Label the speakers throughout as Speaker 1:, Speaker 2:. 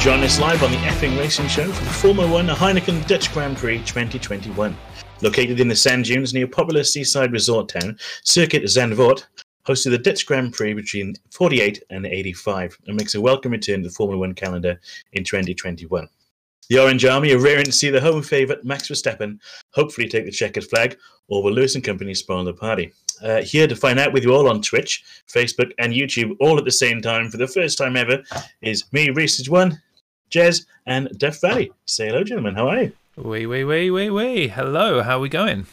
Speaker 1: Join us live on the Effing Racing Show for the Formula One Heineken Dutch Grand Prix 2021. Located in the sand dunes near popular seaside resort town, Circuit Zandvoort hosted the Dutch Grand Prix between 48 and 85 and makes a welcome return to the Formula One calendar in 2021. The Orange Army are raring to see the home favourite Max Verstappen hopefully take the checkered flag, or will Lewis and company spoil the party? Uh, here to find out with you all on Twitch, Facebook, and YouTube all at the same time for the first time ever is me, Reese's One, Jez, and Death Valley. Say hello, gentlemen. How are you?
Speaker 2: Wait, wait, wait, wait, wait. Hello, how are we going?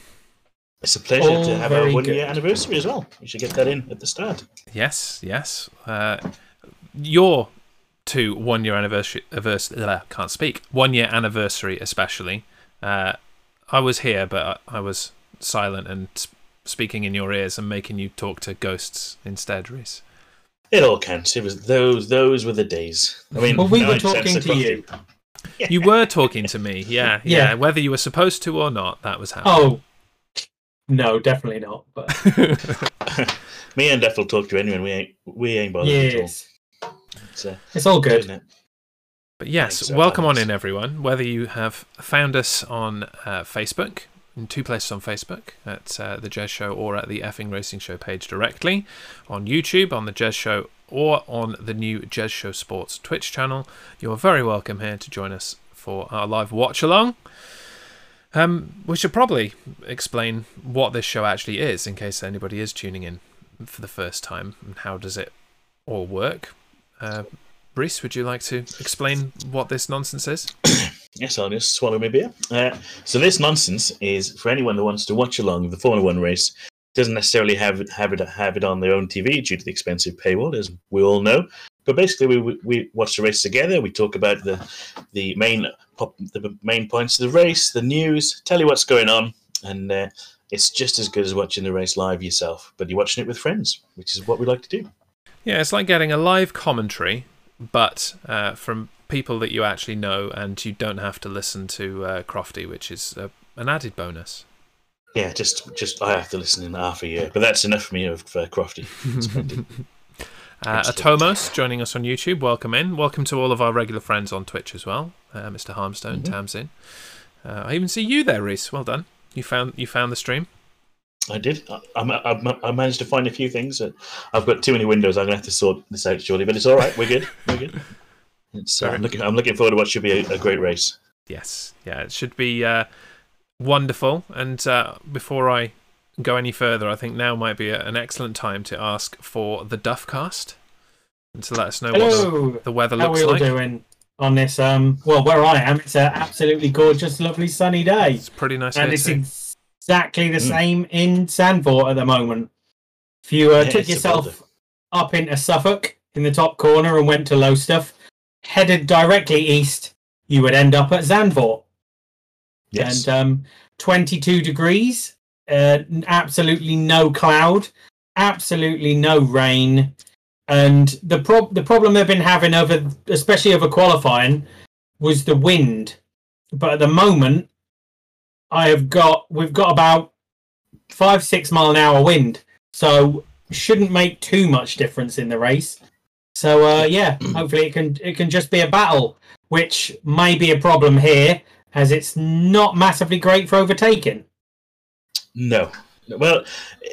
Speaker 1: It's a pleasure
Speaker 3: All
Speaker 1: to have our
Speaker 3: very
Speaker 1: one year
Speaker 3: good.
Speaker 1: anniversary as well. You should get that in at the start.
Speaker 2: Yes, yes. Uh, your two one year anniversary, avers- uh, can't speak, one year anniversary, especially. Uh, I was here, but I, I was silent and s- speaking in your ears and making you talk to ghosts instead, Reese.
Speaker 1: It all counts. It was those those were the days. I mean,
Speaker 3: Well, we were
Speaker 1: 9 cents
Speaker 3: talking
Speaker 1: a
Speaker 3: to
Speaker 1: coffee.
Speaker 3: you.
Speaker 2: You were talking to me, yeah, yeah,
Speaker 3: Yeah.
Speaker 2: Whether you were supposed to or not, that was happening.
Speaker 3: Oh, no, definitely not. But
Speaker 1: Me and Def will talk to anyone. We ain't we ain't bothered at all.
Speaker 3: yes,
Speaker 1: It's, uh,
Speaker 3: it's all good.
Speaker 1: doing it.
Speaker 2: But yes,
Speaker 1: Thanks, uh,
Speaker 2: welcome on
Speaker 1: Alex.
Speaker 2: in, everyone. Whether you have found us on uh, Facebook, in two places on Facebook, at uh, The Jazz Show or at the Effing Racing Show page directly, on YouTube, on The Jazz Show, or on the new Jazz Show Sports Twitch channel, you're very welcome here to join us for our live watch along. Um, we should probably explain what this show actually is in case anybody is tuning in for the first time and how does it all work. Uh, Reese, would you like to explain what this nonsense is?
Speaker 1: Yes, I'll just swallow my beer. Uh, so this nonsense is for anyone that wants to watch along the Formula One race. Doesn't necessarily have it, have it have it on their own TV due to the expensive paywall, as we all know. But basically, we we watch the race together. We talk about the the main pop, the main points of the race, the news, tell you what's going on, and uh, it's just as good as watching the race live yourself. But you're watching it with friends, which is what we like to do.
Speaker 2: Yeah, it's like getting a live commentary, but uh, from people that you actually know, and you don't have to listen to uh, Crofty, which is uh, an added bonus.
Speaker 1: Yeah, just just I have to listen in half a year, but that's enough for me of for Crofty.
Speaker 2: Uh, Atomos joining us on YouTube, welcome in. Welcome to all of our regular friends on Twitch as well, uh, Mr. Harmstone, Tamsin. Uh, I even see you there, Reese. Well done. You found you found the stream.
Speaker 1: I did. I, I, I, I managed to find a few things. That I've got too many windows. I'm going to have to sort this out shortly, but it's all right. We're good. We're good. It's, uh, I'm, looking, I'm looking forward to what should be a, a great race.
Speaker 2: Yes, yeah, it should be uh, wonderful. And uh, before I go any further, I think now might be a, an excellent time to ask for the Duffcast and to let us know what the,
Speaker 3: Hello,
Speaker 2: the weather
Speaker 3: how are
Speaker 2: looks
Speaker 3: we all
Speaker 2: like.
Speaker 3: doing on this? Um, well, where I am, it's an absolutely gorgeous, lovely sunny day,
Speaker 2: It's pretty nice
Speaker 3: and
Speaker 2: here
Speaker 3: it's
Speaker 2: too.
Speaker 3: exactly the
Speaker 1: Mm.
Speaker 3: same in Sandport at the moment. If you uh,
Speaker 1: Yeah,
Speaker 3: took
Speaker 1: it's a
Speaker 3: yourself
Speaker 1: bother.
Speaker 3: up into Suffolk in the top corner and went to Lowestuff, headed directly east, you would end up at Zandvoort.
Speaker 1: Yes.
Speaker 3: and um, 22 degrees, uh, n- absolutely no cloud, absolutely no rain. And the prob- the problem they've been having over, especially over qualifying, was the wind. But at the moment, I have got we've got about five six mile an hour wind, so shouldn't make too much difference in the race. So uh, yeah, hopefully it can it can just be a battle, which may be a problem here as it's not massively great for overtaking.
Speaker 1: no. Well,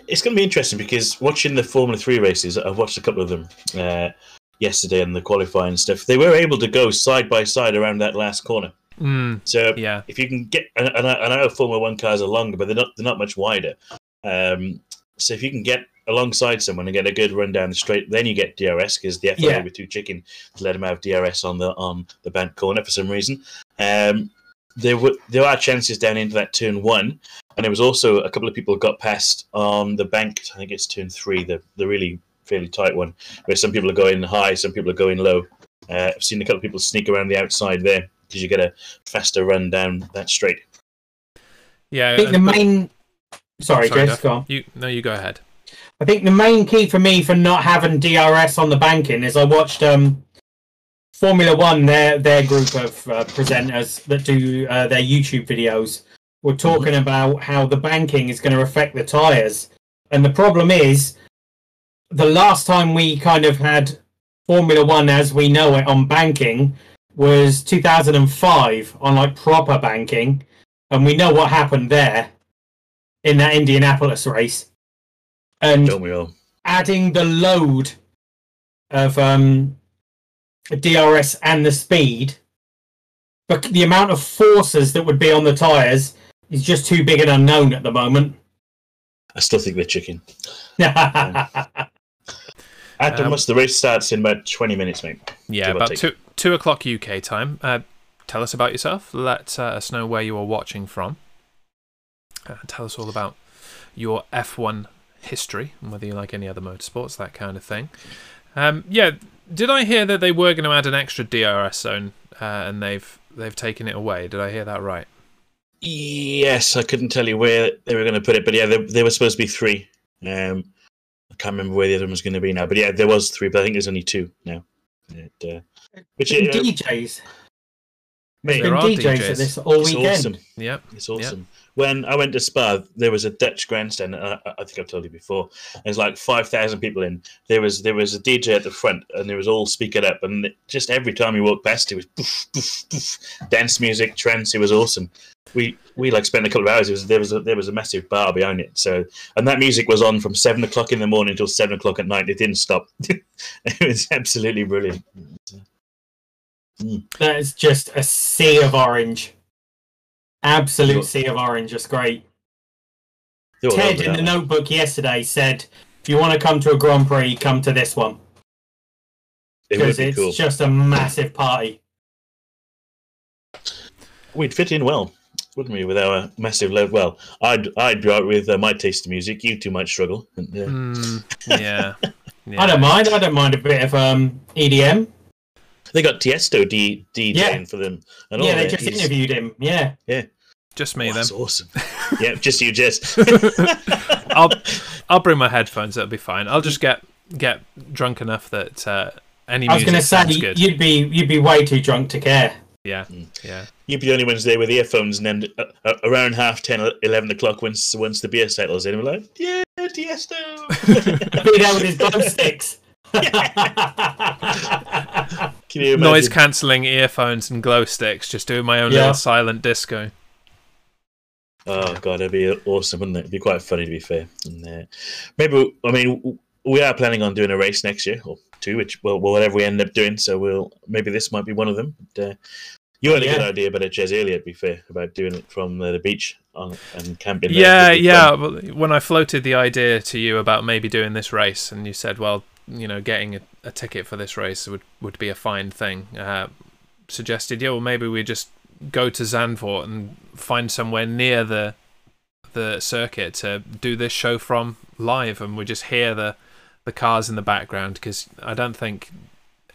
Speaker 1: it's going to be interesting because watching the Formula Three races, I've watched a couple of them uh, yesterday and the qualifying stuff. They were able to go side by side around that last corner.
Speaker 2: Mm,
Speaker 1: So
Speaker 2: yeah,
Speaker 1: if you can get and, and, I, and I know Formula One cars are longer, but they're not they're not much wider. Um, so if you can get alongside someone and get a good run down the straight, then you get DRS because the FIA
Speaker 3: Yeah.
Speaker 1: were too chicken to let them have DRS on the on the bank corner for some reason. Um, there were there are chances down into that turn one, and there was also a couple of people got past on the bank. I think it's turn three, the the really fairly tight one, where some people are going high, some people are going low. Uh, I've seen a couple of people sneak around the outside there because you get a faster run down that straight.
Speaker 2: yeah.
Speaker 3: I think the
Speaker 2: and-
Speaker 3: main sorry,
Speaker 2: Uh, Sorry,
Speaker 3: Jess,
Speaker 2: Duff.
Speaker 3: go on.
Speaker 2: You no, you go ahead.
Speaker 3: I think the main key for me for not having DRS on the banking is I watched um, Formula One, their their group of uh, presenters that do uh, their YouTube videos were talking about how the banking is going to affect the tires, and the problem is the last time we kind of had Formula One as we know it on banking was 2005 on like proper banking, and we know what happened there in that Indianapolis race. And
Speaker 1: Don't we all?
Speaker 3: adding the load of um, DRS and the speed, but the amount of forces that would be on the tyres is just too big and unknown at the moment.
Speaker 1: I still think they're chicken. At the
Speaker 2: Um,
Speaker 1: most, the race starts in about 20 minutes, mate.
Speaker 2: Yeah,
Speaker 1: Give or
Speaker 2: about
Speaker 1: take.
Speaker 2: two two o'clock UK time. Uh, tell us about yourself. Let uh, us know where you are watching from. Uh, tell us all about your F1 history and whether you like any other motorsports, that kind of thing. Um, yeah, did I hear that they were going to add an extra DRS zone uh, and they've they've taken it away? Did I hear that right?
Speaker 1: Yes, I couldn't tell you where they were going to put it, but yeah, there, there were supposed to be three. Um, I can't remember where the other one was going to be now, but yeah, there was three, but I think there's only two now. It, uh, which is uh,
Speaker 3: DJs.
Speaker 1: mate,
Speaker 2: There
Speaker 3: Been
Speaker 2: are
Speaker 3: DJs,
Speaker 2: DJs.
Speaker 3: at this all
Speaker 1: it's
Speaker 3: weekend.
Speaker 1: awesome.
Speaker 2: Yep.
Speaker 1: It's awesome. When I went to Spa, there was a Dutch grandstand. And I, I think I've told you before. There's like five thousand people in. There was there was a DJ at the front, and there was all speaking up. And it- just every time you walked past, it was poof, poof, poof, dance music, trance. It was awesome. We we like spent a couple of hours. It was, there was a, there was a massive bar behind it. So and that music was on from seven o'clock in the morning till seven o'clock at night. It didn't stop. it was absolutely brilliant.
Speaker 3: That is just a sea of orange. Absolute sea of orange. It's great.
Speaker 1: They were all
Speaker 3: Ted
Speaker 1: over
Speaker 3: in
Speaker 1: that
Speaker 3: the
Speaker 1: one.
Speaker 3: notebook yesterday said, if you want to come to a Grand Prix, come to this one.
Speaker 1: It would
Speaker 3: Because
Speaker 1: be
Speaker 3: it's
Speaker 1: cool.
Speaker 3: just a massive party.
Speaker 1: We'd fit in well, wouldn't we, with our massive load? Well, I'd I'd be out with uh, my taste in music. You two might struggle. And, uh,
Speaker 2: Mm, yeah. yeah.
Speaker 3: I don't mind. I don't mind a bit of um, EDM.
Speaker 1: They got Tiesto D DJing
Speaker 3: Yeah.
Speaker 1: for them. And all
Speaker 3: Yeah, they
Speaker 1: that.
Speaker 3: just
Speaker 1: He's-
Speaker 3: interviewed him. Yeah.
Speaker 2: Just me
Speaker 1: Oh,
Speaker 2: then.
Speaker 1: that's awesome. yeah, just you, Jess.
Speaker 2: I'll I'll bring my headphones. That'll be fine. I'll just get get drunk enough that uh, any
Speaker 3: I was
Speaker 2: music
Speaker 3: going to say
Speaker 2: sounds good.
Speaker 3: you'd be you'd be way too drunk to care.
Speaker 2: yeah, yeah.
Speaker 1: You'd be the only ones there with earphones, and then uh, uh, around half 10, 11 o'clock, once once the beer settles in, we're like, yeah, Tiesto.
Speaker 3: Be there with his glow sticks.
Speaker 1: Can you imagine?
Speaker 2: Noise cancelling earphones and glow sticks. Just doing my own
Speaker 3: Yeah.
Speaker 2: little silent disco.
Speaker 1: Oh god, that'd be awesome, wouldn't it? It'd be quite funny to be fair. And, uh, maybe I mean w- we are planning on doing a race next year or two, which well whatever we end up doing. So we'll maybe this might be one of them. But, uh, you had a good
Speaker 3: Yeah.
Speaker 1: idea about it, Jez, earlier. To be fair, about doing it from uh, the beach on, and camping. there.
Speaker 2: Yeah,
Speaker 1: It'd be
Speaker 2: yeah.
Speaker 1: fun.
Speaker 2: Well, when I floated the idea to you about maybe doing this race, and you said, well, you know, getting a, a ticket for this race would would be a fine thing. Uh, suggested, yeah, well, maybe we just go to Zandvoort and find somewhere near the the circuit to do this show from live, and we just hear the the cars in the background because I don't think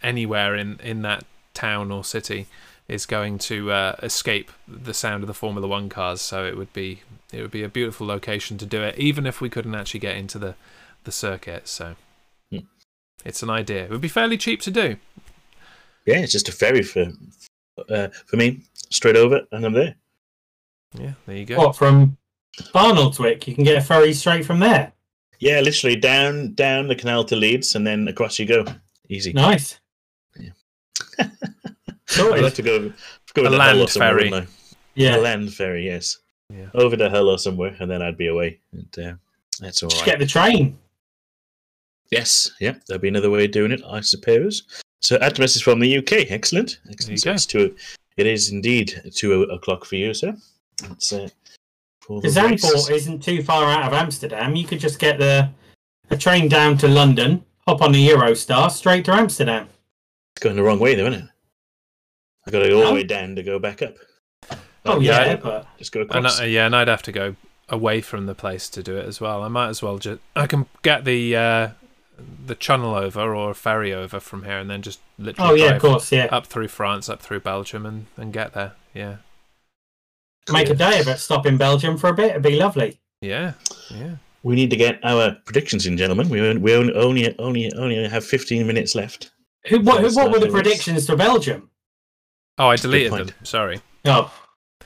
Speaker 2: anywhere in in that town or city is going to uh, escape the sound of the Formula One cars. So it would be it would be a beautiful location to do it, even if we couldn't actually get into the the circuit. So
Speaker 1: Hmm.
Speaker 2: it's an idea. It would be fairly cheap to do.
Speaker 1: yeah. It's just a ferry for uh, for me straight over, and I'm there.
Speaker 2: Yeah, there you go.
Speaker 3: What from Barnoldswick? You can get a ferry straight from there.
Speaker 1: Yeah, literally down down the canal to Leeds, and then across you go. Easy.
Speaker 3: Nice.
Speaker 1: Yeah. I'd
Speaker 3: Sorted.
Speaker 1: like to go, go
Speaker 2: A
Speaker 1: with
Speaker 2: land ferry.
Speaker 1: would
Speaker 3: yeah.
Speaker 1: A land ferry, yes.
Speaker 2: Yeah.
Speaker 1: Over to Hello somewhere, and then I'd be away. And, uh, that's all
Speaker 3: Just
Speaker 1: right.
Speaker 3: get the train.
Speaker 1: Yes, yeah, there'd be another way of doing it, I suppose. So Adamus is from the UK. Excellent. Excellent. So
Speaker 2: go.
Speaker 1: it's two, it is indeed two o- o'clock for you, sir. It's, uh, for the
Speaker 3: Because
Speaker 1: races.
Speaker 3: Zandvoort isn't too far out of Amsterdam. You could just get the a train down to London, hop on the Eurostar, straight to Amsterdam.
Speaker 1: It's going the wrong way, though, isn't it? I've got to go all the
Speaker 3: No.
Speaker 1: way down to go back up.
Speaker 3: Oh
Speaker 2: yeah.
Speaker 3: yeah, but
Speaker 1: Just go
Speaker 2: And
Speaker 1: across.
Speaker 2: I, yeah, and I'd have to go away from the place to do it as well. I might as well just I can get the uh, the channel over or a ferry over from here, and then just literally
Speaker 3: oh yeah, of
Speaker 2: drive
Speaker 3: course, yeah.
Speaker 2: up through France, up through Belgium, and and get there. Yeah,
Speaker 3: Make a day of it. Stop in Belgium for a bit. It'd be lovely.
Speaker 2: yeah, yeah.
Speaker 1: We need to get our predictions in, gentlemen. We, on- we on- only, only, only have 15 minutes left.
Speaker 3: Who, what,
Speaker 1: Yes,
Speaker 3: who, what were
Speaker 1: Belgium
Speaker 3: the
Speaker 1: is-
Speaker 3: predictions for Belgium?
Speaker 2: Oh, I deleted
Speaker 1: point.
Speaker 2: them. Sorry.
Speaker 3: Oh,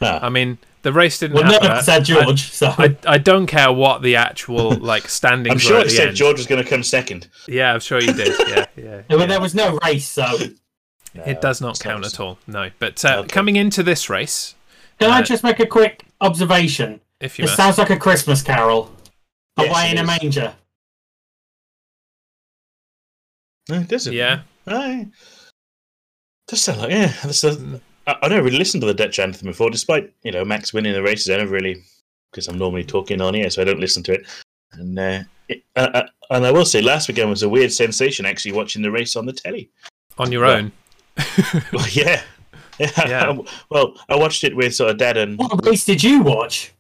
Speaker 1: Ah,
Speaker 2: I mean, the race didn't
Speaker 3: well,
Speaker 2: happen.
Speaker 3: none of us had George. so
Speaker 2: I, I don't care what the actual like standings
Speaker 1: I'm
Speaker 2: were
Speaker 1: sure
Speaker 2: at
Speaker 1: it
Speaker 2: the
Speaker 1: said
Speaker 2: end.
Speaker 1: George was going to come second.
Speaker 2: Yeah, I'm sure you did. Yeah, yeah.
Speaker 3: Well,
Speaker 2: yeah.
Speaker 3: there was no race, so
Speaker 2: it does not count at all. No, but uh,
Speaker 1: Okay.
Speaker 2: coming into this race,
Speaker 3: Can I
Speaker 2: Uh,
Speaker 3: just make a quick observation?
Speaker 2: if you
Speaker 3: It
Speaker 2: must,
Speaker 3: sounds like a Christmas carol.
Speaker 1: Yes,
Speaker 3: Away
Speaker 1: it
Speaker 3: in a
Speaker 1: is.
Speaker 3: manger.
Speaker 1: No, it doesn't.
Speaker 2: yeah,
Speaker 1: Aye. Does sound like yeah. That's a,
Speaker 2: Mm.
Speaker 1: I, I never really listened to the Dutch anthem before, despite you know Max winning the races. I never really because I'm normally talking on here, so I don't listen to it. And uh, it, uh, and I will say, last weekend was a weird sensation actually watching the race on the telly.
Speaker 2: on your
Speaker 1: Well,
Speaker 2: own.
Speaker 1: Well, yeah.
Speaker 2: Yeah.
Speaker 1: well, I watched it with sort of dad, and
Speaker 3: What race did you watch?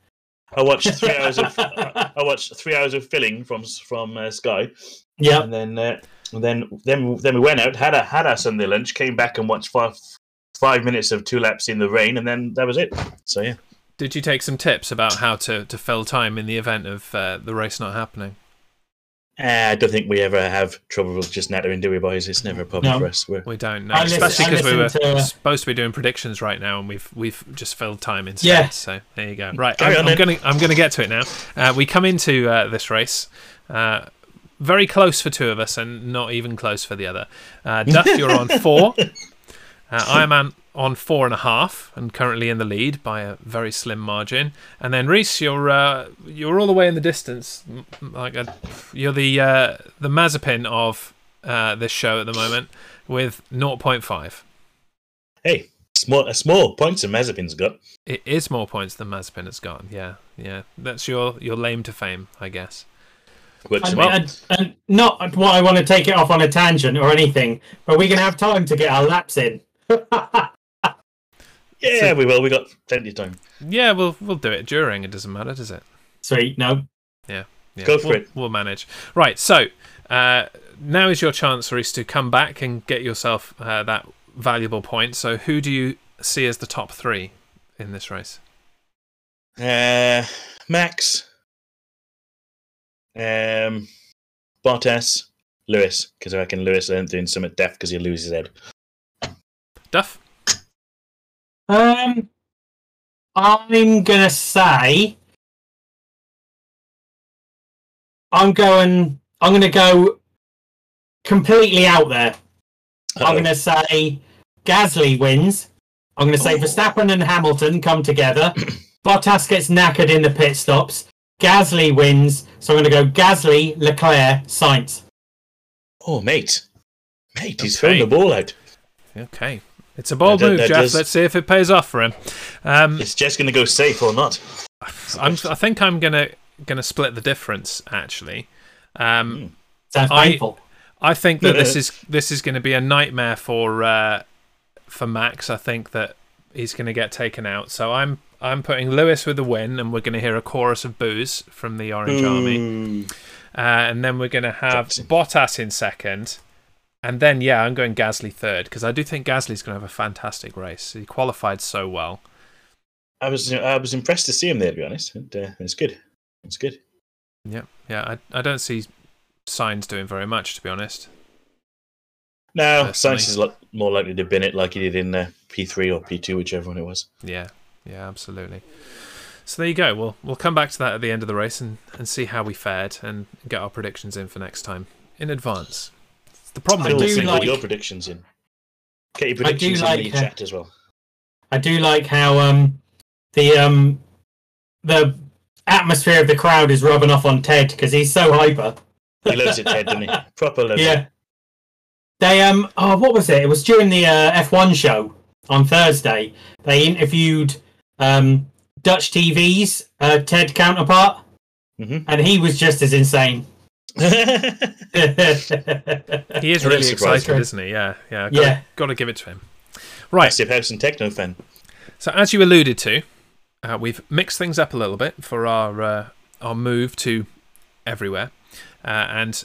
Speaker 1: I watched three hours of I I watched three hours of filling from s- from uh, Sky,
Speaker 3: Yep.
Speaker 1: and then uh, and then then then we went out, had a had our Sunday lunch, came back and watched five five minutes of two laps in the rain, and then that was it. So yeah,
Speaker 2: Did you take some tips about how to, to fill time in the event of uh, the race not happening?
Speaker 1: uh, I don't think we ever have trouble with just nattering, do we, boys? It's never a problem
Speaker 3: No.
Speaker 1: for us. We're
Speaker 2: We don't know,
Speaker 3: I listen-
Speaker 2: especially
Speaker 3: I
Speaker 2: because we were
Speaker 3: listen to-
Speaker 2: supposed to be doing predictions right now, and we've we've just filled time instead.
Speaker 3: Yeah.
Speaker 2: So there you go. Right,
Speaker 1: Carry
Speaker 2: I'm,
Speaker 1: on
Speaker 2: I'm
Speaker 1: then.
Speaker 2: gonna I'm gonna get to it now. Uh, we come into uh, this race. Uh, very close for two of us, and not even close for the other. Uh, Duff, you're on four. Uh, I'm on, on four and a half, and currently in the lead by a very slim margin. And then Reese, you're uh, you're all the way in the distance. m- Like a, you're the uh, the Mazepin of uh, this show at the moment with 0.5.
Speaker 1: hey, small a small points and Mazepin's got.
Speaker 2: It is more points than Mazepin has got. Yeah, yeah. That's your your lame to fame, I guess.
Speaker 1: Works
Speaker 3: And,
Speaker 1: for
Speaker 2: Well-
Speaker 1: me.
Speaker 3: and, and not what I want to take it off on a tangent or anything, but we can have time to get our laps in.
Speaker 1: Yeah, we will. We got plenty of time.
Speaker 2: Yeah, we'll we'll do it during. It doesn't matter, does it?
Speaker 3: Sweet, no.
Speaker 2: Yeah,
Speaker 1: Go for
Speaker 2: we'll,
Speaker 1: it.
Speaker 2: We'll manage. Right. So uh, now is your chance, Reese, to come back and get yourself uh, that valuable point. So who do you see as the top three in this race?
Speaker 1: Uh, Max, um, Bottas, Lewis, because I reckon Lewis isn't doing something deaf because he'll lose his head.
Speaker 2: Duff.
Speaker 3: Um, I'm gonna say I'm going. I'm gonna go completely out there. I'm
Speaker 1: Uh-oh.
Speaker 3: gonna say Gasly wins. I'm gonna say
Speaker 1: Oh.
Speaker 3: Verstappen and Hamilton come together. Bottas gets knackered in the pit stops. Gasly wins, so I'm gonna go Gasly, Leclerc, Sainz.
Speaker 1: Oh, mate. Mate, he's
Speaker 2: Okay.
Speaker 1: thrown the ball out.
Speaker 2: Okay. It's a bold
Speaker 1: That- that-
Speaker 2: move,
Speaker 1: that
Speaker 2: Jeff.
Speaker 1: does-
Speaker 2: Let's see if it pays off for him. Um,
Speaker 1: Is Jess going to go safe or not?
Speaker 2: I'm, I think I'm gonna gonna split the difference actually. Um,
Speaker 3: Sounds
Speaker 2: I-
Speaker 3: painful.
Speaker 2: I think that this is this is going to be a nightmare for uh, for Max. I think that he's going to get taken out. So I'm I'm putting Lewis with the win, and we're going to hear a chorus of boos from the Orange Army,
Speaker 3: Hmm.
Speaker 2: uh, and then we're going to have
Speaker 1: Johnson.
Speaker 2: Bottas in second, and then yeah, I'm going Gasly third because I do think Gasly's going to have a fantastic race. He qualified so well.
Speaker 1: I was I was impressed to see him there, to be honest. And, uh, it's good. It's good.
Speaker 2: Yeah, yeah. I I don't see signs doing very much to be honest.
Speaker 1: Now,
Speaker 2: Personally.
Speaker 1: Sainz is a lot more likely to bin it like he did in uh, P3 or P2, whichever one it was.
Speaker 2: Yeah, yeah, absolutely. So there you go. We'll we'll come back to that at the end of the race and, and see how we fared and get our predictions in for next time in advance. It's the problem
Speaker 3: I
Speaker 1: Phil,
Speaker 2: with
Speaker 3: do
Speaker 1: send all
Speaker 3: like-
Speaker 1: your predictions in. Get your
Speaker 3: do
Speaker 1: predictions in
Speaker 3: like,
Speaker 1: the
Speaker 3: uh,
Speaker 1: chat as well.
Speaker 3: I do like how um the um the atmosphere of the crowd is rubbing off on Ted because he's so hyper.
Speaker 1: He loves it, Ted, doesn't he? Proper loves it.
Speaker 3: Yeah. They um oh what was it? It was during the uh, F1 show on Thursday. They interviewed um Dutch TV's uh, Ted counterpart,
Speaker 1: Mhm.
Speaker 3: and he was just as insane.
Speaker 2: it. He is
Speaker 1: It
Speaker 2: really
Speaker 1: is surprising.
Speaker 2: excited, isn't he? Yeah, yeah. Got,
Speaker 3: Yeah.
Speaker 2: Got to give it to him. Right.
Speaker 1: Massive house and techno fan.
Speaker 2: So as you alluded to, uh, we've mixed things up a little bit for our uh, our move to everywhere, uh, and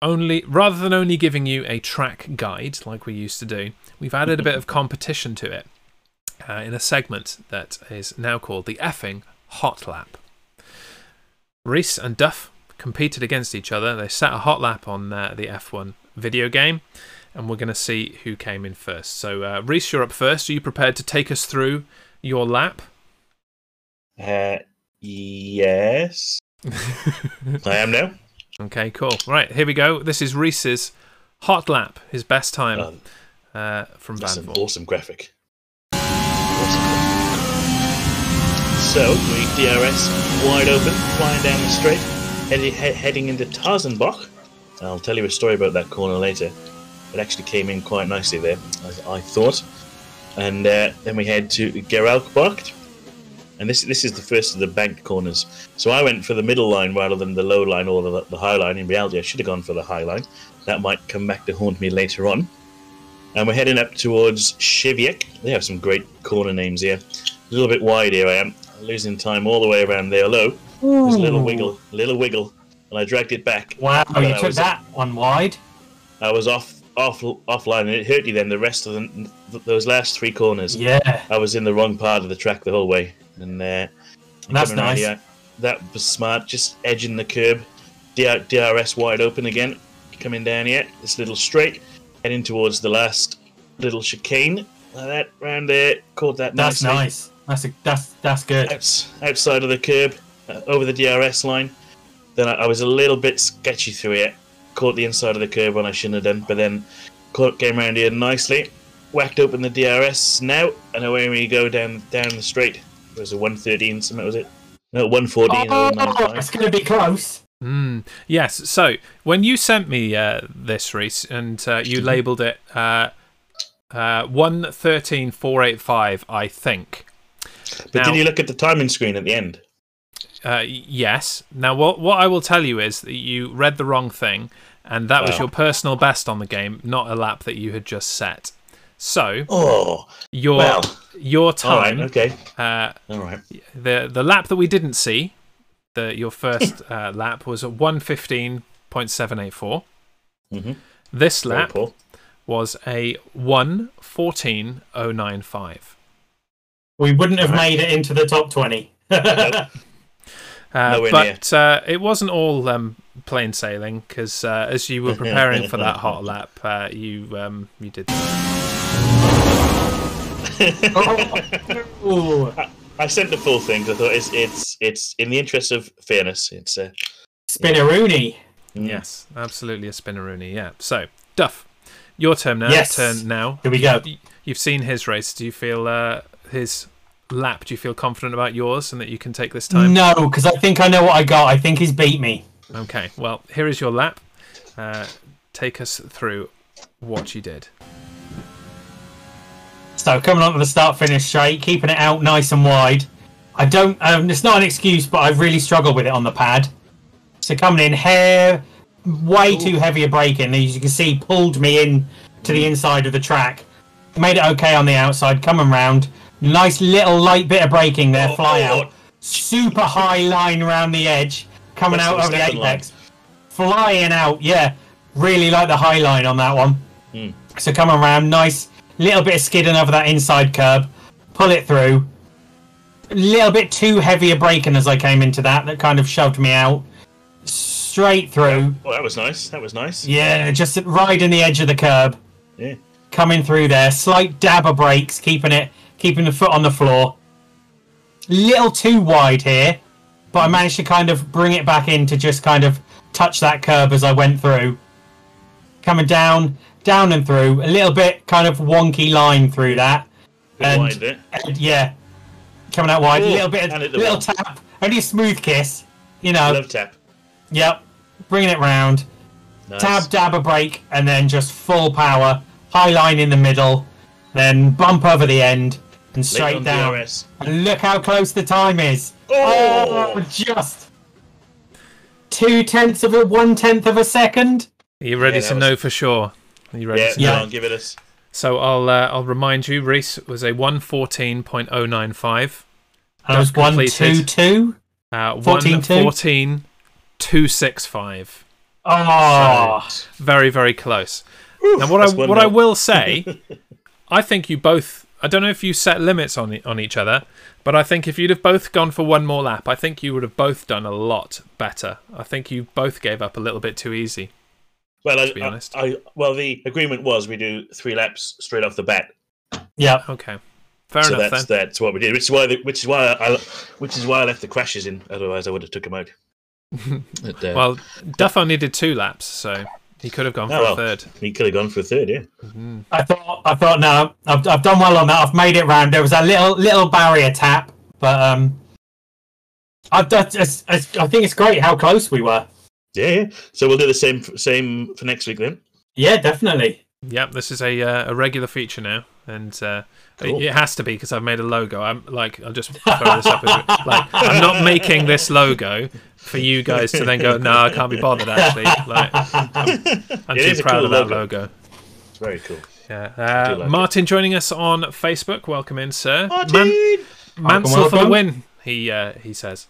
Speaker 2: only rather than only giving you a track guide like we used to do, we've added a bit of competition to it uh, in a segment that is now called the effing hot lap. Reese and Duff competed against each other. They set a hot lap on uh, the F1 video game and we're going to see who came in first. So, uh, Reese, you're up first. Are you prepared to take us through your lap?
Speaker 1: Uh, yes. I am now.
Speaker 2: Okay, cool. Right, here we go. This is Reese's hot lap, his best time.
Speaker 1: Um,
Speaker 2: uh, from
Speaker 1: That's an
Speaker 2: Vanvor.
Speaker 1: awesome graphic. Awesome graphic. So we DRS wide open, flying down the straight, headed, he- heading into Tarzenbach. I'll tell you a story about that corner later. It actually came in quite nicely there, as I thought. And uh, then we head to Geralkbach. And this this is the first of the bank corners. So I went for the middle line rather than the low line or the, the high line. In reality, I should have gone for the high line. That might come back to haunt me later on. And we're heading up towards Shiviak. They have some great corner names here. A little bit wide here I am. Losing time all the way around there low. There's a little wiggle, little wiggle. And I dragged it back.
Speaker 3: Wow,
Speaker 1: And
Speaker 3: Oh, you
Speaker 1: I
Speaker 3: took
Speaker 1: was-
Speaker 3: that one wide.
Speaker 1: I was off off offline and it hurt you then the rest of the, th- those last three corners.
Speaker 3: Yeah,
Speaker 1: I was in the wrong part of the track the whole way. And uh,
Speaker 3: that's
Speaker 1: coming around
Speaker 3: nice.
Speaker 1: here, uh, that was smart, just edging the curb. D- DRS wide open again. Coming down here, this little straight, heading towards the last little chicane. Like that, round there, caught that
Speaker 3: That's
Speaker 1: nicely.
Speaker 3: nice. That's a, that's that's good.
Speaker 1: Outs- outside of the curb, uh, over the DRS line. Then I, I was a little bit sketchy through it. Caught the inside of the curb when I shouldn't have done, but then caught, came around here nicely. Whacked open the DRS now, and away we go down down the straight. It was a 113, something was it? No, 114.
Speaker 3: Oh,
Speaker 1: or 195.
Speaker 3: it's going to be close.
Speaker 2: Mm, yes. So when you sent me uh, this, Reese, and uh, you labelled it uh, uh, one thirteen four eight five, I think.
Speaker 1: But
Speaker 2: Now-
Speaker 1: did you look at the timing screen at the end?
Speaker 2: Uh, y- yes. Now, what what I will tell you is that you read the wrong thing, and that was
Speaker 1: Oh.
Speaker 2: your personal best on the game, not a lap that you had just set. So
Speaker 1: Oh,
Speaker 2: your
Speaker 1: well.
Speaker 2: your
Speaker 1: All right,
Speaker 2: time,
Speaker 1: okay,
Speaker 2: uh,
Speaker 1: all right.
Speaker 2: the the lap that we didn't see, the your first uh, lap was at one fifteen point seven eight four.
Speaker 1: Mhm.
Speaker 2: This
Speaker 1: Very
Speaker 2: lap
Speaker 1: poor.
Speaker 2: was a one fourteen oh nine five.
Speaker 3: We wouldn't have
Speaker 1: Right.
Speaker 3: made it into the top twenty.
Speaker 2: Uh,
Speaker 1: Nowhere
Speaker 2: but uh, it wasn't all um, plain sailing because uh, as you were preparing for that hot lap, uh, you um, you did.
Speaker 3: Ooh,
Speaker 1: I sent the full thing. 'cause I thought it's it's it's in the interest of fairness. It's uh,
Speaker 3: Spinneroonie.
Speaker 1: mm.
Speaker 2: Yes, absolutely a spinneroonie. Yeah. So Duff, your turn now.
Speaker 3: Yes.
Speaker 2: Turn now.
Speaker 3: Here we go.
Speaker 2: Y- You've seen his race. Do you feel uh, his lap? Do you feel confident about yours and that you can take this time?
Speaker 3: No, because I think I know what I got. I think he's beat me.
Speaker 2: Okay. Well, here is your lap. Uh, take us through what you did.
Speaker 3: So coming on to the start finish straight, keeping it out nice and wide. I don't. Um, it's not an excuse, but I've really struggled with it on the pad. So coming in hair, way too heavy a brake in. As you can see, pulled me in to the inside of the track. Made it okay on the outside. Coming round, nice little light bit of braking there.
Speaker 1: Oh,
Speaker 3: fly
Speaker 1: oh,
Speaker 3: out, super high line around the edge, coming
Speaker 1: That's
Speaker 3: out
Speaker 1: the
Speaker 3: over the
Speaker 1: second line.
Speaker 3: apex, flying out. Yeah, really like the high line on that one.
Speaker 1: Hmm.
Speaker 3: So coming around, nice little bit of skidding over that inside curb, pull it through. A little bit too heavy a braking as I came into that, that kind of shoved me out. Straight through,
Speaker 1: Oh, that was nice. That was nice.
Speaker 3: yeah, just riding the edge of the curb,
Speaker 1: Yeah.
Speaker 3: coming through there. Slight dab of brakes, keeping it, keeping the foot on the floor. Little too wide here, but I managed to kind of bring it back in to just kind of touch that curb as I went through. Coming down, down and through, a little bit kind of wonky line through that.
Speaker 1: Bit
Speaker 3: And-
Speaker 1: wide there.
Speaker 3: And yeah, coming out wide,
Speaker 1: Ooh,
Speaker 3: little bit,
Speaker 1: and
Speaker 3: of,
Speaker 1: at the
Speaker 3: little
Speaker 1: wall.
Speaker 3: tap, only a smooth kiss, you know.
Speaker 1: Love tap.
Speaker 3: Yep, bringing it round,
Speaker 1: Nice.
Speaker 3: tab, dab, a break, and then just full power, high line in the middle, then bump over the end and
Speaker 1: Late
Speaker 3: straight
Speaker 1: on
Speaker 3: down.
Speaker 1: DRS.
Speaker 3: And look how close the time is.
Speaker 1: Oh!
Speaker 3: just two tenths of a one tenth of a second.
Speaker 2: Are you ready
Speaker 1: Yeah, that
Speaker 2: to
Speaker 1: was-
Speaker 2: know for sure? Are you ready
Speaker 1: Yeah,
Speaker 2: to know?
Speaker 1: yeah.
Speaker 3: Yeah.
Speaker 1: give it us.
Speaker 2: So I'll uh, I'll remind you, Reese was a one fourteen point oh nine five.
Speaker 3: That was one two
Speaker 2: completed.
Speaker 3: two.
Speaker 2: Uh,
Speaker 3: 14, two?
Speaker 2: 114,265.
Speaker 3: Oh,
Speaker 2: Very very close. now what
Speaker 1: that's
Speaker 2: I
Speaker 1: one
Speaker 2: what I
Speaker 1: nil.
Speaker 2: will say, I think you both. I don't know if you set limits on e- on each other, but I think if you'd have both gone for one more lap, I think you would have both done a lot better. I think you both gave up a little bit too easy.
Speaker 1: Well, I,
Speaker 2: be
Speaker 1: I-
Speaker 2: honest.
Speaker 1: I, well, the agreement was we do three laps straight off the bat.
Speaker 3: yeah.
Speaker 2: Okay, fair
Speaker 1: so
Speaker 2: enough
Speaker 1: that's
Speaker 2: then.
Speaker 1: that's what we did. Which is why the, which is why I which is why I left the crashes in. Otherwise, I would have took them out. But, uh,
Speaker 2: Well, Duffo needed two laps, so He could have gone for
Speaker 1: Oh, well.
Speaker 2: a third.
Speaker 1: He could have gone for a third, yeah.
Speaker 2: Mhm.
Speaker 3: I thought, I thought, no, I've, I've done well on that. I've made it round. There was a little, little barrier tap, but um, I've done. It's, it's, I think it's great how close we were.
Speaker 1: Yeah, yeah. So we'll do the same same for next week then.
Speaker 3: Yeah, definitely.
Speaker 2: Yep, this is a uh, a regular feature now, and uh,
Speaker 1: Cool.
Speaker 2: it, it has to be because I've made a logo. I'm like, I'll just throw this up. As, like, I'm not making this logo for you guys to then go. No, I can't be bothered. Actually, like, I'm
Speaker 1: It is
Speaker 2: too
Speaker 1: a
Speaker 2: proud
Speaker 1: cool
Speaker 2: of that
Speaker 1: logo.
Speaker 2: logo.
Speaker 1: It's very cool.
Speaker 2: Yeah,
Speaker 1: do
Speaker 2: uh,
Speaker 1: like it.
Speaker 2: Martin joining us on Facebook. Welcome in, sir.
Speaker 1: Oh,
Speaker 2: Man-
Speaker 1: dude!
Speaker 2: Mansell
Speaker 3: Welcome,
Speaker 2: for the
Speaker 3: welcome.
Speaker 2: win. He uh, he says.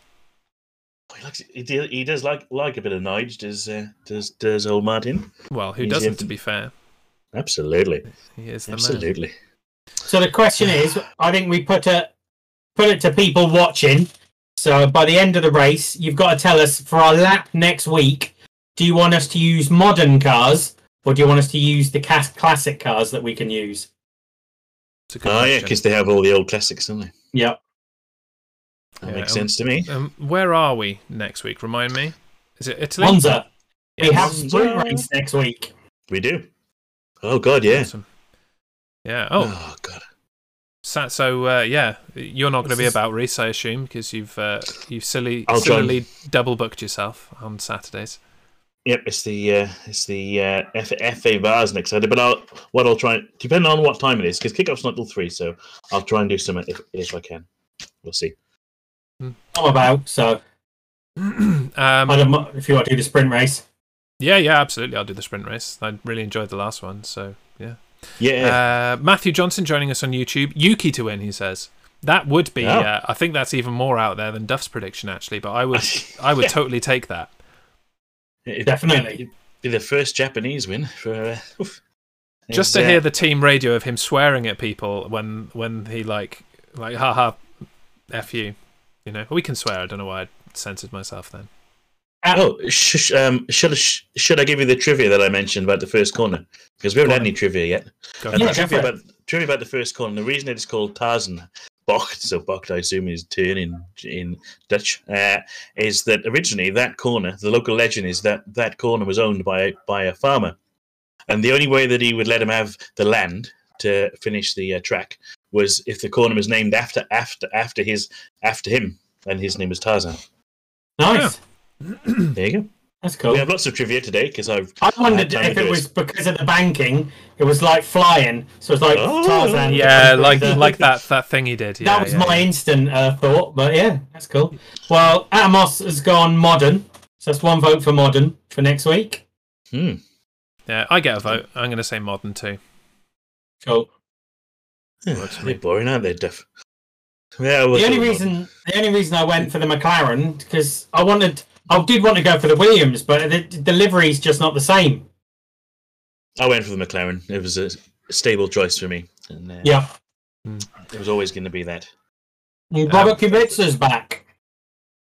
Speaker 1: Oh, he, likes it. He, do- he does like like a bit of Nige, does uh, does does old Martin?
Speaker 2: Well, who
Speaker 1: He's
Speaker 2: doesn't?
Speaker 1: in.
Speaker 2: To be fair,
Speaker 1: Absolutely,
Speaker 2: he is the man.
Speaker 1: absolutely.
Speaker 3: So the question is, I think we put a put it to people watching. So by the end of the race, you've got to tell us for our lap next week. Do you want us to use modern cars, or do you want us to use the cas- classic cars that we can use?
Speaker 2: It's a good
Speaker 1: Oh yeah,
Speaker 2: question.
Speaker 1: because they have all the old classics, don't they?
Speaker 3: Yeah,
Speaker 1: That
Speaker 2: Yeah,
Speaker 1: makes
Speaker 2: um,
Speaker 1: sense to me.
Speaker 2: Um, where are we next week? Remind me. Is it Italy?
Speaker 3: Monza. We
Speaker 2: Yes.
Speaker 3: have sprint race next week.
Speaker 1: We do. Oh god, yeah.
Speaker 2: Awesome. Yeah. Oh,
Speaker 1: god.
Speaker 2: so, so uh, yeah, you're not going to
Speaker 3: This
Speaker 2: be
Speaker 3: is-
Speaker 2: about Reese, I assume, because you've uh, you've silly,
Speaker 1: I'll join.
Speaker 2: sillily double booked yourself on Saturdays.
Speaker 1: Yep, it's the uh, it's the uh, F- FA bars next Saturday. But I'll what I'll try depending on what time it is because kickoff's not till three, so I'll try and do some if if I can. We'll see.
Speaker 3: I'm about so I
Speaker 2: um,
Speaker 3: don't mi- if you want to do the sprint race.
Speaker 2: yeah, yeah, absolutely. I'll do the sprint race. I really enjoyed the last one, so yeah.
Speaker 1: Yeah,
Speaker 2: Uh, Matthew Johnson joining us on YouTube. Yuki to win, he says. That would be.
Speaker 1: Oh.
Speaker 2: Uh, I think that's even more out there than Duff's prediction, actually. But I would, I would totally take that.
Speaker 1: It-
Speaker 3: Definitely.
Speaker 1: it'd Be the first Japanese win for. Uh, oof.
Speaker 2: just to
Speaker 1: It's, uh,
Speaker 2: hear the team radio of him swearing at people when when he like like haha f you you know we can swear i don't know why i censored myself then
Speaker 1: Oh, sh- sh- um, should I sh- should I give you the trivia that I mentioned about the first corner? Because we haven't
Speaker 2: Go
Speaker 1: had
Speaker 2: on.
Speaker 1: any trivia yet.
Speaker 2: Go
Speaker 1: And the
Speaker 2: for
Speaker 3: Yeah,
Speaker 2: it.
Speaker 3: go
Speaker 1: trivia
Speaker 3: for it.
Speaker 1: about trivia about the first corner. The reason it is called Tarzan Bocht, so Bocht I assume is turn in in Dutch, uh, is that originally that corner, the local legend is that that corner was owned by by a farmer, and the only way that he would let him have the land to finish the uh, track was if the corner was named after after after his after him, and his name was Tarzan.
Speaker 3: Nice.
Speaker 1: There you go.
Speaker 3: That's cool.
Speaker 1: We have lots of trivia today because I've
Speaker 3: Hmm. I wondered
Speaker 1: I had time
Speaker 3: if
Speaker 1: to do
Speaker 3: it
Speaker 1: it.
Speaker 3: was because of the banking. It was like flying, so it's like
Speaker 1: Oh.
Speaker 3: Tarzan.
Speaker 2: yeah like like that that thing he did yeah,
Speaker 3: that was
Speaker 2: yeah,
Speaker 3: my
Speaker 2: yeah.
Speaker 3: instant uh, thought, but yeah, that's cool. Well, Atmos has gone modern, so that's one vote for modern for next week.
Speaker 1: hmm.
Speaker 2: yeah i get a vote i'm gonna say modern too
Speaker 3: Cool.
Speaker 2: Works for me.
Speaker 1: They're boring, aren't they, Duff? Yeah, well,
Speaker 3: the only reason, the only reason I went for the McLaren because I wanted, I did want to go for the Williams, but the the livery's just not the same.
Speaker 1: I went for the McLaren. It was a stable choice for me, and uh,
Speaker 3: Yeah.
Speaker 1: it was always going to be that.
Speaker 3: And Robert Kubica's back.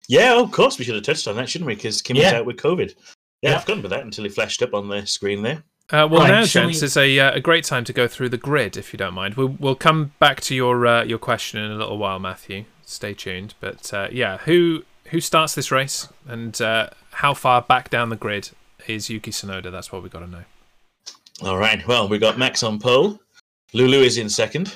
Speaker 1: Yeah, oh, of course, we should have touched on that, shouldn't we? Because Kim was
Speaker 3: Yeah.
Speaker 1: out with COVID. Yeah,
Speaker 3: Yeah.
Speaker 1: I've forgotten about that until it flashed up on the screen there.
Speaker 2: uh, well
Speaker 3: Right,
Speaker 2: now
Speaker 3: shall
Speaker 2: gents
Speaker 3: we-
Speaker 2: is a uh, a great time to go through the grid if you don't mind we'll, we'll come back to your uh, your question in a little while matthew stay tuned but uh, yeah who who starts this race and uh, how far back down the grid is yuki Tsunoda? that's what we got to know
Speaker 1: All right. Well, we got Max on pole. Lulu is in second.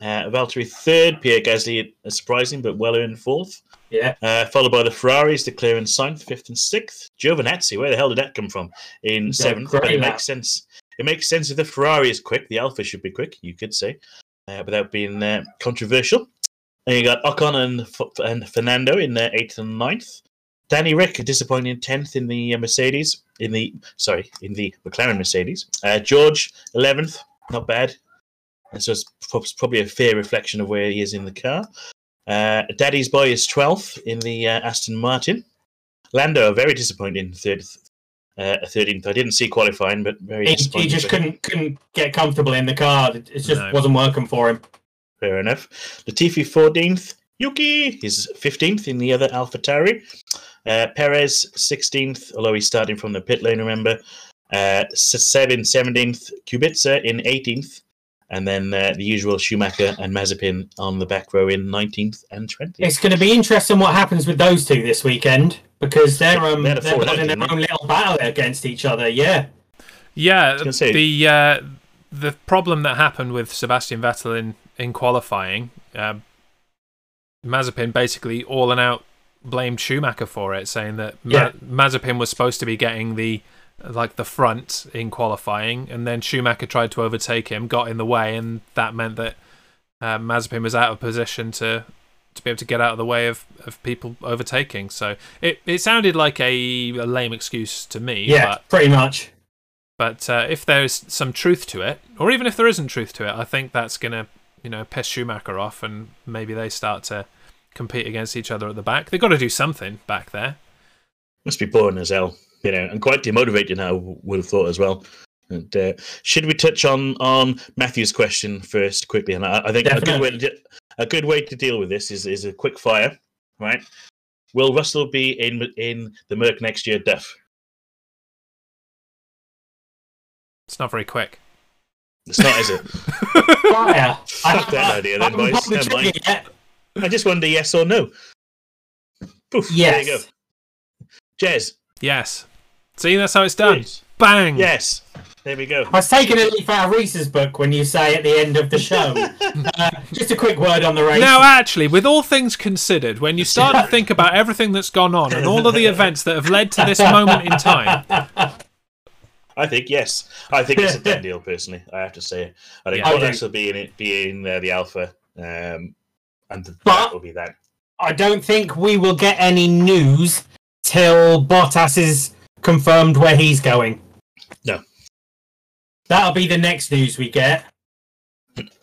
Speaker 1: Uh, Valtteri third. Pierre Gasly, uh, surprising but well earned fourth.
Speaker 3: Yeah.
Speaker 1: Uh, followed by the Ferraris, the Clarence ninth, fifth, and sixth. Giovinazzi, where the hell did that come from? In seventh, but
Speaker 3: great
Speaker 1: it
Speaker 3: lap.
Speaker 1: makes sense. It makes sense if the Ferrari is quick, the Alpha should be quick, you could say, uh, without being uh, controversial. And you got Ocon and, F- and Fernando in uh, eighth and ninth. Danny Rick, a disappointing tenth in the uh, Mercedes, in the sorry, in the McLaren Mercedes. Uh, George eleventh, not bad. And so it's prob- probably a fair reflection of where he is in the car. Uh, Daddy's Boy is 12th in the uh, Aston Martin. Lando, very disappointing, third, uh, 13th. I didn't see qualifying, but very
Speaker 3: He,
Speaker 1: disappointing.
Speaker 3: he just
Speaker 1: for him.
Speaker 3: couldn't couldn't get comfortable in the car. It it just
Speaker 2: No.
Speaker 3: wasn't working for him.
Speaker 1: Fair enough. Latifi, 14th. Yuki is 15th in the other AlphaTauri. Uh, Perez, 16th, although he's starting from the pit lane, remember. Uh, Sebin, 17th. Kubica in 18th. And then uh, the usual Schumacher and Mazepin on the back row in 19th and 20th.
Speaker 3: It's going to be interesting what happens with those two this weekend because they're um,
Speaker 1: They're the
Speaker 3: they're
Speaker 1: four
Speaker 3: having
Speaker 1: legends,
Speaker 3: their
Speaker 1: aren't
Speaker 3: own little battle against each other. Yeah,
Speaker 2: Yeah,
Speaker 1: gonna say-
Speaker 2: the uh, the problem that happened with Sebastian Vettel in in qualifying, um, Mazepin basically all and out blamed Schumacher for it, saying that Ma-
Speaker 3: Yeah.
Speaker 2: Mazepin was supposed to be getting the like the front in qualifying, and then Schumacher tried to overtake him, got in the way, and that meant that uh, Mazepin was out of position to to be able to get out of the way of, of people overtaking. So it, it sounded like a, a lame excuse to me.
Speaker 3: Yeah,
Speaker 2: but
Speaker 3: pretty much.
Speaker 2: but uh, if there's some truth to it, or even if there isn't truth to it, I think that's gonna, you know, piss Schumacher off, and maybe they start to compete against each other at the back. They've got to do something back there.
Speaker 1: Must be boring as hell, you know, and quite demotivating. I w- would have thought as well. And uh, should we touch on on Matthew's question first, quickly? And I, I think a good, way to, de- a good way to deal with this is is a quick fire, right? Will Russell be in in the Merc next year, Duff?
Speaker 2: It's not very quick.
Speaker 1: It's not, is it?
Speaker 3: Fire.
Speaker 1: Fuck that idea then,
Speaker 3: I haven't
Speaker 1: boys.
Speaker 3: popped the
Speaker 1: Never mind.
Speaker 3: trigger yet.
Speaker 1: I just wonder yes or no. Poof,
Speaker 3: Yes.
Speaker 1: There you go. Jez.
Speaker 2: yes. Hmm. See, that's how it's done.
Speaker 1: Yes.
Speaker 2: Bang.
Speaker 1: Yes. There we go.
Speaker 3: I was taking a leaf out of Reese's book when you say at the end of the show. uh, just a quick word on the race.
Speaker 2: Now, actually, with all things considered, when you start to think about everything that's gone on and all of the events that have led to this moment in time,
Speaker 1: I think yes. I think it's a done deal. Personally, I have to say, I think
Speaker 2: Yeah.
Speaker 1: Paul
Speaker 3: Okay.
Speaker 1: will be in it, be in uh, the alpha, um, and th- that
Speaker 3: But-
Speaker 1: will be that.
Speaker 3: I don't think we will get any news till Bottas is confirmed where he's going.
Speaker 1: No.
Speaker 3: That'll be the next news we get.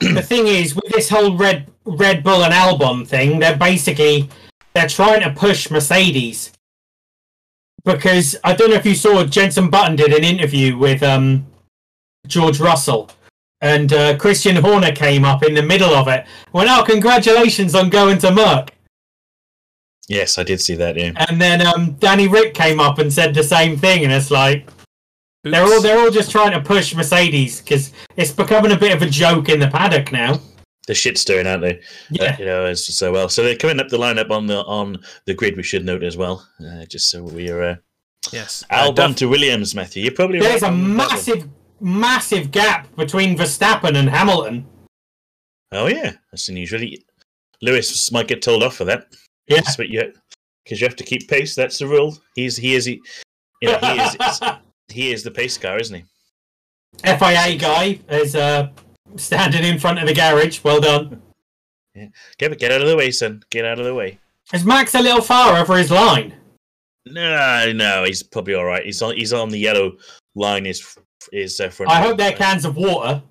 Speaker 3: the thing is, with this whole Red Red Bull and Albon thing, they're basically they're trying to push Mercedes. Because I don't know if you saw Jensen Button did an interview with um, George Russell and uh, Christian Horner came up in the middle of it. Well, oh, congratulations on going to Merck.
Speaker 1: Yes, I did see that. Yeah,
Speaker 3: And then um, Danny Rick came up and said the same thing, and it's like they're all
Speaker 2: oops.
Speaker 3: they're all just trying to push Mercedes because it's becoming a bit of a joke in the paddock now.
Speaker 1: the shit stirring, aren't they? Uh,
Speaker 3: Yeah,
Speaker 1: you know, it's so well. So they're coming up the lineup on the on the grid. We should note as well, uh, just so we are uh,
Speaker 2: yes. Uh,
Speaker 1: Albon
Speaker 2: Duff-
Speaker 1: to Williams, Matthew. You're probably
Speaker 3: there's
Speaker 1: right
Speaker 3: a
Speaker 1: on that one.
Speaker 3: massive massive gap between Verstappen and Hamilton.
Speaker 1: Oh yeah, that's unusual. He- Lewis might get told off for that.
Speaker 3: Yeah.
Speaker 1: That's what you because you have to keep pace. That's the rule. He's he is he, you know, he is he is the pace car, isn't he?
Speaker 3: FIA guy is uh, standing in front of the garage. Well done.
Speaker 1: Get get out of the way, son. Get out of the way.
Speaker 3: Is Max a little far over his line?
Speaker 1: No, no, he's probably all right. He's on. He's on the yellow line. Is is uh, front.
Speaker 3: I hope they're cans of water.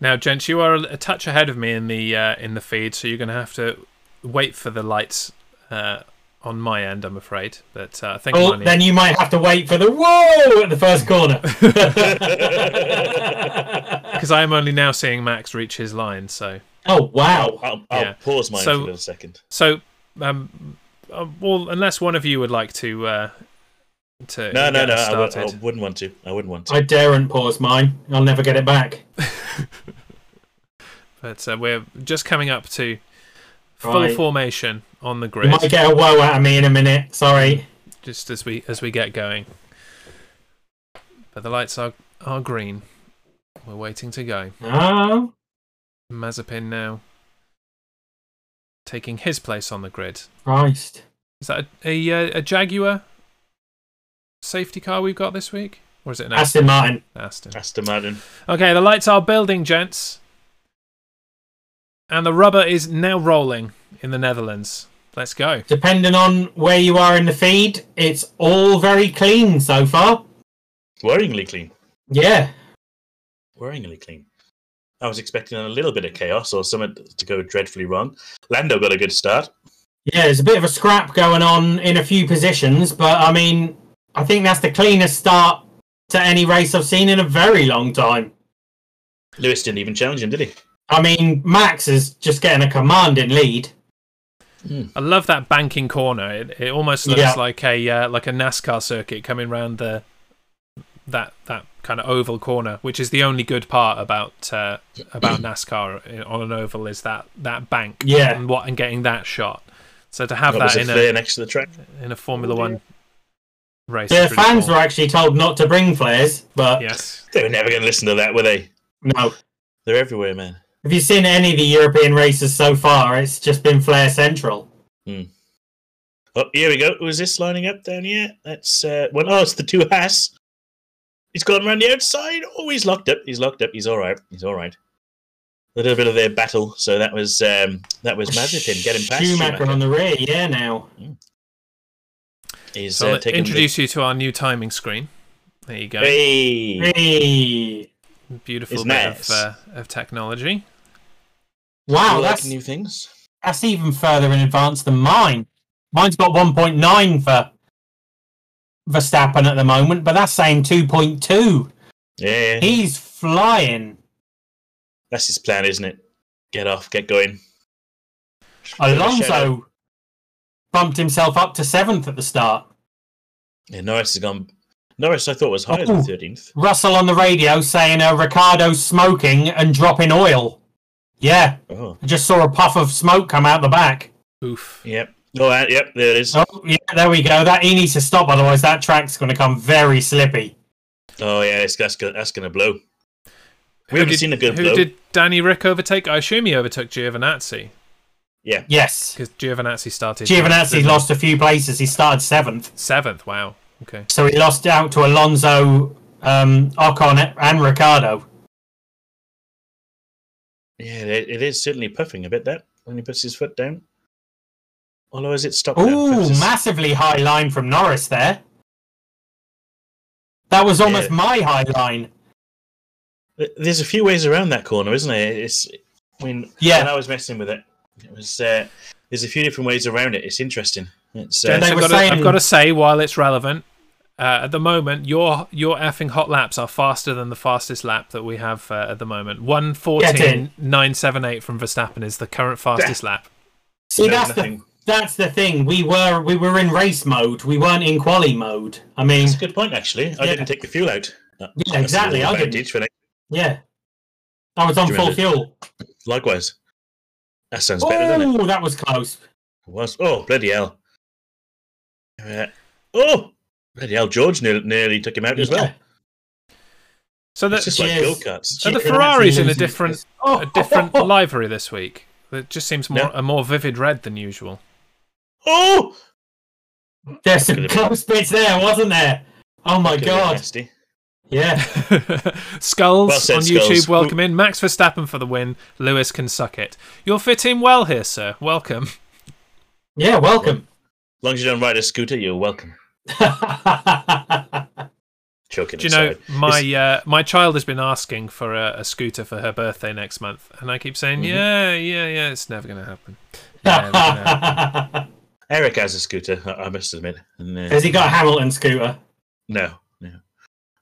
Speaker 2: Now, gents, you are a touch ahead of me in the uh, in the feed, so you're going to have to wait for the lights uh, on my end. I'm afraid, but uh, I think
Speaker 3: Oh,
Speaker 2: mine is-
Speaker 3: then you might have to wait for the whoa at the first corner.
Speaker 2: because I am only now seeing Max reach his line. So,
Speaker 3: oh wow!
Speaker 1: I'll, I'll
Speaker 2: Yeah.
Speaker 1: pause mine
Speaker 2: So-
Speaker 1: for a little second.
Speaker 2: so, um, uh, well, unless one of you would like to uh, to
Speaker 1: No, no, no.
Speaker 2: get us
Speaker 1: I w- I
Speaker 2: started.
Speaker 1: wouldn't want to. I wouldn't want to.
Speaker 3: I daren't pause mine. I'll never get it back.
Speaker 2: but uh, we're just coming up to full
Speaker 3: Right.
Speaker 2: formation on the
Speaker 3: You
Speaker 2: grid,
Speaker 3: might get a whoa out of me in a minute. Sorry.
Speaker 2: just as we as we get going. But the lights are are green. We're waiting to go.
Speaker 3: Oh,
Speaker 2: Mazepin now taking his place on the grid.
Speaker 3: Christ!
Speaker 2: Is that a, a, uh, a Jaguar safety car we've got this week? Or is it an Aston?
Speaker 3: Aston Martin.
Speaker 2: Aston.
Speaker 1: Aston Martin.
Speaker 2: Okay, the lights are building, gents. And the rubber is now rolling in the Netherlands. Let's go.
Speaker 3: Depending on where you are in the feed, it's all very clean so far.
Speaker 1: Worryingly clean.
Speaker 3: Yeah.
Speaker 1: Worryingly clean. I was expecting a little bit of chaos or something to go dreadfully wrong. Lando got a good start.
Speaker 3: Yeah, there's a bit of a scrap going on in a few positions, but I mean, I think that's the cleanest start to any race I've seen in a very long time.
Speaker 1: Lewis didn't even challenge him, did he?
Speaker 3: I mean, Max is just getting a commanding lead.
Speaker 2: I love that banking corner. It, it almost looks
Speaker 3: Yeah.
Speaker 2: like a uh, like a NASCAR circuit coming round the that that kind of oval corner, which is the only good part about uh, about NASCAR uh, on an oval is that that bank.
Speaker 3: Yeah.
Speaker 2: and what and getting that shot. So to have
Speaker 1: That was
Speaker 2: that
Speaker 1: a
Speaker 2: in a
Speaker 1: flare next to the track.
Speaker 2: in a Formula
Speaker 1: Oh,
Speaker 2: One race.
Speaker 3: Their fans were
Speaker 2: traditional-
Speaker 3: actually told not to bring flares, but
Speaker 2: Yes.
Speaker 1: They were never going to listen to that, were they?
Speaker 3: no.
Speaker 1: They're everywhere, man.
Speaker 3: Have you seen any of the European races so far? It's just been Flare Central.
Speaker 1: Oh, here we go. Was this lining up down here? That's uh, well, oh, it's the two Haas. He's gone around the outside. Oh, he's locked up. He's locked up. He's all right. He's all right. A little bit of their battle. So that was um, that was Mazepin getting past
Speaker 3: Schumacher
Speaker 1: Schumacher.
Speaker 3: on the rear, yeah, now.
Speaker 1: He's
Speaker 2: So
Speaker 1: uh,
Speaker 2: I'll
Speaker 1: taking the-
Speaker 2: introduce you to our new timing screen. There you go.
Speaker 1: Hey,
Speaker 3: Hey.
Speaker 2: Beautiful
Speaker 1: It's
Speaker 2: bit
Speaker 1: nice.
Speaker 2: of, uh, of technology.
Speaker 1: You
Speaker 3: Wow,
Speaker 1: like
Speaker 3: that's,
Speaker 1: new things.
Speaker 3: that's even further in advance than mine. Mine's got 1.9 for Verstappen at the moment, but that's saying 2.2.
Speaker 1: Yeah, yeah.
Speaker 3: He's flying.
Speaker 1: that's his plan, isn't it? Get off. Get going. Shadow.
Speaker 3: Alonso bumped himself up to seventh at the start.
Speaker 1: Yeah, Norris has gone. Norris, I thought was higher than
Speaker 3: Oh.
Speaker 1: thirteenth.
Speaker 3: Russell on the radio saying uh, Ricardo's smoking and dropping oil. Yeah,
Speaker 1: Oh,
Speaker 3: I just saw a puff of smoke come out the back.
Speaker 2: Oof.
Speaker 1: yep. Oh, uh, yep. There it is.
Speaker 3: Oh, yeah, there we go. That he needs to stop, otherwise that track's going to come very slippy.
Speaker 1: Oh, yeah. It's, that's go- that's gonna blow.
Speaker 2: Who
Speaker 1: We haven't
Speaker 2: did-
Speaker 1: seen a good
Speaker 2: Who
Speaker 1: blow.
Speaker 2: did Danny Rick overtake? I assume he overtook Giovinazzi
Speaker 1: Yeah.
Speaker 3: Yes,
Speaker 2: because Giovinazzi started.
Speaker 3: Giovinazzi lost a few places. He started seventh,
Speaker 2: seventh. Wow. Okay.
Speaker 3: so he lost out to Alonso, um, Ocon, and Ricardo.
Speaker 1: Yeah, it, it is certainly puffing a bit. That when he puts his foot down. Although, is it stopped? now?
Speaker 3: Ooh,
Speaker 1: Perhaps it's-
Speaker 3: massively high line from Norris there. That was almost
Speaker 1: Yeah.
Speaker 3: my high line.
Speaker 1: Th- There's a few ways around that corner, isn't there? It's when
Speaker 3: Yeah.
Speaker 1: when I was messing with it, it was uh, there's a few different ways around it. It's interesting. It's uh,
Speaker 3: Don't they
Speaker 2: I've
Speaker 3: were
Speaker 2: got, to, I've
Speaker 3: saying-
Speaker 2: got to say, while it's relevant, uh, at the moment, your your effing hot laps are faster than the fastest lap that we have uh, at the moment. One fourteen nine seven eight from Verstappen is the current fastest lap.
Speaker 3: See,
Speaker 1: there's
Speaker 3: that's the,
Speaker 1: nothing-
Speaker 3: that's the thing. We were we were in race mode. We weren't in quali mode. I mean,
Speaker 1: That's a good point, actually. I
Speaker 3: Yeah.
Speaker 1: didn't take the fuel out. That-
Speaker 3: Yeah,
Speaker 1: that's an
Speaker 3: exactly, I didn't.
Speaker 1: advantage for next-
Speaker 3: yeah, I was on
Speaker 1: Do you
Speaker 3: full
Speaker 1: remember-
Speaker 3: fuel.
Speaker 1: Likewise, that sounds better, doesn't it?
Speaker 3: Oh, that was close.
Speaker 1: It was. Oh, bloody hell. Uh, oh, bloody hell. George nearly, nearly took him out as well.
Speaker 3: Yeah.
Speaker 2: So
Speaker 1: It's
Speaker 2: that's
Speaker 1: just like go
Speaker 3: Cheers.
Speaker 1: karts.
Speaker 2: So the
Speaker 3: Giovinazzi
Speaker 2: Ferrari's in a
Speaker 3: loses
Speaker 2: different-
Speaker 3: this. Oh,
Speaker 2: a different
Speaker 3: oh, oh, oh.
Speaker 2: livery this week. It just seems more
Speaker 1: No.
Speaker 2: a more vivid red than usual.
Speaker 1: Oh,
Speaker 3: There's some
Speaker 1: Could've been-
Speaker 3: close bits there, wasn't there? Oh my
Speaker 1: Could've been
Speaker 3: god!
Speaker 1: nasty.
Speaker 3: Yeah,
Speaker 2: Skulls
Speaker 1: Well said,
Speaker 2: on YouTube,
Speaker 1: Skulls.
Speaker 2: welcome in. Max Verstappen for the win. Lewis can suck it. You'll fit in well here, sir. Welcome.
Speaker 3: yeah. Welcome.
Speaker 1: As long as you don't ride a scooter, you're welcome. Choking
Speaker 2: Do you know
Speaker 1: aside.
Speaker 2: my uh, my child has been asking for a, a scooter for her birthday next month, and I keep
Speaker 1: Mm-hmm.
Speaker 2: saying, yeah, yeah, yeah, it's never going to happen. Never gonna happen.
Speaker 1: Eric has a scooter, I, I must admit. And, uh,
Speaker 3: Has he got a Hamilton scooter?
Speaker 1: No, no.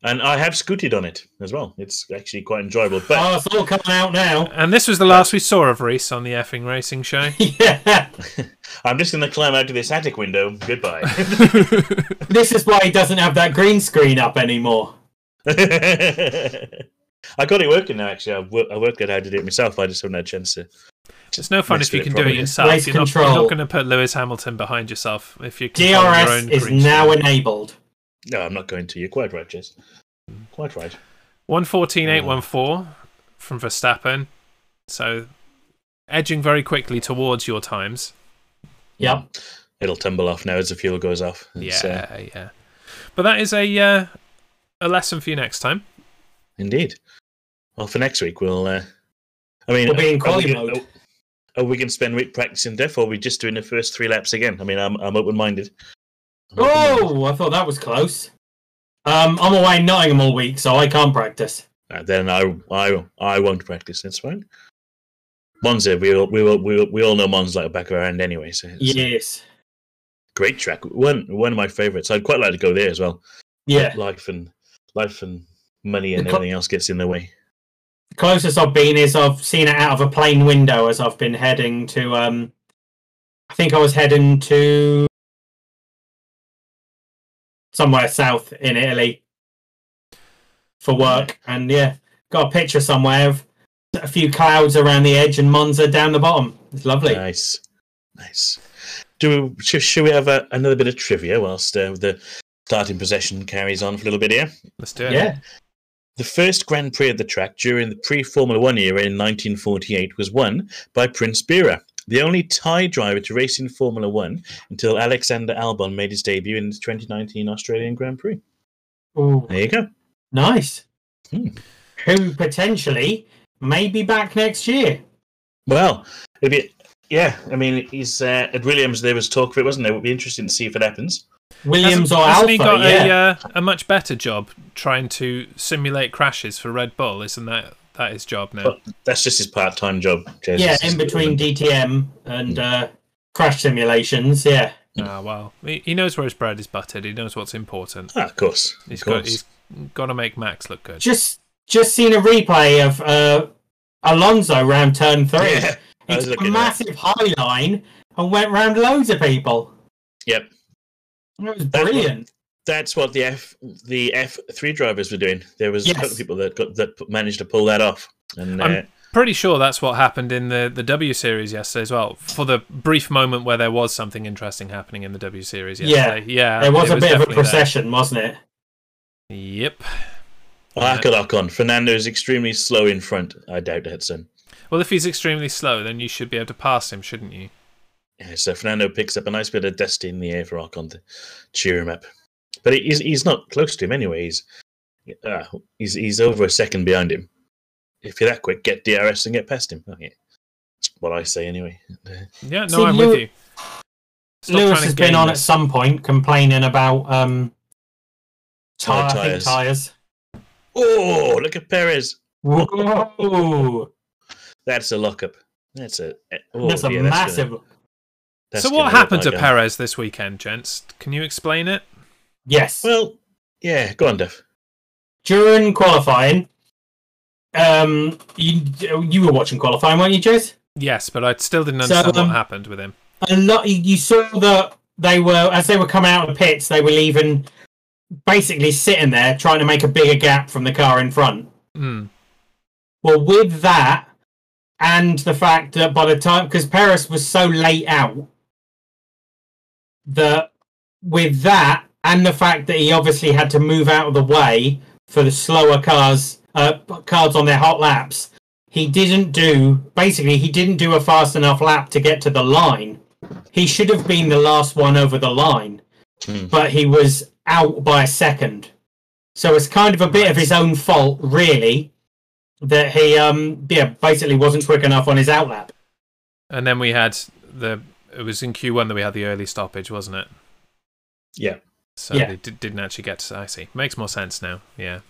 Speaker 1: And I have scooted on it as well. It's actually quite enjoyable. But
Speaker 3: Oh, it's all coming out now.
Speaker 2: and this was the last we saw of Reese on the effing racing show.
Speaker 3: yeah,
Speaker 2: Oh.
Speaker 1: I'm just going to climb out of this attic window. Goodbye.
Speaker 3: this is why he doesn't have that green screen up anymore.
Speaker 1: I got it working now, actually. I, wo- I worked out how to do it myself. I just haven't had a chance to.
Speaker 2: It's no fun
Speaker 1: Messed
Speaker 2: if you
Speaker 1: with it
Speaker 2: can do it
Speaker 1: probably.
Speaker 2: yourself.
Speaker 3: Race
Speaker 2: You're not,
Speaker 3: control.
Speaker 2: going to put Lewis Hamilton behind yourself if you can. your
Speaker 3: DRS
Speaker 2: own
Speaker 3: is
Speaker 2: green
Speaker 3: now
Speaker 2: screen.
Speaker 3: enabled.
Speaker 1: No, I'm not going to. You're quite right, Jess. Quite right.
Speaker 2: 114.814 from Verstappen. So edging very quickly towards your times.
Speaker 3: Yep.
Speaker 1: It'll tumble off now as the fuel goes off. It's, uh,
Speaker 2: yeah, yeah. But that is a uh, a lesson for you next time.
Speaker 1: indeed. Well, for next week, we'll. Uh, I mean,
Speaker 3: We'll be in
Speaker 1: are we
Speaker 3: quali
Speaker 1: gonna-
Speaker 3: mode.
Speaker 1: Are we going to spend week practicing death, or are we just doing the first three laps again? I mean, I'm I'm open minded.
Speaker 3: Oh, I thought that was close. Um, I'm away in Nottingham all week, so I can't practice.
Speaker 1: Uh, then I I I won't practice. That's fine. Monza, we all we all, we all, we all know Monza's like the back of our hand anyway. So it's a
Speaker 3: Yes.
Speaker 1: great track. One one of my favourites. I'd quite like to go there as well.
Speaker 3: Yeah.
Speaker 1: Life and life and money
Speaker 3: The
Speaker 1: and
Speaker 3: co-
Speaker 1: everything else gets in the way.
Speaker 3: The closest I've been is I've seen it out of a plane window as I've been heading to. Um, I think I was heading to somewhere south in Italy for work, and yeah, got a picture somewhere of a few clouds around the edge and Monza down the bottom. It's lovely.
Speaker 1: Nice, nice. Do we, should, should we have a, another bit of trivia whilst uh, the Starting possession carries on for a little bit here.
Speaker 2: Let's do it.
Speaker 3: yeah.
Speaker 1: The first Grand Prix of the track during the pre Formula One era in 1948 was won by Prince Bira, the only Thai driver to race in Formula One until Alexander Albon made his debut in the 2019 Australian Grand Prix.
Speaker 3: Ooh,
Speaker 1: There you go.
Speaker 3: nice.
Speaker 1: Hmm.
Speaker 3: Who potentially may be back next year?
Speaker 1: Well, it'd be, yeah, I mean, he's uh, at Williams, there was talk of it, wasn't there? It would be interesting to see if it happens.
Speaker 3: Williams
Speaker 2: hasn't,
Speaker 3: or
Speaker 2: hasn't
Speaker 3: Alpha?
Speaker 2: he got
Speaker 3: yeah.
Speaker 2: a, uh, a much better job trying to simulate crashes for Red Bull? Isn't that that his job now?
Speaker 1: But that's just his part time job. Jez.
Speaker 3: yeah,
Speaker 1: It's just-
Speaker 3: in between DTM and
Speaker 1: Hmm.
Speaker 3: uh, crash simulations. Yeah.
Speaker 2: Ah, well, he, he knows where his bread is buttered. He knows what's important.
Speaker 1: Ah, of course. Of
Speaker 2: He's got
Speaker 1: course.
Speaker 2: he's got to make Max look good.
Speaker 3: Just just seen a replay of uh, Alonso round turn three.
Speaker 1: Yeah, I
Speaker 3: He
Speaker 1: was
Speaker 3: took a
Speaker 1: looking at that.
Speaker 3: massive high line and went round loads of people.
Speaker 1: Yep.
Speaker 3: It was
Speaker 1: That one-
Speaker 3: brilliant.
Speaker 1: That's what the F the F three drivers were doing. There was a couple
Speaker 3: Yes. Um,
Speaker 1: of people that got that p- managed to pull that off. And
Speaker 2: I'm-
Speaker 1: uh,
Speaker 2: Pretty sure that's what happened in the, the W series yesterday as well. For the brief moment where there was something interesting happening in the W series
Speaker 3: Yeah.
Speaker 2: yesterday. Yeah,
Speaker 1: Uh,
Speaker 3: There was
Speaker 2: it
Speaker 3: a bit of a
Speaker 2: definitely there.
Speaker 3: procession, wasn't it?
Speaker 2: Yep.
Speaker 1: I could knock on. Fernando is extremely slow in front. I doubt Hudson.
Speaker 2: Well, if he's extremely slow, then you should be able to pass him, shouldn't you?
Speaker 1: Yeah, so Fernando picks up a nice bit of dust in the air for Arcon to cheer him up. But he's he's not close to him anyway. He's uh, he's he's over a second behind him. If you're that quick, get DRS and get past him. Oh, yeah. That's what I say anyway.
Speaker 2: Yeah, no,
Speaker 3: See,
Speaker 2: I'm
Speaker 3: Lew-
Speaker 2: with you. Stop trying
Speaker 3: Lewis
Speaker 2: to
Speaker 3: has been
Speaker 2: game
Speaker 3: on at
Speaker 2: this.
Speaker 3: some point complaining about um,
Speaker 1: Tire
Speaker 3: tire, I think
Speaker 1: tyres.
Speaker 3: tires.
Speaker 1: Oh, look at Perez.
Speaker 3: Whoa,
Speaker 1: That's a lockup. That's a oh,
Speaker 3: that's a
Speaker 1: yeah, gonna-
Speaker 3: massive.
Speaker 1: that's
Speaker 2: So what
Speaker 1: gonna hurt
Speaker 2: happened to
Speaker 1: Arcon.
Speaker 2: Perez this weekend, gents? Can you explain it?
Speaker 3: Yes.
Speaker 1: Well, yeah, go on, Duff.
Speaker 3: during qualifying, um, you you were watching qualifying, weren't you, Jez?
Speaker 2: Yes, but I still didn't
Speaker 3: So,
Speaker 2: understand
Speaker 3: um,
Speaker 2: what happened with him.
Speaker 3: A lot. You saw that they were as they were coming out of the pits, they were leaving, basically sitting there trying to make a bigger gap from the car in front.
Speaker 2: Mm.
Speaker 3: Well, with that and the fact that by the time because Paris was so late out that with that and the fact that he obviously had to move out of the way for the slower cars uh, cars on their hot laps, he didn't do basically he didn't do a fast enough lap to get to the line. He should have been the last one over the line,
Speaker 1: Hmm.
Speaker 3: but he was out by a second. So it's kind of a bit of his own fault, really, that he um yeah basically wasn't quick enough on his outlap.
Speaker 2: And then we had the. It was in Q1 that we had the early stoppage, wasn't it?
Speaker 1: Yeah.
Speaker 2: So
Speaker 3: Yeah.
Speaker 2: they d- didn't actually get to. I see. Makes more sense now. Yeah.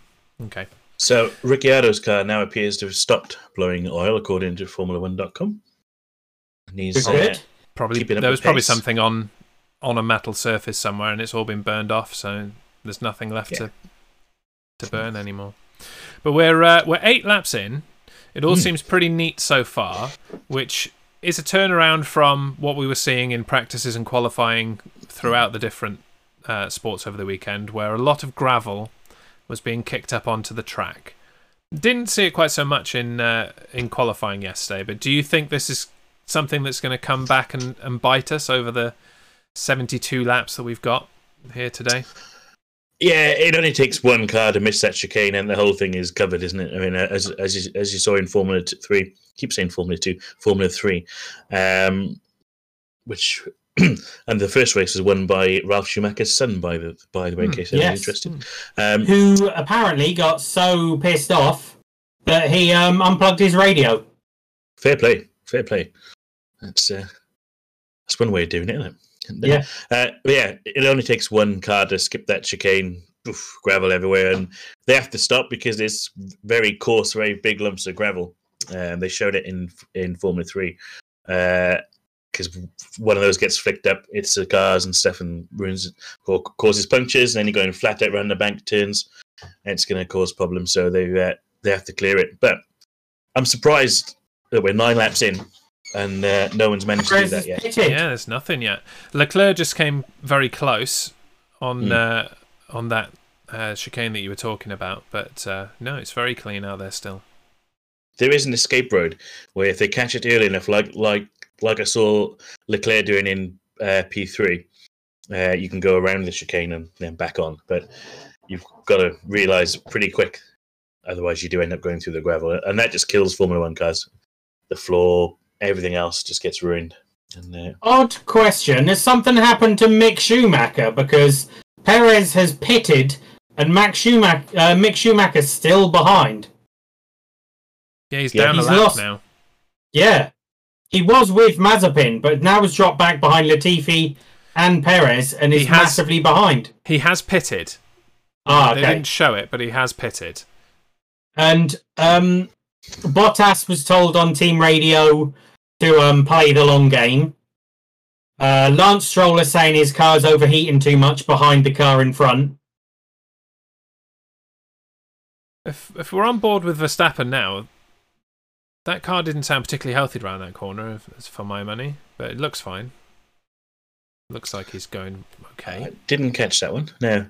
Speaker 2: Okay.
Speaker 1: So Ricciardo's car now appears to have stopped blowing oil, according to Formula1.com. And he's uh,
Speaker 3: Good.
Speaker 2: Probably
Speaker 1: Keeping up
Speaker 2: there was
Speaker 1: the
Speaker 2: probably
Speaker 1: pace.
Speaker 2: something on on a metal surface somewhere, and it's all been burned off. So there's nothing left
Speaker 1: Yeah.
Speaker 2: to to burn anymore. But we're uh, we're eight laps in. It all
Speaker 1: Hmm.
Speaker 2: seems pretty neat so far, which is a turnaround from what we were seeing in practices and qualifying throughout the different uh, sports over the weekend, where a lot of gravel was being kicked up onto the track. Didn't see it quite so much in uh, in qualifying yesterday, but do you think this is something that's going to come back and, and bite us over the 72 laps that we've got here today?
Speaker 1: yeah, it only takes one car to miss that chicane, and the whole thing is covered, isn't it? I mean, uh, as as you, as you saw in Formula t- Three, keep saying Formula Two, Formula Three, um, which and the first race was won by Ralph Schumacher's son, by the by the way, in
Speaker 2: Hmm,
Speaker 1: case anyone's
Speaker 3: yes. Hmm.
Speaker 1: interested. Um,
Speaker 3: Who apparently got so pissed off that he um unplugged his radio.
Speaker 1: Fair play, fair play. That's uh, that's one way of doing it, isn't it? And, uh,
Speaker 3: Yeah.
Speaker 1: uh, but yeah. It only takes one car to skip that chicane, oof, gravel everywhere, and they have to stop because it's very coarse, very big lumps of gravel. Um, they showed it in in Formula Three, because one of those gets flicked up, hits the cars and stuff, and ruins or causes punctures. And then you're going flat out around the bank turns, and it's going to cause problems. So they uh, they have to clear it. But I'm surprised that we're nine laps in, and uh, no one's managed to do
Speaker 3: Perez
Speaker 1: that
Speaker 3: is
Speaker 1: yet.
Speaker 3: pitted.
Speaker 2: Yeah, there's nothing yet. Leclerc just came very close on
Speaker 1: Hmm.
Speaker 2: uh, on that uh, chicane that you were talking about, but uh, no, it's very clean out there still.
Speaker 1: there is an escape road where if they catch it early enough, like like like I saw Leclerc doing in uh, P three, Uh, you can go around the chicane and then back on, but you've got to realize pretty quick, otherwise you do end up going through the gravel, and that just kills Formula One cars. The floor, everything else, just gets ruined. And uh,
Speaker 3: Odd question. Has something happened to Mick Schumacher? Because Perez has pitted and Max Schumacher, uh, Mick Schumacher's still behind.
Speaker 2: Yeah, he's
Speaker 1: Yeah.
Speaker 2: down
Speaker 3: He's
Speaker 2: a lap
Speaker 3: lost.
Speaker 2: now.
Speaker 3: Yeah. He was with Mazepin, but now has dropped back behind Latifi and Perez and
Speaker 2: He
Speaker 3: is
Speaker 2: has-
Speaker 3: massively behind.
Speaker 2: He has pitted.
Speaker 3: Ah,
Speaker 2: They
Speaker 3: okay.
Speaker 2: didn't show it, but he has pitted.
Speaker 3: And um, Bottas was told on team radio to um, play the long game. Uh, Lance Stroll is saying his car's overheating too much behind the car in front.
Speaker 2: If if we're on board with Verstappen now, that car didn't sound particularly healthy around that corner, if, as for my money. But it looks fine. Looks like he's going okay.
Speaker 1: I didn't catch that one. No,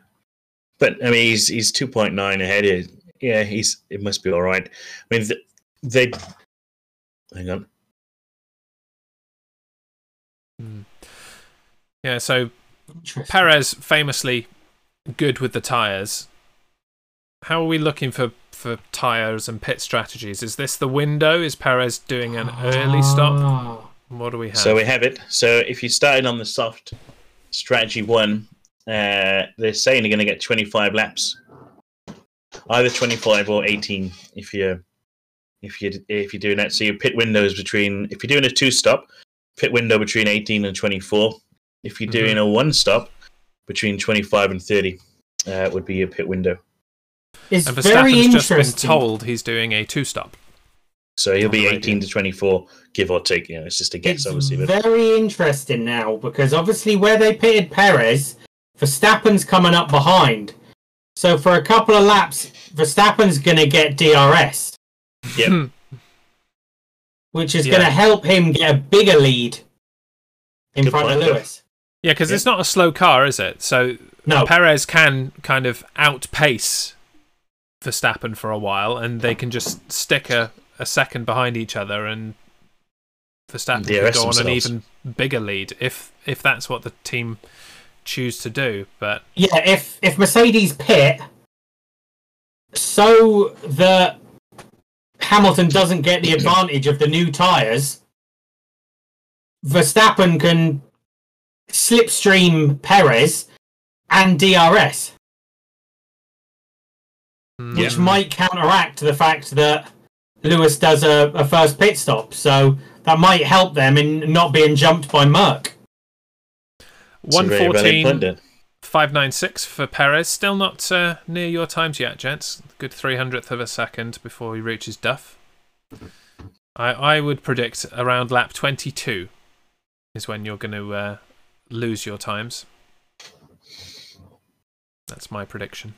Speaker 1: but I mean, he's he's two point nine ahead. He- Yeah, he's it must be all right. I mean, th- they hang on.
Speaker 2: Yeah. So Perez famously good with the tires. How are we looking for for tires and pit strategies? Is this the window? Is Perez doing an early stop?
Speaker 3: Ah.
Speaker 2: What do we have?
Speaker 1: So we have it. So if you started on the soft strategy one, uh, they're saying you're going to get 25 laps, either 25 or 18 if you're if you if you're doing that. So your pit window is between if you're doing a two stop, pit window between 18 and 24. If you're doing a one stop, between 25 and 30 uh, would be your pit window.
Speaker 3: It's
Speaker 2: and
Speaker 3: very
Speaker 2: Verstappen's just been
Speaker 3: interesting.
Speaker 2: told he's doing a two stop.
Speaker 1: So you'll be
Speaker 2: Alrighty.
Speaker 1: 18 to 24, give or take. You know, it's just a guess,
Speaker 3: it's
Speaker 1: obviously. But
Speaker 3: very interesting now because obviously where they pitted Perez, Verstappen's coming up behind. So for a couple of laps, Verstappen's going to get DRS,
Speaker 1: Yep.
Speaker 3: which is
Speaker 2: Yeah.
Speaker 3: going to help him get a bigger lead in
Speaker 1: Good
Speaker 3: front
Speaker 1: point,
Speaker 3: of
Speaker 1: yeah.
Speaker 3: Lewis.
Speaker 2: Yeah, because it's not a slow car, is it? So
Speaker 1: Oh.
Speaker 3: No,
Speaker 2: Perez can kind of outpace Verstappen for a while, and they can just stick a, a second behind each other, and Verstappen
Speaker 1: DRS
Speaker 2: could go on an
Speaker 1: themselves.
Speaker 2: even bigger lead if if that's what the team choose to do. But
Speaker 3: yeah. If if Mercedes pit, so that Hamilton doesn't get the advantage of the new tires, Verstappen can slipstream Perez and DRS,
Speaker 2: mm,
Speaker 3: which might counteract the fact that Lewis does a, a first pit stop. So that might help them in not being jumped by Merck.
Speaker 1: it's a very valid
Speaker 2: 114,
Speaker 1: point.
Speaker 2: 596 for Perez. Still not uh, near your times yet, gents. Good 300th of a second before he reaches Duff. I, I would predict around lap 22 is when you're going to uh, lose your times. That's my prediction.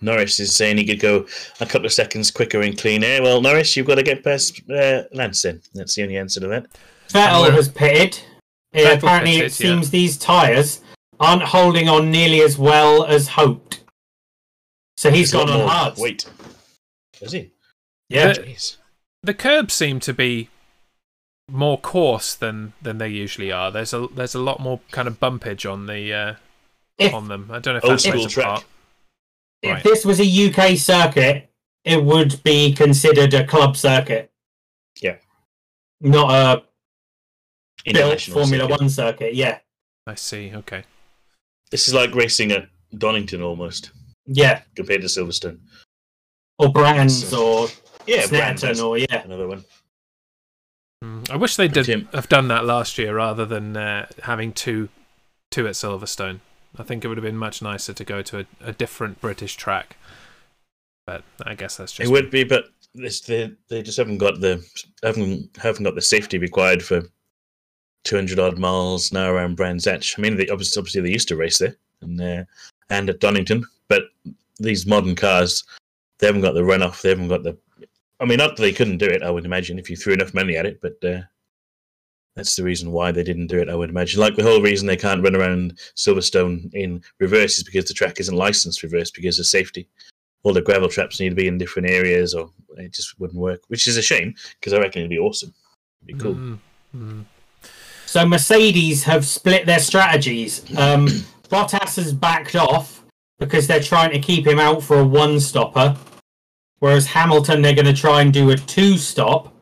Speaker 1: Norris is saying he could go a couple of seconds quicker in clean air. Well, Norris, you've got to get past uh, Lance then. That's the only answer to that.
Speaker 2: And
Speaker 3: Vettel
Speaker 2: we're-
Speaker 3: has pitted. Uh,
Speaker 2: Vettel
Speaker 3: apparently, it
Speaker 2: pitted, yeah.
Speaker 3: seems these tyres aren't holding on nearly as well as hoped. So he's
Speaker 1: There's a
Speaker 3: gone
Speaker 1: lot
Speaker 3: on Uh,
Speaker 1: more
Speaker 3: hard.
Speaker 1: Wait, is he?
Speaker 3: Yeah.
Speaker 2: The-
Speaker 1: Jeez.
Speaker 2: the curbs seem to be more coarse than than they usually are. There's a there's a lot more kind of bumpage on the uh,
Speaker 3: If-
Speaker 2: on them. I don't know if
Speaker 1: Old
Speaker 2: that's
Speaker 1: school
Speaker 2: plays a
Speaker 1: track.
Speaker 2: part.
Speaker 3: If
Speaker 2: Right.
Speaker 3: this was a UK circuit, it would be considered a club circuit.
Speaker 1: Yeah.
Speaker 3: Not a built
Speaker 1: International
Speaker 3: Formula
Speaker 1: circuit.
Speaker 3: One circuit. Yeah.
Speaker 2: I see. Okay.
Speaker 1: This is like racing at Donington almost
Speaker 3: Yeah.
Speaker 1: compared to Silverstone.
Speaker 3: Or brands or
Speaker 1: Yeah, Brand,
Speaker 3: Snatton
Speaker 1: that's
Speaker 3: or yeah.
Speaker 1: another one.
Speaker 2: Mm, I wish they did
Speaker 1: Jim.
Speaker 2: have done that last year rather than uh, having two two at Silverstone. I think it would have been much nicer to go to a, a different British track. But I guess that's just
Speaker 1: it would be, but this, they they just haven't got the haven't haven't got the safety required for two hundred odd miles an hour around Brands Hatch. I mean, they obviously, obviously they used to race there and uh, and at Donington, but these modern cars they haven't got the runoff. They haven't got the. I mean, not that they couldn't do it. I would imagine if you threw enough money at it, but. Uh, that's the reason why they didn't do it, I would imagine. Like the whole reason they can't run around Silverstone in reverse is because the track isn't licensed reverse because of safety all the gravel traps need to be in different areas, or it just wouldn't work, which is a shame because I reckon it'd be awesome. It'd be cool.
Speaker 2: Mm, mm.
Speaker 3: So Mercedes have split their strategies. Um, Bottas has backed off because they're trying to keep him out for a one stopper, whereas Hamilton they're going to try and do a two stop.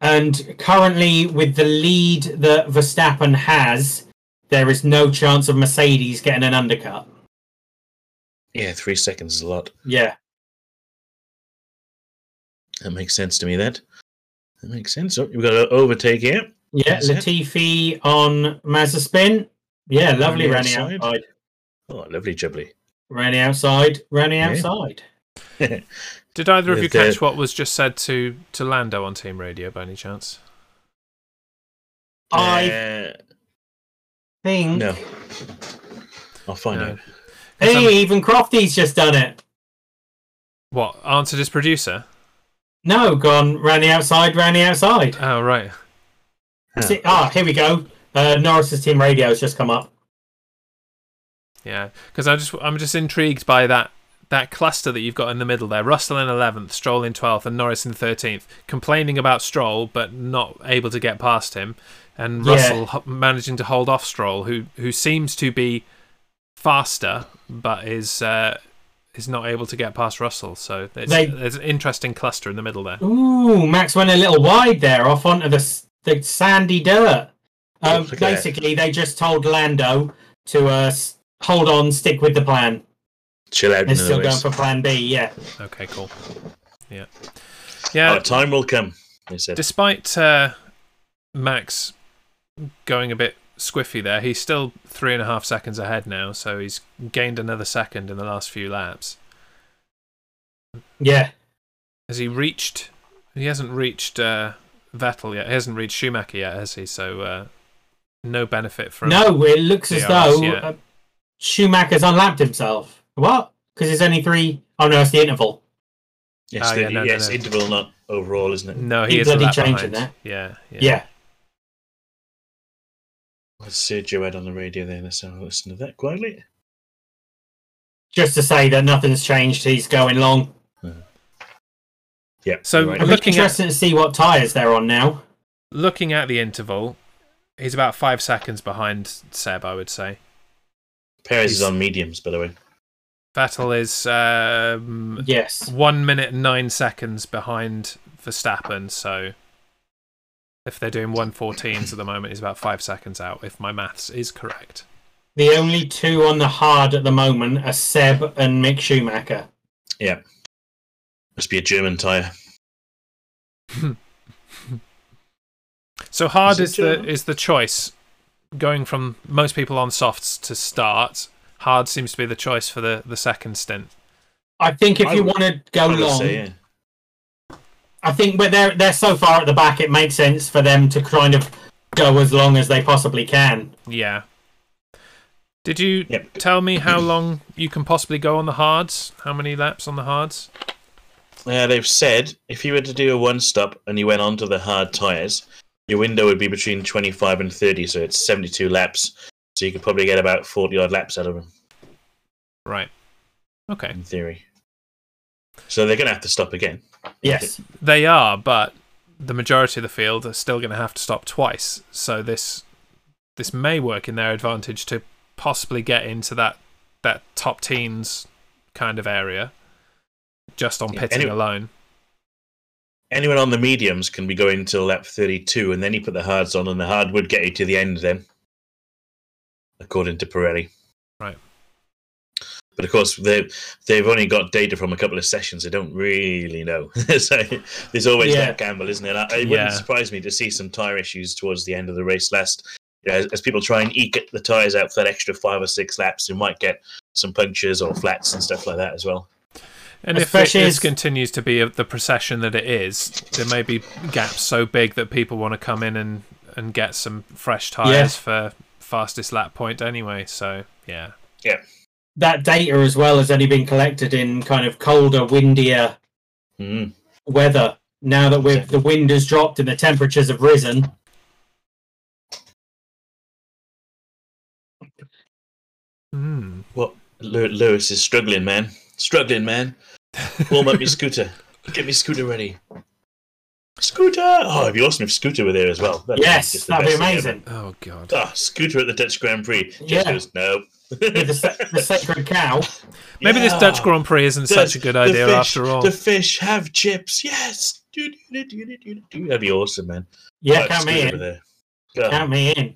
Speaker 3: And currently, with the lead that Verstappen has, there is no chance of Mercedes getting an undercut.
Speaker 1: Yeah, three seconds is a lot.
Speaker 3: Yeah.
Speaker 1: That makes sense to me. That that makes sense. Oh, we've got an overtake here.
Speaker 3: Yeah,
Speaker 1: That's it.
Speaker 3: Latifi on Mazepin. Yeah, lovely
Speaker 1: Rani outside.
Speaker 3: Rennie outside.
Speaker 1: Oh, lovely jubbly.
Speaker 3: Rennie outside. Rennie
Speaker 1: Yeah.
Speaker 3: outside.
Speaker 2: Did either of
Speaker 1: With
Speaker 2: you catch
Speaker 1: the-
Speaker 2: what was just said to, to Lando on team radio by any chance?
Speaker 3: I
Speaker 1: Uh,
Speaker 3: think.
Speaker 1: no. I'll find out.
Speaker 3: Hey,
Speaker 2: Some-
Speaker 3: even Crofty's just done it.
Speaker 2: What answered his producer?
Speaker 3: No, gone Rennie outside. Rennie outside.
Speaker 2: Oh right.
Speaker 3: That's it. Ah, here we go. Uh, Norris's team radio has just come up.
Speaker 2: Yeah, because I'm just I'm just intrigued by that that cluster that you've got in the middle there. Russell in eleventh, Stroll in twelfth, and Norris in thirteenth, complaining about Stroll but not able to get past him, and
Speaker 3: Yeah.
Speaker 2: Russell ho- managing to hold off Stroll, who who seems to be faster but is uh, is not able to get past Russell. So it's,
Speaker 3: They-
Speaker 2: there's an interesting cluster in the middle there.
Speaker 3: Ooh, Max went a little wide there, off onto the s- the sandy dirt. Um,
Speaker 1: Look at that.
Speaker 3: basically, they just told Lando to uh, s- hold on, stick with the plan.
Speaker 1: Chill out.
Speaker 3: They're
Speaker 1: in
Speaker 3: still
Speaker 1: other
Speaker 3: going
Speaker 1: words.
Speaker 3: for plan B. Yeah,
Speaker 2: Okay, cool. Yeah, yeah.
Speaker 1: Our Oh, time will come. They said.
Speaker 2: despite uh, Max going a bit squiffy there, he's still three and a half seconds ahead now, so he's gained another second in the last few laps.
Speaker 3: yeah.
Speaker 2: Has he reached? He hasn't reached uh, Vettel yet. He hasn't reached Schumacher yet, has he? So uh, no benefit from.
Speaker 3: No, it looks as
Speaker 2: DRS,
Speaker 3: though
Speaker 2: yeah.
Speaker 3: uh, Schumacher's unlapped himself. What? Because it's only three oh no, it's the interval.
Speaker 1: Yes,
Speaker 2: Oh,
Speaker 1: the-
Speaker 2: yeah, no, no,
Speaker 1: yes.
Speaker 2: no. Mm.
Speaker 1: Interval, not overall, isn't it?
Speaker 2: No, he
Speaker 3: He
Speaker 2: is a
Speaker 3: bloody
Speaker 2: lap
Speaker 3: changed
Speaker 2: behind.
Speaker 3: it there.
Speaker 2: Yeah, yeah.
Speaker 3: Yeah.
Speaker 1: That's Sergio had on the radio there. Let's have a listen to that quietly.
Speaker 3: Just to say that nothing's changed. He's going long.
Speaker 1: Yeah.
Speaker 2: So-
Speaker 1: you're
Speaker 2: I'm
Speaker 3: I'm
Speaker 1: right.
Speaker 2: looking at-
Speaker 3: interested to see what tyres they're on now.
Speaker 2: Looking at the interval, he's about five seconds behind Seb, I would say.
Speaker 1: Perez is on mediums, by the way.
Speaker 2: Vettel is um,
Speaker 3: Yes.
Speaker 2: one minute and nine seconds behind Verstappen. So if they're doing 114s at the moment, he's about five seconds out, if my maths is correct.
Speaker 3: The only two on the hard at the moment are Seb and Mick Schumacher.
Speaker 1: Yeah. Must be a German tyre.
Speaker 2: So hard
Speaker 1: Is it
Speaker 2: is, the
Speaker 1: German?
Speaker 2: is the choice going from most people on softs to start. Hard seems to be the choice for the, the second stint.
Speaker 3: I think if
Speaker 1: I
Speaker 3: you
Speaker 1: would-
Speaker 3: want to go
Speaker 1: I would
Speaker 3: long,
Speaker 1: say, yeah.
Speaker 3: I think but they're they're so far at the back, it makes sense for them to kind of go as long as they possibly can.
Speaker 2: Yeah. Did you
Speaker 1: Yep.
Speaker 2: tell me how long you can possibly go on the hards? How many laps on the hards?
Speaker 1: Uh, they've said if you were to do a one stop and you went onto the hard tyres, your window would be between 25 and 30, so it's 72 laps. So you could probably get about 40 odd laps out of them,
Speaker 2: Right. Okay.
Speaker 1: in theory. So they're going to have to stop again.
Speaker 3: Yes.
Speaker 2: They are, but the majority of the field are still going to have to stop twice. So this this may work in their advantage to possibly get into that that top teens kind of area just on
Speaker 1: Yeah,
Speaker 2: pitting
Speaker 1: anyway-
Speaker 2: alone.
Speaker 1: Anyone on the mediums can be going till lap 32, and then you put the hards on, and the hard would get you to the end then, according to Pirelli.
Speaker 2: Right.
Speaker 1: But of course, they've, they've only got data from a couple of sessions. They don't really know. so there's always
Speaker 3: Yeah.
Speaker 1: that gamble, isn't it? I, it
Speaker 2: Yeah.
Speaker 1: wouldn't surprise me to see some tyre issues towards the end of the race last. you know, as, as people try and eke the tyres out for that extra five or six laps, who might get some punctures or flats and stuff like that as well.
Speaker 2: And if it,
Speaker 3: Especially
Speaker 2: this
Speaker 3: as-
Speaker 2: continues to be of the procession that it is, there may be gaps so big that people want to come in and, and get some fresh tires for fastest lap point anyway. So yeah,
Speaker 3: That data as well has only been collected in kind of colder, windier
Speaker 1: Mm.
Speaker 3: weather. Now that we've the wind has dropped and the temperatures have risen.
Speaker 2: Hmm.
Speaker 1: What? Lew- Lewis is struggling, man. Struggling, man. Warm up your scooter. Get me scooter ready. Scooter! Oh, it'd be awesome if Scooter were there as well. That'd be
Speaker 3: yes,
Speaker 1: just the
Speaker 3: that'd be
Speaker 1: best thing
Speaker 3: amazing.
Speaker 2: Oh god.
Speaker 1: ever. Ah, Scooter at the Dutch Grand Prix. Just
Speaker 3: Yeah.
Speaker 1: goes, no.
Speaker 3: With the, sa- the sacred cow.
Speaker 2: Maybe this
Speaker 1: Yeah.
Speaker 2: Dutch Grand Prix isn't such a good
Speaker 1: The
Speaker 2: idea
Speaker 1: fish-
Speaker 2: after all.
Speaker 1: The fish have chips. Yes. Do, do, do, do, do, do. That'd be awesome, man.
Speaker 3: Yeah,
Speaker 1: Like
Speaker 3: count me
Speaker 1: Scooter
Speaker 3: in.
Speaker 1: Oh, there. Yeah.
Speaker 3: Count me in. Sounds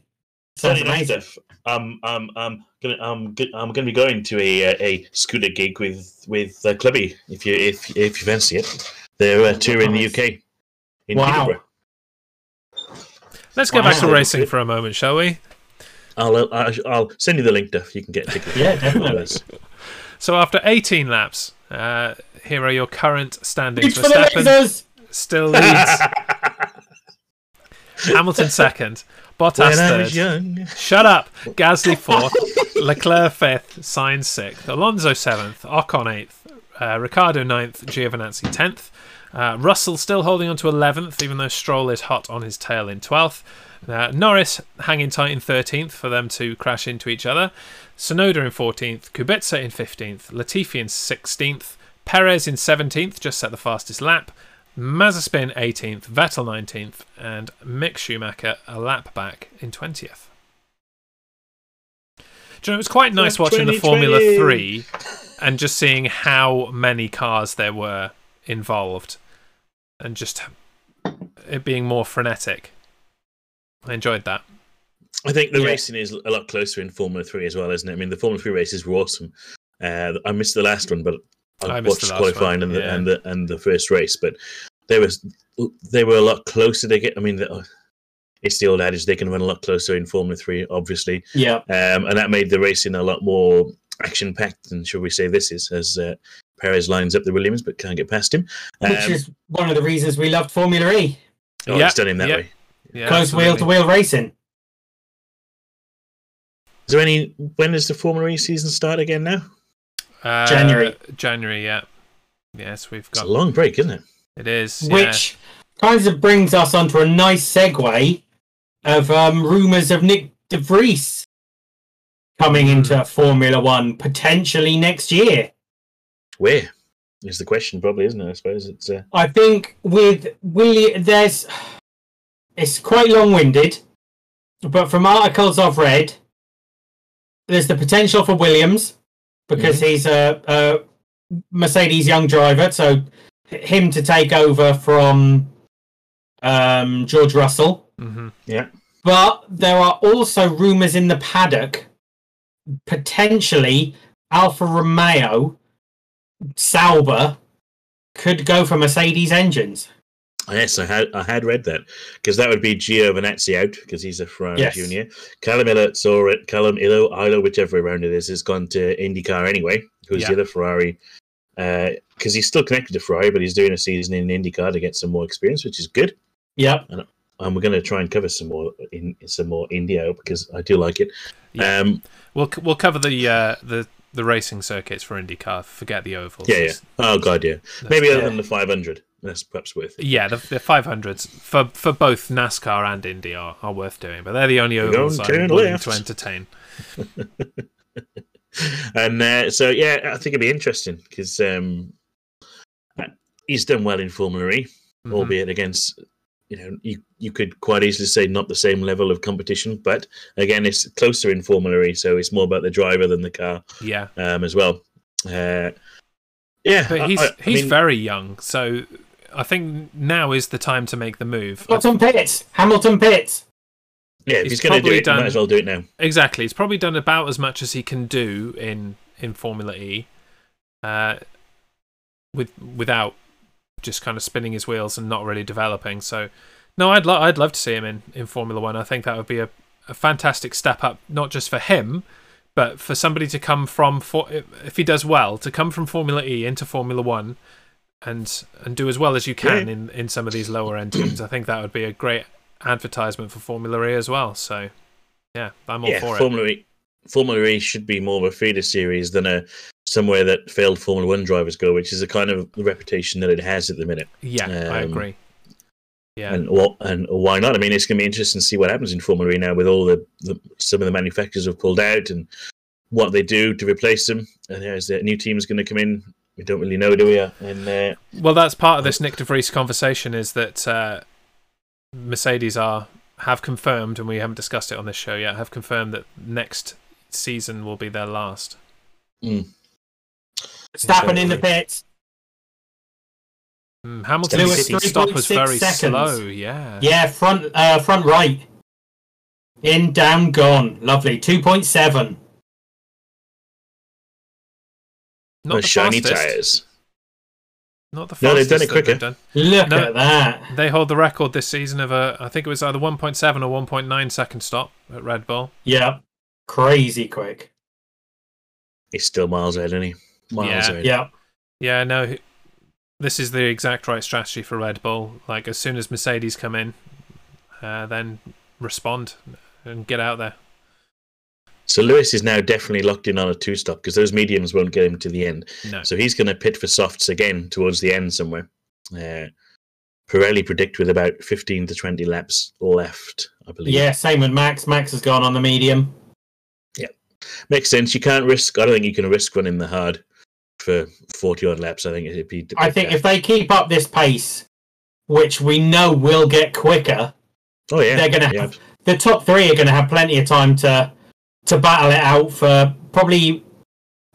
Speaker 1: Funny enough,
Speaker 3: amazing.
Speaker 1: Steph, um, um, um, gonna, um, go- I'm gonna be going to a uh, a scooter gig with with uh, Clubby if you if if you fancy it. They're uh, touring the
Speaker 3: Nice.
Speaker 1: UK. In
Speaker 3: Wow.
Speaker 1: Peterborough.
Speaker 2: Let's get
Speaker 3: Wow.
Speaker 2: back to racing for a moment, shall we?
Speaker 1: I'll, uh, I'll I'll send you the link, Duff. You can get a ticket.
Speaker 3: Yeah, definitely.
Speaker 2: So after 18 laps, uh, here are your current standings.
Speaker 3: Reach for the
Speaker 2: Verstappen
Speaker 3: lasers.
Speaker 2: still leads. Hamilton second. Bottas
Speaker 1: when I was
Speaker 2: third.
Speaker 1: young,
Speaker 2: Shut up. Gasly fourth. Leclerc fifth. Sainz sixth. Alonso seventh. Ocon eighth. Uh, Ricardo ninth. Giovinazzi tenth. Uh, Russell still holding on to 11th, even though Stroll is hot on his tail in 12th. Uh, Norris hanging tight in 13th for them to crash into each other. Sonoda in 14th, Kubica in 15th, Latifi in 16th, Perez in 17th, just set the fastest lap, Mazepin 18th, Vettel 19th, and Mick Schumacher a lap back in 20th. Do you know, it was quite nice watching the Formula
Speaker 1: 2020.
Speaker 2: 3 and just seeing how many cars there were involved and just it being more frenetic. I enjoyed that.
Speaker 1: I think the
Speaker 3: Yeah.
Speaker 1: racing is a lot closer in Formula Three as well, isn't it? I mean, the Formula Three races were awesome. Uh, I missed the last one, but I,
Speaker 2: I missed the
Speaker 1: watched
Speaker 2: last
Speaker 1: qualifying and
Speaker 2: one,
Speaker 1: the,
Speaker 2: yeah.
Speaker 1: and the and the first race. But there was they were a lot closer. They get. I mean, the, it's the old adage they can run a lot closer in Formula Three, obviously,
Speaker 3: Yeah.
Speaker 1: um, and that made the racing a lot more action packed. And shall we say this is as uh, Perez lines up the Williams, but can't get past him.
Speaker 3: Which
Speaker 1: Um,
Speaker 3: is one of the reasons we loved Formula E.
Speaker 1: oh,
Speaker 2: Yeah,
Speaker 1: it's done him that
Speaker 2: yeah.
Speaker 1: way.
Speaker 2: Yeah,
Speaker 3: Close wheel to
Speaker 2: absolutely.
Speaker 3: wheel racing.
Speaker 1: Is there any? When does the Formula E season start again? Now
Speaker 2: Uh,
Speaker 3: January.
Speaker 2: January, yeah. Yes, we've
Speaker 1: it's a
Speaker 2: got
Speaker 1: long break, isn't it?
Speaker 2: it is.
Speaker 3: Which kind of brings us onto a nice segue of um, rumours of Nick De Vries coming into Formula One potentially next year.
Speaker 1: Where is the question? Probably isn't it? I suppose it's. Uh,
Speaker 3: I think with William, there's it's quite long-winded, but from articles I've read, there's the potential for Williams because he's a, a Mercedes young driver, so him to take over from um, George Russell.
Speaker 2: yeah. hmm
Speaker 1: yeah.
Speaker 3: But there are also rumours in the paddock, potentially Alfa Romeo, Sauber could go for Mercedes engines.
Speaker 1: Oh, Yes, I had I had read that because that would be Giovinazzi out because he's a Ferrari
Speaker 3: Yes.
Speaker 1: junior. Callum Illott's or it- Callum Illo Illo, whichever round it is, has gone to IndyCar anyway. Who's
Speaker 2: Yeah.
Speaker 1: the other Ferrari? Because he's still connected to Ferrari, but he's doing a season in IndyCar to get some more experience, which is good.
Speaker 3: Yep.
Speaker 1: And we're going to try and cover some more in some more Indio because I do like it.
Speaker 2: Yeah.
Speaker 1: Um,
Speaker 2: We'll c- we'll cover the uh, the the racing circuits for IndyCar. Forget the ovals.
Speaker 1: yeah, yeah. Oh god, yeah. Maybe
Speaker 2: yeah.
Speaker 1: other than the 500, that's perhaps worth it.
Speaker 2: Yeah, the, the 500s for, for both NASCAR and Indy are, are worth doing, but they're the only
Speaker 1: Go
Speaker 2: ovals
Speaker 1: and
Speaker 2: I'm
Speaker 1: turn
Speaker 2: willing
Speaker 1: left.
Speaker 2: to entertain.
Speaker 1: and uh, so yeah, I think it'd be interesting because um, uh, he's done well in Formula E,
Speaker 2: Mhm.
Speaker 1: albeit against you know you you could quite easily say not the same level of competition, but again it's closer in Formula E, so it's more about the driver than the car
Speaker 2: Yeah,
Speaker 1: um, as well. Uh, yeah, I-
Speaker 2: but he's
Speaker 1: I- I
Speaker 2: he's
Speaker 1: mean,
Speaker 2: very young, so I think now is the time to make the move.
Speaker 3: Hamilton Pitts. Hamilton Pitts.
Speaker 1: yeah. If
Speaker 2: he's
Speaker 1: he's going to do
Speaker 2: probably
Speaker 1: it, might
Speaker 2: done-
Speaker 1: as well do it now.
Speaker 2: Exactly. He's probably done about as much as he can do in in Formula E, uh, with without just kind of spinning his wheels and not really developing. So, no, I'd lo- I'd love to see him in in Formula One. I think that would be a a fantastic step up, not just for him, but for somebody to come from for if he does well to come from Formula E into Formula One. And and do as well as you can
Speaker 1: Yeah.
Speaker 2: in, in some of these lower end teams. I think that would be a great advertisement for Formula E as well. So yeah, I'm all
Speaker 1: yeah,
Speaker 2: for it.
Speaker 1: Formula E, Formula E should be more of a feeder series than a somewhere that failed Formula One drivers go, which is the kind of reputation that it has at the minute.
Speaker 2: Yeah, I
Speaker 1: Um,
Speaker 2: agree. Yeah,
Speaker 1: And what and why not? I mean, it's going to be interesting to see what happens in Formula E now with all the, the some of the manufacturers have pulled out and what they do to replace them, and as the new team is going to come in we don't really know, do we? And uh,
Speaker 2: Well, that's part of this Nick De Vries conversation is that uh, Mercedes are have confirmed, and we haven't discussed it on this show yet, have confirmed that next season will be their last.
Speaker 3: Stappen in the pits.
Speaker 2: Mm, Hamilton's
Speaker 1: Lewis,
Speaker 2: pit stop was
Speaker 3: 3.6
Speaker 2: very
Speaker 3: seconds.
Speaker 2: slow. Yeah.
Speaker 3: Yeah, front uh, front right. In, down, gone. Lovely. 2.7.
Speaker 2: Not the
Speaker 1: those shiny
Speaker 2: fastest.
Speaker 1: tires.
Speaker 2: Not the fastest.
Speaker 1: No, they've done it
Speaker 2: that
Speaker 1: quicker.
Speaker 2: they've done.
Speaker 3: Look
Speaker 2: No.
Speaker 3: at that.
Speaker 2: They hold the record this season of a, I think it was either 1.7 or 1.9 second stop at Red Bull.
Speaker 3: Yeah. Crazy quick.
Speaker 1: He's still miles ahead, isn't he? Miles
Speaker 2: Yeah.
Speaker 1: ahead.
Speaker 3: Yeah.
Speaker 2: Yeah, no, this is the exact right strategy for Red Bull. Like as soon as Mercedes come in, uh, then respond and get out there.
Speaker 1: So Lewis is now definitely locked in on a two-stop because those mediums won't get him to the end.
Speaker 2: No,
Speaker 1: So he's going to pit for softs again towards the end somewhere. Uh, Pirelli predict with about 15 to 20 laps left, I believe.
Speaker 3: Yeah, same with Max. Max has gone on the medium.
Speaker 1: Makes sense. You can't risk, I don't think you can risk running the hard for 40 odd laps. I think it'd be.
Speaker 3: I think if they keep up this pace, which we know will get quicker,
Speaker 1: oh, yeah.
Speaker 3: they're gonna
Speaker 1: yeah.
Speaker 3: have- the top three are going to have plenty of time to to battle it out for probably.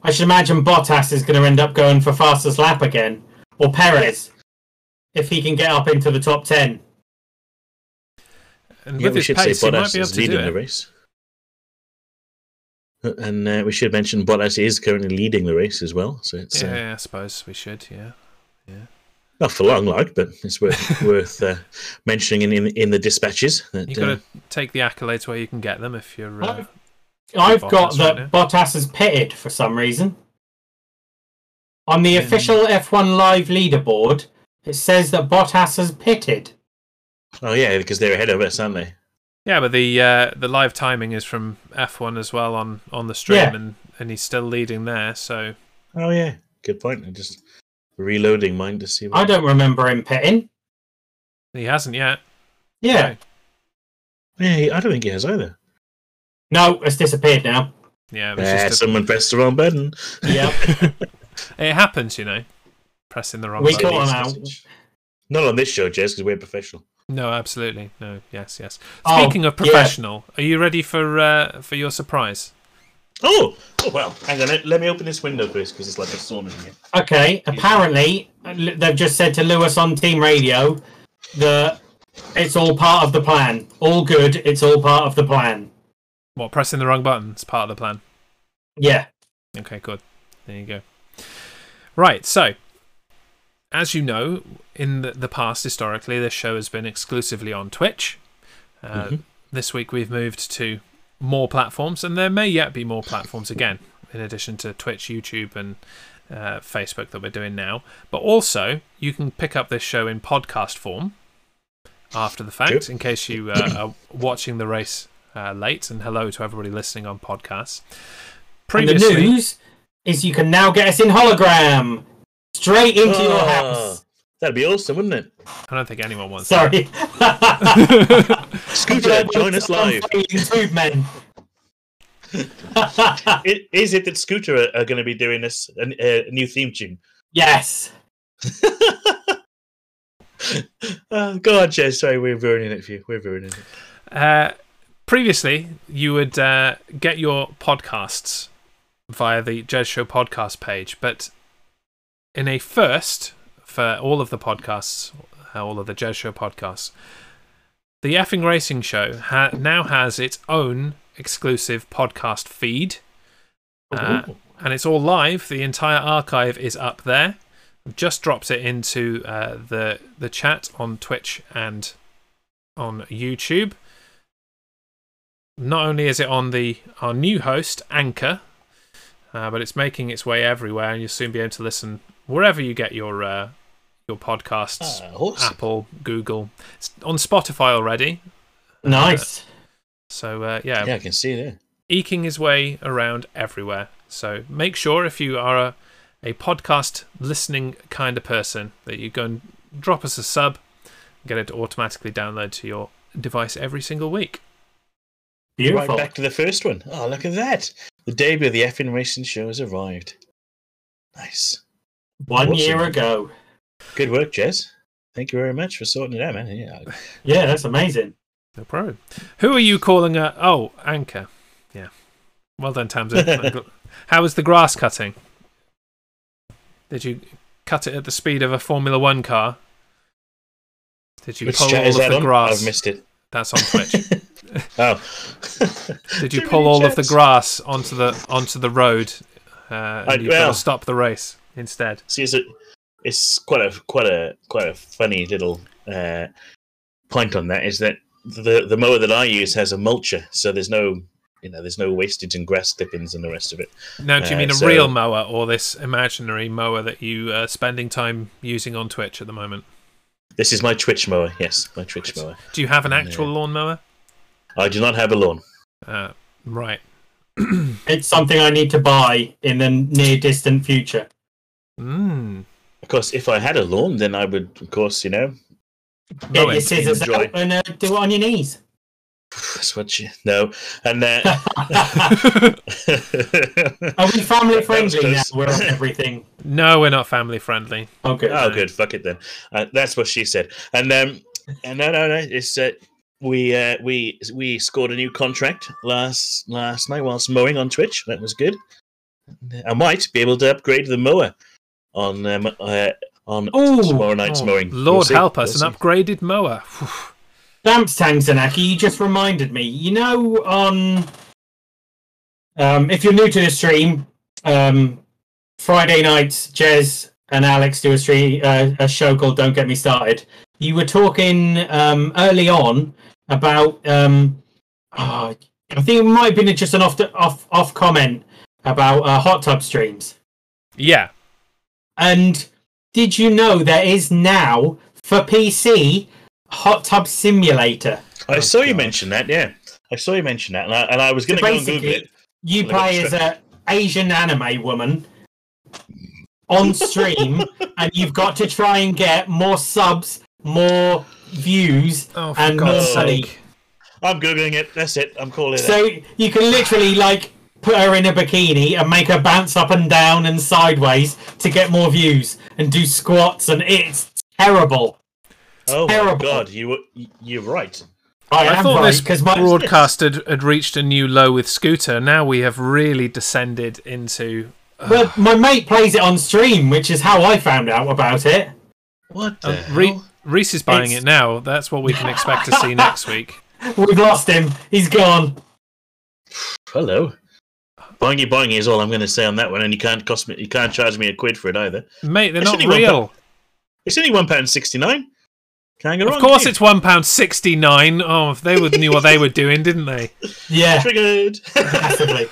Speaker 3: I should imagine Bottas is going to end up going for fastest lap again, or Perez, if he can get up into the top ten.
Speaker 2: and
Speaker 1: Yeah,
Speaker 2: with
Speaker 1: we
Speaker 2: his
Speaker 1: should say
Speaker 2: pace, he might
Speaker 1: Bottas
Speaker 2: be able
Speaker 1: is
Speaker 2: to do
Speaker 1: leading the
Speaker 2: it.
Speaker 1: race. Uh, And uh, we should mention Bottas is currently leading the race as well. So it's uh,
Speaker 2: Yeah, I suppose we should. Yeah,
Speaker 1: not for long, like, but it's worth worth uh, mentioning in, in in the dispatches. That,
Speaker 2: you
Speaker 1: uh,
Speaker 2: got to take the accolades where you can get them. If you're, uh,
Speaker 3: I've, I've
Speaker 2: Bottas
Speaker 3: got that
Speaker 2: right
Speaker 3: Bottas is pitted for some reason. On the official F1 Live leaderboard, it says that Bottas has pitted.
Speaker 1: Oh yeah, because they're ahead of us, aren't they?
Speaker 2: yeah, but the uh, the live timing is from F1 as well on on the stream,
Speaker 3: Yeah.
Speaker 2: and and he's still leading there. So
Speaker 1: Oh yeah, good point. I'm just reloading mine to see.
Speaker 3: I don't remember him pitting.
Speaker 2: he hasn't yet.
Speaker 3: Yeah.
Speaker 2: Right.
Speaker 1: Yeah, I don't think he has either.
Speaker 3: No, it's disappeared now.
Speaker 2: Yeah, it, was
Speaker 1: Yeah,
Speaker 2: just a-
Speaker 1: someone pressed the wrong button.
Speaker 3: Yeah.
Speaker 2: it happens, you know, pressing the wrong.
Speaker 3: We
Speaker 2: button.
Speaker 3: got him out.
Speaker 1: Not on this show, Jess, because we're professional.
Speaker 2: No, absolutely. No, yes, yes.
Speaker 3: Oh,
Speaker 2: Speaking of
Speaker 3: yeah.
Speaker 2: professional, are you ready for uh, for your surprise?
Speaker 1: Oh, oh well. Hang on, let- let me open this window first because it's like a sauna in here.
Speaker 3: Okay, apparently l- they've just said to Lewis on team radio that it's all part of the plan. All good, it's all part of the plan.
Speaker 2: What, pressing the wrong button is part of the plan.
Speaker 3: Yeah.
Speaker 2: Okay, good. There you go. Right, so as you know, in the, the past, historically, this show has been exclusively on Twitch. Uh,
Speaker 3: Mm-hmm.
Speaker 2: This week, we've moved to more platforms, and there may yet be more platforms again, in addition to Twitch, YouTube, and uh, Facebook that we're doing now. But also, you can pick up this show in podcast form after the fact,
Speaker 1: Yep.
Speaker 2: in case you uh, are watching the race uh, late. And hello to everybody listening on podcasts.
Speaker 3: And the news is you can now get us in hologram straight into your
Speaker 1: Oh,
Speaker 3: house.
Speaker 1: That'd be awesome, wouldn't it?
Speaker 2: I don't think anyone wants that.
Speaker 3: Sorry.
Speaker 1: Scooter, join us live.
Speaker 3: YouTube men.
Speaker 1: I- Is it that Scooter are, are going to be doing this a, a new theme tune?
Speaker 3: yes.
Speaker 1: Oh, God, Jess, sorry, we're ruining it for you. We're ruining it.
Speaker 2: Uh, previously, you would uh, get your podcasts via the Jazz Show podcast page, but in a first for all of the podcasts, uh, all of the Jazz Show podcasts, the effing racing show ha- now has its own exclusive podcast feed. Uh,
Speaker 1: Ooh.
Speaker 2: and it's all live. The entire archive is up there. I've just dropped it into uh, the the chat on Twitch and on YouTube. Not only is it on the our new host Anchor, uh, but it's making its way everywhere, and you'll soon be able to listen wherever you get your uh, your podcasts.
Speaker 1: Ah, awesome.
Speaker 2: Apple, Google, it's on Spotify already.
Speaker 3: Nice.
Speaker 2: So uh,
Speaker 1: Yeah, I can see there.
Speaker 2: eking his way around everywhere. So make sure if you are a, a podcast listening kind of person that you go and drop us a sub, get it to automatically download to your device every single week.
Speaker 3: Beautiful.
Speaker 1: Right back to the first one. Ah, Oh, look at that. The debut of the effing racing show has arrived. Nice.
Speaker 3: One
Speaker 1: What's
Speaker 3: year
Speaker 1: it?
Speaker 3: ago.
Speaker 1: Good work, Jez. Thank you very much for sorting it out, man. Yeah,
Speaker 3: Yeah, that's amazing.
Speaker 2: No problem. Who are you calling a? Oh, anchor. Yeah. Well done, Tamsin. How was the grass cutting? Did you cut it at the speed of a Formula One car? Did you
Speaker 1: which
Speaker 2: pull
Speaker 1: chat
Speaker 2: all
Speaker 1: is
Speaker 2: of
Speaker 1: that
Speaker 2: the
Speaker 1: on?
Speaker 2: grass?
Speaker 1: I've missed it.
Speaker 2: That's on Twitch.
Speaker 1: Oh,
Speaker 2: Did you
Speaker 1: Too
Speaker 2: pull
Speaker 1: many
Speaker 2: all of the
Speaker 1: chats.
Speaker 2: grass onto the onto the road? Uh, and
Speaker 1: I-
Speaker 2: you've got
Speaker 1: well-
Speaker 2: to stop the race instead.
Speaker 1: See, it's, a, it's quite a quite a quite a funny little uh, point on that. Is that the the mower that I use has a mulcher, so there's no you know there's no wastage and grass clippings and the rest of it.
Speaker 2: Now, do you
Speaker 1: Uh,
Speaker 2: mean a
Speaker 1: so-
Speaker 2: real mower or this imaginary mower that you are spending time using on Twitch at the moment?
Speaker 1: This is my Twitch mower. Yes, my Twitch mower.
Speaker 2: Do you have an
Speaker 1: Yeah.
Speaker 2: actual lawn mower?
Speaker 1: I do not have a lawn.
Speaker 2: Uh, right.
Speaker 3: It's something I need to buy in the near distant future.
Speaker 2: Mm.
Speaker 1: Of course, if I had a lawn, then I would, of course, you know,
Speaker 3: Get
Speaker 2: Mowing.
Speaker 3: your scissors
Speaker 1: Enjoy.
Speaker 3: out and uh, do it on your knees.
Speaker 1: that's what you know. And uh,
Speaker 3: Are we family friendly now?
Speaker 1: close.
Speaker 3: We're on everything.
Speaker 2: no, we're not family friendly.
Speaker 3: Okay.
Speaker 1: Oh, good. Fuck it then. Uh, that's what she said. And um, and no, no, no. It's uh, we uh, we we scored a new contract last last night whilst mowing on Twitch. That was good. I might be able to upgrade the mower on um, uh, on
Speaker 3: Ooh.
Speaker 1: tomorrow night's
Speaker 2: Oh,
Speaker 1: mowing. We'll
Speaker 2: Lord
Speaker 1: see.
Speaker 2: help
Speaker 1: We'll
Speaker 2: us,
Speaker 1: see.
Speaker 2: an upgraded mower. Phew.
Speaker 3: Thanks, Tangsanaki. You just reminded me. You know, on um, if you're new to the stream, um, Friday nights, Jez and Alex do a stream, uh, a show called "Don't Get Me Started." You were talking um, early on about, um, ah, I think it might have been just an off off off comment about uh, hot tub streams.
Speaker 2: Yeah.
Speaker 3: And did you know there is now for PC Hot Tub Simulator?
Speaker 1: I
Speaker 2: Oh,
Speaker 1: saw you
Speaker 2: God.
Speaker 1: mention that. Yeah, I saw you mention that, and I, and I was going to go and Google it.
Speaker 3: basically, you
Speaker 1: Well, I
Speaker 3: play
Speaker 1: got
Speaker 3: as a Asian anime woman on stream, and you've got to try and get more subs, more views,
Speaker 2: Oh, for
Speaker 3: and more
Speaker 2: God's
Speaker 3: money.
Speaker 2: sake.
Speaker 1: I'm googling it. That's it. I'm calling it.
Speaker 3: So you can literally like put her in a bikini and make her bounce up and down and sideways to get more views and do squats, and it's terrible.
Speaker 1: Oh my
Speaker 3: terrible.
Speaker 1: god, you were you're right.
Speaker 3: I,
Speaker 2: I
Speaker 3: am
Speaker 2: thought
Speaker 3: right
Speaker 2: this
Speaker 3: because my
Speaker 2: broadcast had, had reached a new low with Scooter. Now we have really descended into.
Speaker 3: well, my mate plays it on stream, which is how I found out about it.
Speaker 1: What the
Speaker 2: Uh, Re-
Speaker 1: hell?
Speaker 2: Reese is buying
Speaker 3: It's-
Speaker 2: it now. That's what we can expect to see next week.
Speaker 3: We've lost him. He's gone.
Speaker 1: Hello. Boingy boingy is all I'm going to say on that one, and you can't cost me, you can't charge me a quid for it either.
Speaker 2: Mate, they're
Speaker 1: It's
Speaker 2: not
Speaker 1: only one
Speaker 2: real.
Speaker 1: It's only one pound sixty nine. Can't go wrong.
Speaker 2: Of course,
Speaker 1: can
Speaker 2: it's one pound sixty nine. Oh, if they would knew what they were doing, didn't they?
Speaker 3: Yeah,
Speaker 1: you? triggered.
Speaker 3: massively.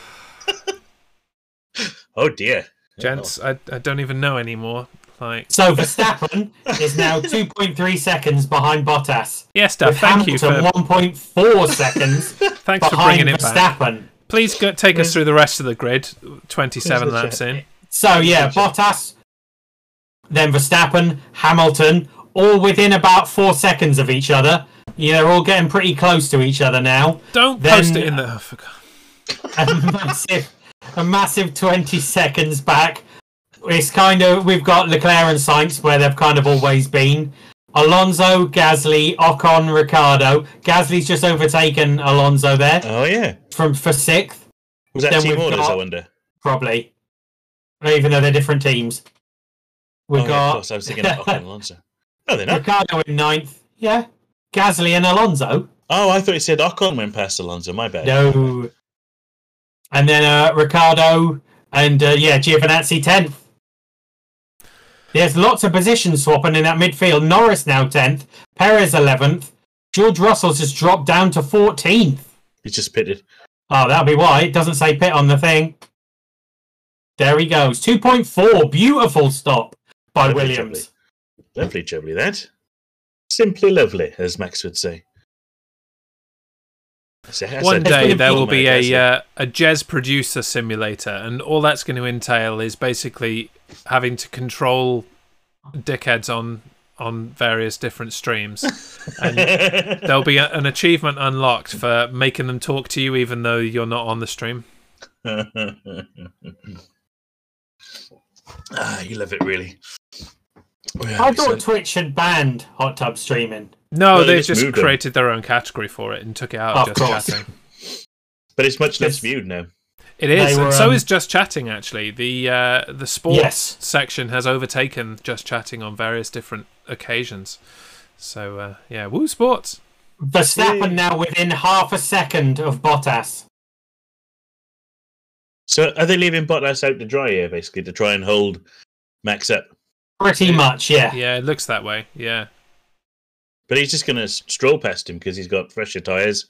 Speaker 1: oh dear,
Speaker 2: Gents, I, I don't even know anymore. Like,
Speaker 3: So Verstappen is now 2.3 seconds behind Bottas.
Speaker 2: yes, Dad,
Speaker 3: with
Speaker 2: thank you
Speaker 3: Hamilton
Speaker 2: for
Speaker 3: 1.4 seconds
Speaker 2: thanks for
Speaker 3: behind
Speaker 2: bringing it back.
Speaker 3: Verstappen.
Speaker 2: Please go, take us through the rest of the grid. Twenty seven
Speaker 1: Where's the
Speaker 2: laps in.
Speaker 3: So yeah, Bottas, then Verstappen, Hamilton, all within about four seconds of each other. Yeah, they're all getting pretty close to each other now.
Speaker 2: Don't
Speaker 3: Then-
Speaker 2: post it in the. Oh, for God.
Speaker 3: A massive, a massive 20 seconds back. It's kind of we've got Leclerc and Sainz where they've kind of always been. Alonso, Gasly, Ocon, Ricardo. Gasly's just overtaken Alonso there
Speaker 1: Oh yeah,
Speaker 3: from for sixth,
Speaker 1: was that
Speaker 3: Then
Speaker 1: team
Speaker 3: we've
Speaker 1: orders?
Speaker 3: got-
Speaker 1: I wonder.
Speaker 3: probably. Even though they're different teams,
Speaker 1: Oh,
Speaker 3: we
Speaker 1: yeah, of
Speaker 3: got
Speaker 1: course, I was thinking of Ocon and Alonso. No, they're not.
Speaker 3: Ricardo in ninth. Yeah, Gasly and Alonso.
Speaker 1: Oh, I thought you said Ocon went past Alonso. My bad.
Speaker 3: No, and then uh, Ricardo and uh, yeah, Giovinazzi tenth. There's lots of position swapping in that midfield. Norris now tenth, Perez eleventh, George Russell's just dropped down to fourteenth.
Speaker 1: He's just pitted.
Speaker 3: Oh, that'll be why it doesn't say pit on the thing. There he goes, two point four, beautiful stop by
Speaker 1: Lovely,
Speaker 3: Williams.
Speaker 1: Lovely jubbly that. Simply lovely, as Max would say. So that's
Speaker 2: One
Speaker 1: a-
Speaker 2: day
Speaker 3: been
Speaker 2: there will
Speaker 1: mate,
Speaker 2: be
Speaker 1: that's
Speaker 2: a uh, a jazz producer simulator, and all that's going to entail is basically having to control dickheads on on various different streams. and there'll be a, uh, an achievement unlocked for making them talk to you, even though you're not on the stream.
Speaker 1: Ah, you love it, really. Yeah, uh,
Speaker 3: I thought
Speaker 1: so-
Speaker 3: Twitch had banned hot tub streaming.
Speaker 2: No,
Speaker 1: No,
Speaker 2: they
Speaker 1: they just
Speaker 2: just,
Speaker 1: moved 'em.
Speaker 2: created their own category for it and took it out of,
Speaker 3: Of
Speaker 2: just
Speaker 3: course.
Speaker 2: chatting.
Speaker 1: but it's much less
Speaker 3: Yes.
Speaker 1: viewed now.
Speaker 2: It is.
Speaker 3: They
Speaker 2: and
Speaker 3: were,
Speaker 2: so
Speaker 3: um,
Speaker 2: is just chatting. Actually, the uh, the sports
Speaker 3: Yes.
Speaker 2: section has overtaken just chatting on various different occasions. So uh, yeah, woo sports.
Speaker 3: Verstappen
Speaker 1: Yay.
Speaker 3: now within half a second of Bottas.
Speaker 1: So are they leaving Bottas out to dry here, basically, to try and hold Max up?
Speaker 3: Pretty much, yeah.
Speaker 2: Yeah, it looks that way. Yeah,
Speaker 1: But he's just going to stroll past him because he's got fresher tyres.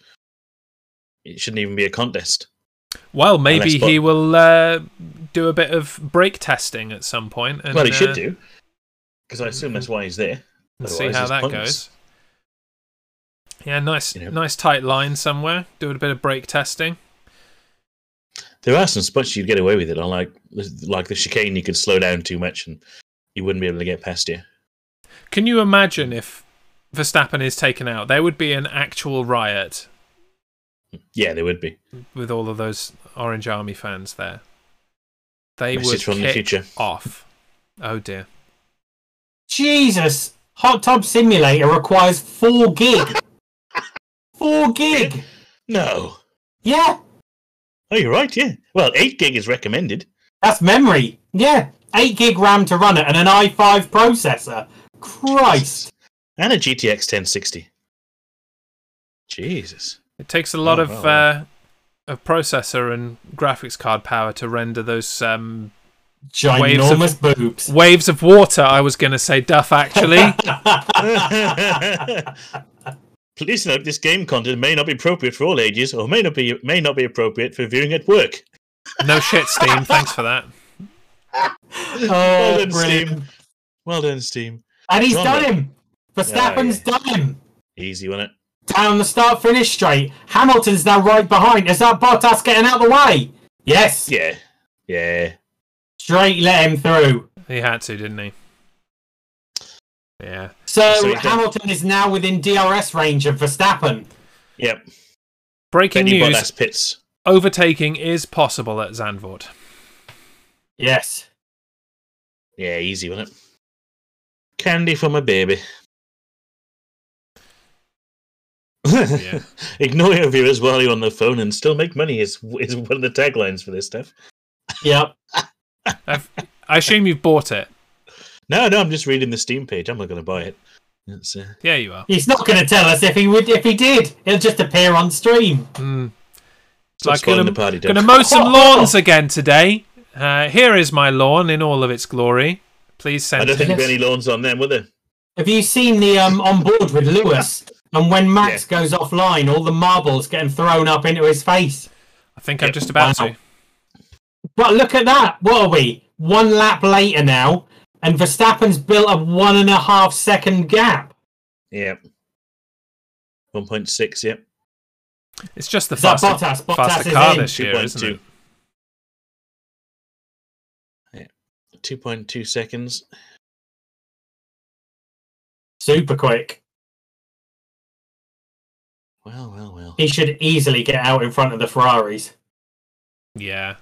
Speaker 1: It shouldn't even be a contest.
Speaker 2: well, maybe
Speaker 1: Unless Bot-
Speaker 2: he will uh, do a bit of brake testing at some point And,
Speaker 1: well, he
Speaker 2: uh,
Speaker 1: should do because I assume that's why he's there.
Speaker 2: and see
Speaker 1: Otherwise,
Speaker 2: how
Speaker 1: it's
Speaker 2: that
Speaker 1: pointless.
Speaker 2: goes. Yeah, nice,
Speaker 1: You know.
Speaker 2: nice tight line somewhere. Do a bit of brake testing.
Speaker 1: There are some spots you'd get away with it, on like like the chicane. You could slow down too much and you wouldn't be able to get past you.
Speaker 2: Can you imagine if Verstappen is taken out? There would be an actual riot
Speaker 1: Yeah, there would be
Speaker 2: with all of those Orange Army fans there. They
Speaker 1: message
Speaker 2: would
Speaker 1: from the
Speaker 2: kick
Speaker 1: future.
Speaker 2: off. Oh dear.
Speaker 3: Jesus, hot tub simulator requires four gig. four gig.
Speaker 1: No,
Speaker 3: Yeah,
Speaker 1: oh, you're right. Yeah, well, eight gig is recommended.
Speaker 3: that's memory. Yeah, eight gig RAM to run it and an i5 processor. Christ.
Speaker 1: and a GTX 1060. Jesus,
Speaker 2: It takes a lot
Speaker 1: Oh,
Speaker 2: of
Speaker 1: well,
Speaker 2: uh, of processor and graphics card power to render those um,
Speaker 3: Ginormous boobs.
Speaker 2: waves of water. I was going to say duff actually.
Speaker 1: please note this game content may not be appropriate for all ages, or may not be may not be appropriate for viewing at work.
Speaker 2: no shit, Steam. Thanks for that.
Speaker 1: Well
Speaker 3: oh,
Speaker 1: done,
Speaker 3: brilliant.
Speaker 1: Steve. Well done, Steam.
Speaker 3: And he's
Speaker 1: Drama.
Speaker 3: done him. Verstappen's done him.
Speaker 1: Easy, wasn't it?
Speaker 3: Down the start finish straight. Hamilton's now right behind. Is that Bottas getting out the way? Yes.
Speaker 1: Yeah, yeah.
Speaker 3: Straight let him through.
Speaker 2: He had to, didn't he? Yeah.
Speaker 3: So,
Speaker 1: So he's done.
Speaker 3: Hamilton is now within DRS range of Verstappen.
Speaker 1: Yep.
Speaker 2: Breaking
Speaker 1: Benny
Speaker 2: news:
Speaker 1: Bottas pits.
Speaker 2: overtaking is possible at Zandvoort.
Speaker 3: Yes.
Speaker 1: Yeah, easy, wasn't it? Candy for my baby.
Speaker 2: Yeah.
Speaker 1: Ignore your viewers while you're on the phone and still make money is is one of the taglines for this stuff.
Speaker 3: Yep.
Speaker 2: I've, I assume you've bought it.
Speaker 1: No, no, I'm just reading the Steam page. I'm not going to buy it. It's, uh,
Speaker 2: Yeah, you are.
Speaker 3: He's not going to tell us if he would. If he did, he'll just appear on stream.
Speaker 2: Mm.
Speaker 1: it's like
Speaker 2: Like gonna-
Speaker 1: spoiling the party. Doug.
Speaker 2: Going to mow some lawns again today. Uh, here is my lawn in all of its glory. Please
Speaker 1: I
Speaker 2: send
Speaker 1: don't
Speaker 2: it.
Speaker 1: think there'll be any lawns on them, will there?
Speaker 3: Have you seen the um on board with Lewis? And when Max goes offline, all the marbles getting thrown up into his face.
Speaker 2: I think I'm
Speaker 1: Yep.
Speaker 2: just about
Speaker 3: Wow.
Speaker 2: to.
Speaker 3: But look at that. What are we? One lap later now, and Verstappen's built a one and a half second gap.
Speaker 1: Yeah. 1.6, yep.
Speaker 2: It's just the
Speaker 3: Is that
Speaker 2: faster,
Speaker 3: Bottas? Bottas
Speaker 2: faster
Speaker 3: is
Speaker 2: car
Speaker 3: in.
Speaker 2: this year, isn't it?
Speaker 1: 2.2. Yeah. 2.2 seconds.
Speaker 3: Super quick.
Speaker 1: Well, well, well.
Speaker 3: He should easily get out in front of the Ferraris.
Speaker 2: Yeah,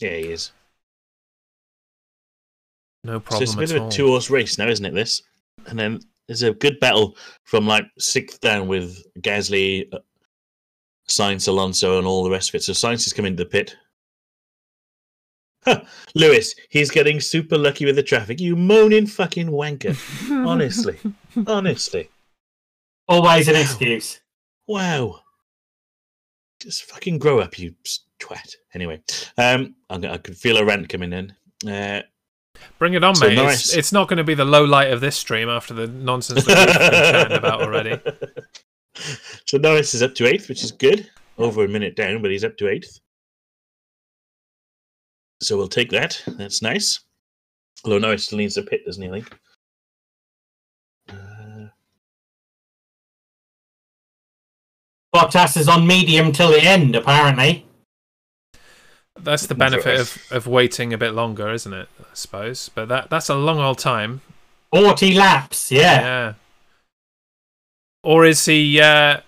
Speaker 1: Yeah, he is.
Speaker 2: no
Speaker 1: So
Speaker 2: problem
Speaker 1: it's a bit
Speaker 2: at
Speaker 1: of
Speaker 2: all.
Speaker 1: a two horse race now, isn't it? This, and then there's a good battle from like sixth down with Gasly, uh, Sainz, Alonso, and all the rest of it. So Sainz has come into the pit. Huh, Lewis, he's getting super lucky with the traffic. You moaning fucking wanker! honestly, honestly,
Speaker 3: Always an excuse.
Speaker 1: wow. Just fucking grow up, you s- twat. Anyway, um, I'm, gonna- I could feel a rant coming in. Uh,
Speaker 2: Bring it on,
Speaker 1: So
Speaker 2: mate.
Speaker 1: nice.
Speaker 2: It's, it's not going to be the low light of this stream after the nonsense that we've been chatting about already.
Speaker 1: So Norris is up to eighth, which is good. Over a minute down, but he's up to eighth. So we'll take that. That's nice. Although Norris still needs a pit, doesn't he? I think. Uh,
Speaker 3: Bottas is on medium till the end, apparently.
Speaker 2: That's the
Speaker 1: That's
Speaker 2: benefit
Speaker 1: right.
Speaker 2: of, of waiting a bit longer, isn't it? I suppose. But that that's a long old time.
Speaker 3: 40 laps, yeah.
Speaker 2: Yeah. Or is he uh,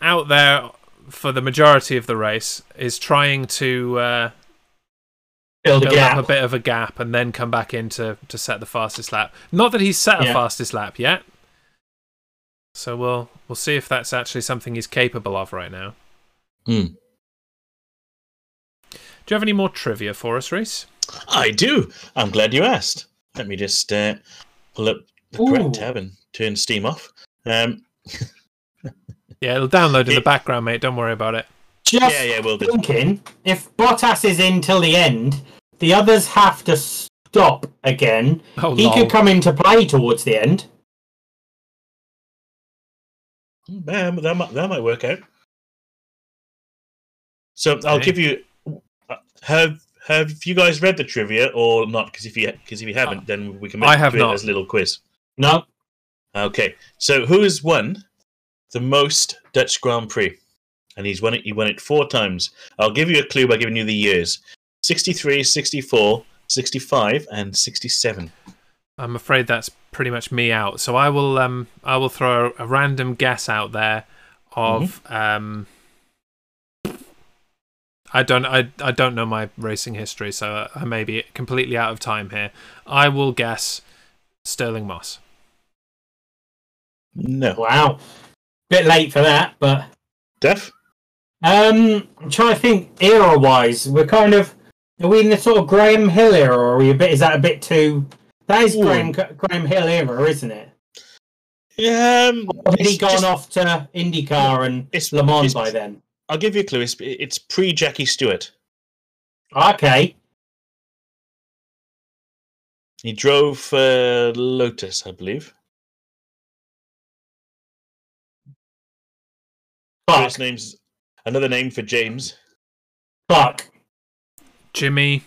Speaker 2: out there for the majority of the race? Is trying to uh,
Speaker 3: build a
Speaker 2: build
Speaker 3: gap.
Speaker 2: up a bit of a gap and then come back in to, to set the fastest lap. Not that he's set a
Speaker 3: Yeah.
Speaker 2: fastest lap yet. So we'll we'll see if that's actually something he's capable of right now.
Speaker 1: Hmm.
Speaker 2: Do you have any more trivia for us, Reese?
Speaker 1: I do. I'm glad you asked. Let me just uh, pull up the
Speaker 3: Ooh.
Speaker 1: correct tab and turn Steam off. Um,
Speaker 2: Yeah, it'll download in
Speaker 1: Yeah.
Speaker 2: the background, mate. Don't worry about it.
Speaker 3: Just
Speaker 1: yeah, yeah, we'll do.
Speaker 3: thinking, if Bottas is in till the end, the others have to stop again.
Speaker 2: Oh,
Speaker 3: he
Speaker 2: lol.
Speaker 3: could come into play towards the end.
Speaker 1: Yeah, but Mm, that might, that might work out. So I'll
Speaker 2: Okay.
Speaker 1: give you. uh, Have Have you guys read the trivia or not? Because if you because if you haven't, then we can make
Speaker 2: I have
Speaker 1: do it
Speaker 2: not.
Speaker 1: as a little quiz.
Speaker 3: No,
Speaker 1: Okay, so who has won the most Dutch Grand Prix? And he's won it. He won it four times. I'll give you a clue by giving you the years: 63, 64, 65, and 67.
Speaker 2: I'm afraid that's pretty much me out. So I will um I will throw a random guess out there of um I don't I, I don't know my racing history, so I may be completely out of time here. I will guess Sterling Moss.
Speaker 1: No,
Speaker 3: wow, bit late for that, but
Speaker 1: Def.
Speaker 3: um, I'm trying to think era wise. We're kind of are we in the sort of Graham Hill era, or are we a bit? Is that a bit too? That is
Speaker 1: Ooh.
Speaker 3: Graham Graham Hill era, isn't it?
Speaker 1: Um,
Speaker 3: Had
Speaker 1: it's
Speaker 3: he gone
Speaker 1: just-
Speaker 3: off to IndyCar and
Speaker 1: It's-
Speaker 3: Le Mans
Speaker 1: it's-
Speaker 3: by then?
Speaker 1: I'll give you a clue. It's, it's pre Jackie Stewart.
Speaker 3: Okay,
Speaker 1: He drove for Lotus, I believe.
Speaker 3: fuck,
Speaker 1: First name's another name for James.
Speaker 3: Clark,
Speaker 2: Jimmy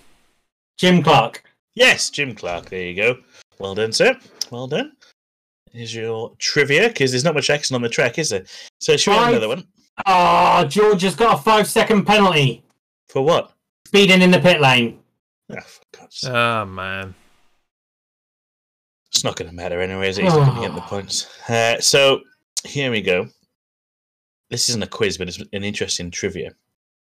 Speaker 3: Jim Clark.
Speaker 1: Yes, Jim Clark. There you go. Well done, sir. Well done. Here's your trivia, because there's not much action on the track, is there? So, should we have
Speaker 3: Five.
Speaker 1: another one?
Speaker 3: Ah, George has got a five-second penalty.
Speaker 1: For what?
Speaker 3: Speeding in the pit lane.
Speaker 1: Oh, for God's sake.
Speaker 2: Oh man.
Speaker 1: It's not going to matter anyway, is it? He's not going to get the points. Uh, so here we go. This isn't a quiz, but it's an interesting trivia.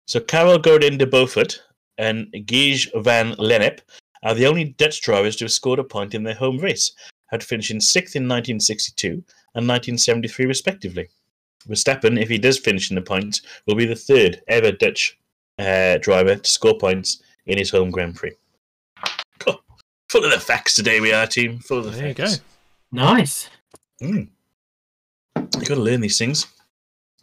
Speaker 1: So Carol Godin de Beaufort and Guige van Lennep are the only Dutch drivers to have scored a point in their home race, had finished in sixth in 1962 and 1973 respectively. Verstappen, if he does finish in the points, will be the third ever Dutch uh, driver to score points in his home Grand Prix. Cool. Full of the facts today, we are, team. Full of the
Speaker 2: There you go.
Speaker 1: facts.
Speaker 3: Nice.
Speaker 1: Mm. You got to learn these things.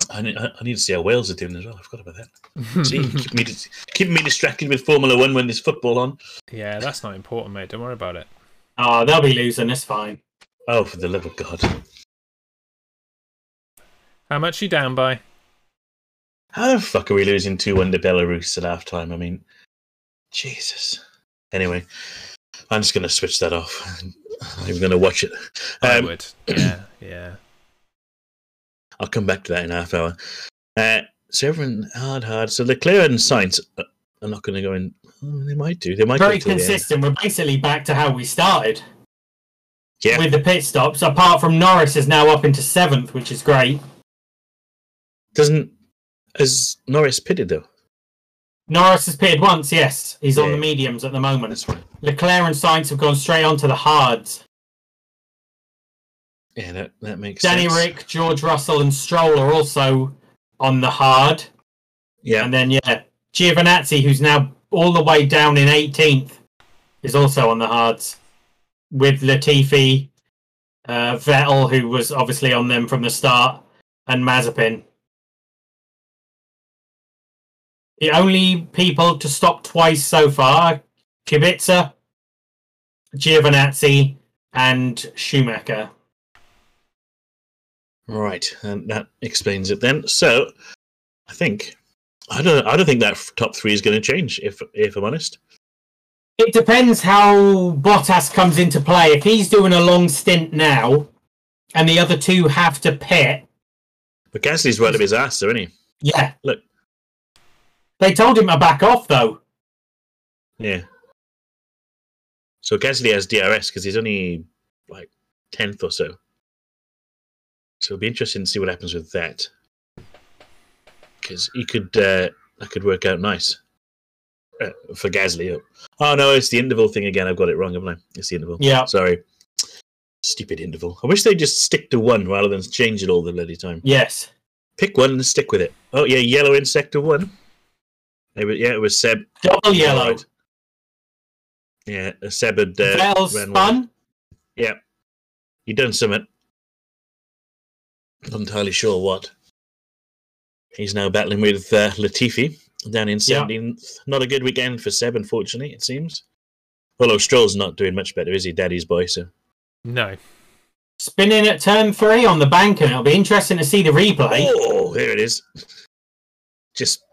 Speaker 1: I need, I I need to see how Wales are doing as well. I forgot about that. See, keep me dis- keep me distracted with Formula One when there's football on.
Speaker 2: yeah, that's not important, mate. Don't worry about it.
Speaker 3: Oh, they'll be losing. It's fine.
Speaker 1: Oh, for the love of God!
Speaker 2: How much you down by?
Speaker 1: How the fuck are we losing two one to Belarus at halftime? I mean, Jesus. Anyway, I'm just gonna switch that off. I'm gonna watch it.
Speaker 2: I
Speaker 1: Um,
Speaker 2: would. Yeah, yeah.
Speaker 1: I'll come back to that in a half hour. Uh, so everyone hard, hard. So Leclerc and Sainz uh, are not going to go in. Oh, they might do. They might
Speaker 3: Very
Speaker 1: go to the end.
Speaker 3: consistent. We're basically back to how we started
Speaker 1: Yeah.
Speaker 3: with the pit stops. Apart from Norris is now up into seventh, which is great.
Speaker 1: Doesn't as Norris pitted though.
Speaker 3: Norris has pitted once. Yes, he's on
Speaker 1: Yeah.
Speaker 3: the mediums at the moment.
Speaker 1: That's right.
Speaker 3: Leclerc and Sainz have gone straight on to the hards.
Speaker 1: Yeah, that, that makes
Speaker 3: Danny
Speaker 1: sense.
Speaker 3: Rick, George Russell, and Stroll are also on the hard.
Speaker 1: Yeah,
Speaker 3: And then yeah, Giovinazzi, who's now all the way down in 18th, is also on the hards with Latifi, uh, Vettel, who was obviously on them from the start, and Mazepin. The only people to stop twice so far: Kubica, Giovinazzi, and Schumacher.
Speaker 1: right. And that explains it then. So, I think I don't. I don't think that f- top three is going to change. If if I'm honest.
Speaker 3: It depends how Bottas comes into play. If he's doing a long stint now, and the other two have to pit,
Speaker 1: But Gasly's right up his ass, though, isn't he?
Speaker 3: yeah.
Speaker 1: Look.
Speaker 3: they told him to back off though.
Speaker 1: Yeah. So Gasly has DRS because he's only like tenth or so. So it'll be interesting to see what happens with that. Because he could uh, that could work out nice. uh, for Gasly up. Oh no, it's the interval thing again. I've got it wrong, haven't I? It's the interval.
Speaker 3: Yeah.
Speaker 1: Sorry. Stupid interval. I wish they just stick to one rather than change it all the bloody time.
Speaker 3: Yes.
Speaker 1: Pick one and stick with it. Oh yeah, yellow in sector one. It was, yeah, it was Seb.
Speaker 3: Double yellow.
Speaker 1: Right. Yeah, Seb had uh,
Speaker 3: Vettel
Speaker 1: ran
Speaker 3: spun.
Speaker 1: wide. You done something? Not entirely sure what. He's now battling with uh, Latifi down in
Speaker 3: Yeah.
Speaker 1: 17th. Not a good weekend for Seb, unfortunately, it seems. Although Stroll's not doing much better, is he? Daddy's boy, so.
Speaker 2: No.
Speaker 3: Spinning at turn three on the bank, and it'll be interesting to see the replay.
Speaker 1: Oh, there it is. Just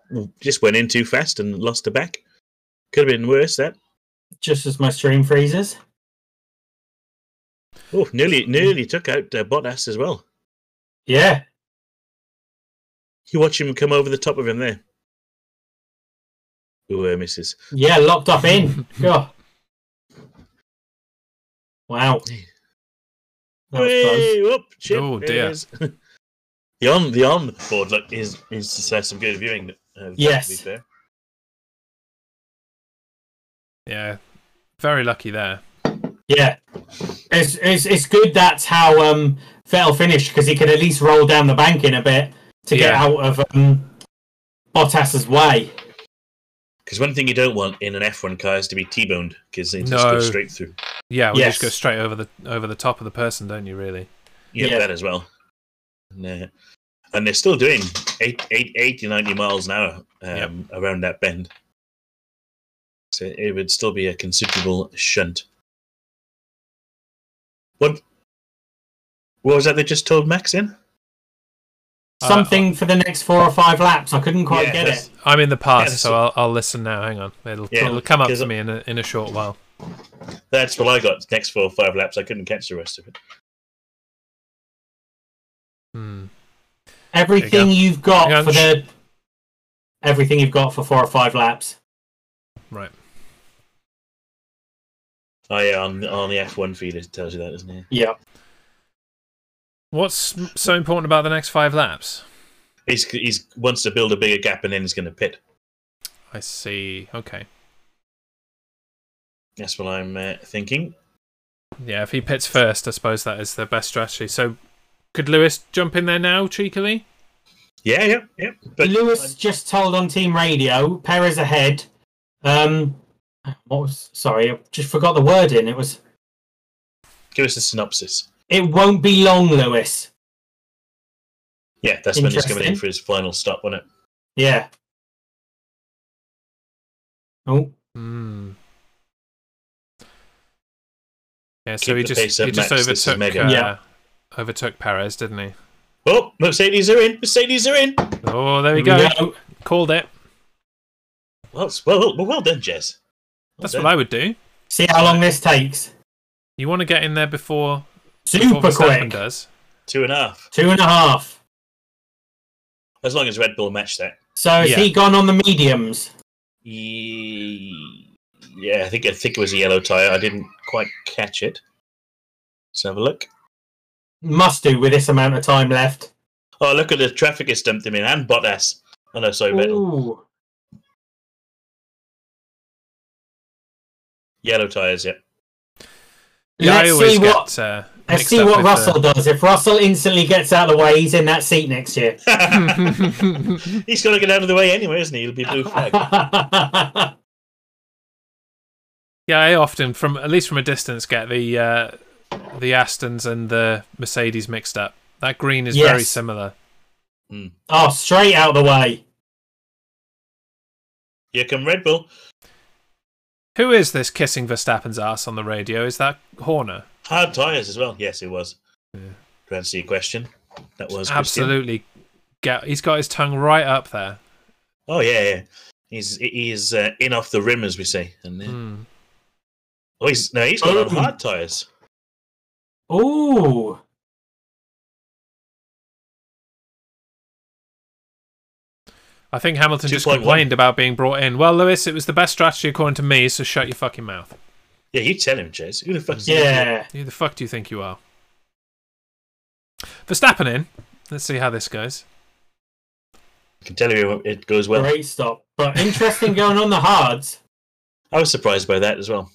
Speaker 1: just went in too fast and lost the back. Could have been worse, that.
Speaker 3: Just as my stream freezes.
Speaker 1: Oh, nearly nearly took out uh, Bottas as well.
Speaker 3: Yeah.
Speaker 1: You watch him come over the top of him there. Ooh, uh, misses.
Speaker 3: Yeah. Locked up in. God. Wow. That was close.
Speaker 1: Hey, whoop, chip,
Speaker 2: Oh,
Speaker 1: there it
Speaker 2: dear.
Speaker 1: is. the on the on board look is is to say some good viewing. Uh,
Speaker 3: Yes.
Speaker 1: to be fair.
Speaker 2: Yeah. Very lucky there.
Speaker 3: Yeah. It's, it's it's good that's how um Vettel finished because he could at least roll down the bank in a bit to get
Speaker 2: Yeah.
Speaker 3: out of um, Bottas's way.
Speaker 1: Because one thing you don't want in an F1 car is to be T-boned because they just
Speaker 2: No.
Speaker 1: go straight through.
Speaker 2: Yeah, we
Speaker 3: Yes.
Speaker 2: just go straight over the over the top of the person, don't you? Really?
Speaker 1: You
Speaker 3: Yeah.
Speaker 1: yeah, that as well. And, uh, and they're still doing eight, eight, 80, 90 miles an hour um, around that bend. So it would still be a considerable shunt. What? What was that they just told Max in?
Speaker 2: Uh,
Speaker 3: Something for the next four or five laps. I couldn't quite
Speaker 1: Yeah,
Speaker 3: get
Speaker 1: that's-
Speaker 3: it.
Speaker 2: I'm in the past,
Speaker 1: Yeah,
Speaker 2: so I'll, I'll listen now. Hang on, it'll,
Speaker 1: Yeah,
Speaker 2: it'll come up
Speaker 1: because-
Speaker 2: to me in a, in a short while.
Speaker 1: That's what I got. Next four or five laps, I couldn't catch the rest of it.
Speaker 2: Hmm.
Speaker 3: Everything
Speaker 2: go.
Speaker 3: you've got
Speaker 2: Hang on,
Speaker 3: for
Speaker 2: sh-
Speaker 3: the everything you've got for four or five laps.
Speaker 2: Right.
Speaker 1: Oh yeah, on, on the F1 feed it tells you that, doesn't it?
Speaker 3: Yeah.
Speaker 2: What's m- so important about the next five laps?
Speaker 1: He's he's wants to build a bigger gap and then he's going to pit.
Speaker 2: I see. Okay.
Speaker 1: That's what I'm uh, thinking.
Speaker 2: Yeah, if he pits first, I suppose that is the best strategy. So, could Lewis jump in there now cheekily?
Speaker 1: Yeah, yeah, yeah. But
Speaker 3: Lewis just told on team radio Perez ahead. Um, what was sorry? I just forgot the word in. It was.
Speaker 1: give us a synopsis.
Speaker 3: It won't be long, Lewis.
Speaker 1: Yeah, that's when he's coming in
Speaker 3: Interesting.
Speaker 1: for his final stop, wasn't it?
Speaker 3: Yeah. Oh
Speaker 2: Hmm. Yeah. So
Speaker 1: Keep
Speaker 2: he
Speaker 1: the
Speaker 2: just
Speaker 1: pace up,
Speaker 2: he just
Speaker 1: Max. This is
Speaker 2: overtook
Speaker 1: mega.
Speaker 2: uh,
Speaker 3: Yeah.
Speaker 2: overtook Perez, didn't he?
Speaker 1: Oh, Mercedes are in. Mercedes are in.
Speaker 2: Oh, there we
Speaker 3: here
Speaker 2: go. Called it.
Speaker 1: Well, s- well, well, well done, Jez. Well
Speaker 2: That's
Speaker 1: done.
Speaker 2: what I would do.
Speaker 3: See how long this takes.
Speaker 2: You want to get in there before before
Speaker 3: Super
Speaker 2: Verstappen
Speaker 3: quick.
Speaker 2: does.
Speaker 1: Two and a half.
Speaker 3: Two and a half.
Speaker 1: As long as Red Bull match that.
Speaker 3: So has
Speaker 2: Yeah.
Speaker 3: he gone on the mediums?
Speaker 1: Ye- Yeah, I think I think it was a yellow tire. I didn't quite catch it. Let's have a look.
Speaker 3: Must do with this amount of time left.
Speaker 1: Oh, look at the traffic has dumped him in, and Bottas. Oh no, sorry, Vettel.
Speaker 3: Ooh.
Speaker 1: Yellow tyres, yeah.
Speaker 2: Yeah, I
Speaker 3: Let's
Speaker 2: always
Speaker 3: see
Speaker 2: get
Speaker 3: what
Speaker 2: uh,
Speaker 3: let's
Speaker 2: mixed
Speaker 3: see
Speaker 2: up
Speaker 3: what
Speaker 2: with, uh,
Speaker 3: Russell does. If Russell instantly gets out of the way, he's in that seat next year.
Speaker 1: He's got to get out of the way anyway, isn't he? He'll be blue flag.
Speaker 2: yeah, I often from at least from a distance get the uh, the Astons and the Mercedes mixed up. That green is very
Speaker 3: Yes.
Speaker 2: similar.
Speaker 3: oh, straight out of the way.
Speaker 1: Here come Red Bull.
Speaker 2: Who is this kissing Verstappen's ass on the radio? Is that Horner?
Speaker 1: Hard tyres as well. Yes, it was.
Speaker 2: Yeah.
Speaker 1: To answer your question, that was Christian.
Speaker 2: Absolutely. Get, he's got his tongue right up there.
Speaker 1: Oh yeah, yeah. He's he's uh, in off the rim, as we say. And uh,
Speaker 2: Hmm.
Speaker 1: oh, he's no, he's got on
Speaker 3: Boom.
Speaker 1: hard tyres.
Speaker 3: Ooh.
Speaker 2: I think Hamilton just
Speaker 1: 2.1.
Speaker 2: complained about being brought in. Well, Lewis, it was the best strategy according to me, so shut your fucking mouth.
Speaker 1: Yeah, you tell him, Jez. Who the fuck's
Speaker 3: Yeah.
Speaker 2: Who the fuck do you think you are? Verstappen in. Let's see how this goes.
Speaker 1: I can tell you it goes well.
Speaker 3: Great stop. But interesting going on the hards.
Speaker 1: I was surprised by that as well.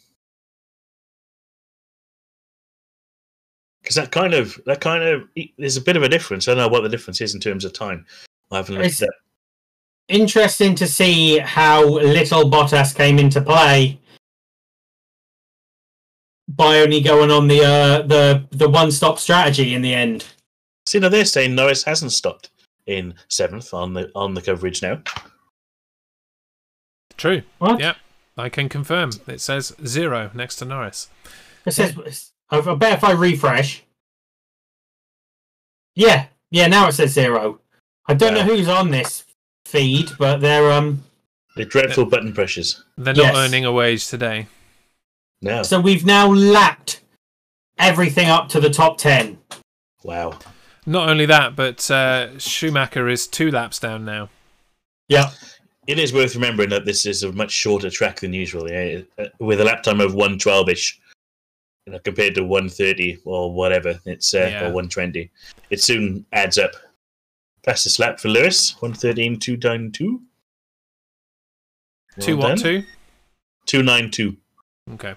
Speaker 1: Because that kind of that kind of there's a bit of a difference. I don't know what the difference is in terms of time. I haven't looked
Speaker 3: It's-
Speaker 1: at that.
Speaker 3: Interesting to see how little Bottas came into play by only going on the uh, the the one stop strategy in the end.
Speaker 1: See now they're saying Norris hasn't stopped in seventh on the on the coverage now.
Speaker 2: True.
Speaker 3: What?
Speaker 2: Yeah. I can confirm. It says zero next to Norris.
Speaker 3: It says, I I bet if I refresh. Yeah, yeah. Now it says zero. I don't
Speaker 1: Yeah.
Speaker 3: know who's on this feed, but they're um.
Speaker 1: The
Speaker 2: Uh,
Speaker 1: dreadful button pressures.
Speaker 2: They're
Speaker 3: Yes.
Speaker 2: not earning a wage today.
Speaker 1: No.
Speaker 3: So we've now lapped everything up to the top ten.
Speaker 1: Wow.
Speaker 2: Not only that, but uh, Schumacher is two laps down now.
Speaker 3: Yeah,
Speaker 1: It is worth remembering that this is a much shorter track than usual, yeah, uh, with a lap time of 112 ish you know, compared to 130 or whatever. It's uh,
Speaker 2: Yeah.
Speaker 1: or 120. It soon adds up. Fastest lap for Lewis 113.292.
Speaker 2: two
Speaker 1: Well
Speaker 2: what?
Speaker 1: done.
Speaker 2: Two.
Speaker 1: 292.
Speaker 2: Okay.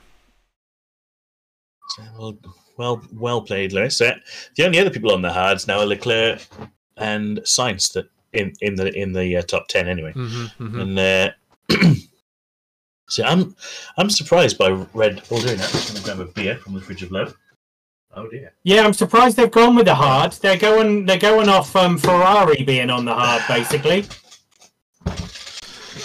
Speaker 1: So, Well, well, well played, Lewis. Uh, the only other people on the hards now are Leclerc and Sainz that in, in the in the uh, top ten anyway.
Speaker 2: hmm hmm
Speaker 1: And uh, so I'm I'm surprised by Red Bull doing that. I'm just going to grab a beer from the fridge of love. Oh dear.
Speaker 3: yeah. I'm surprised they've gone with the hard. They're going. They're going off um, Ferrari being on the hard, basically.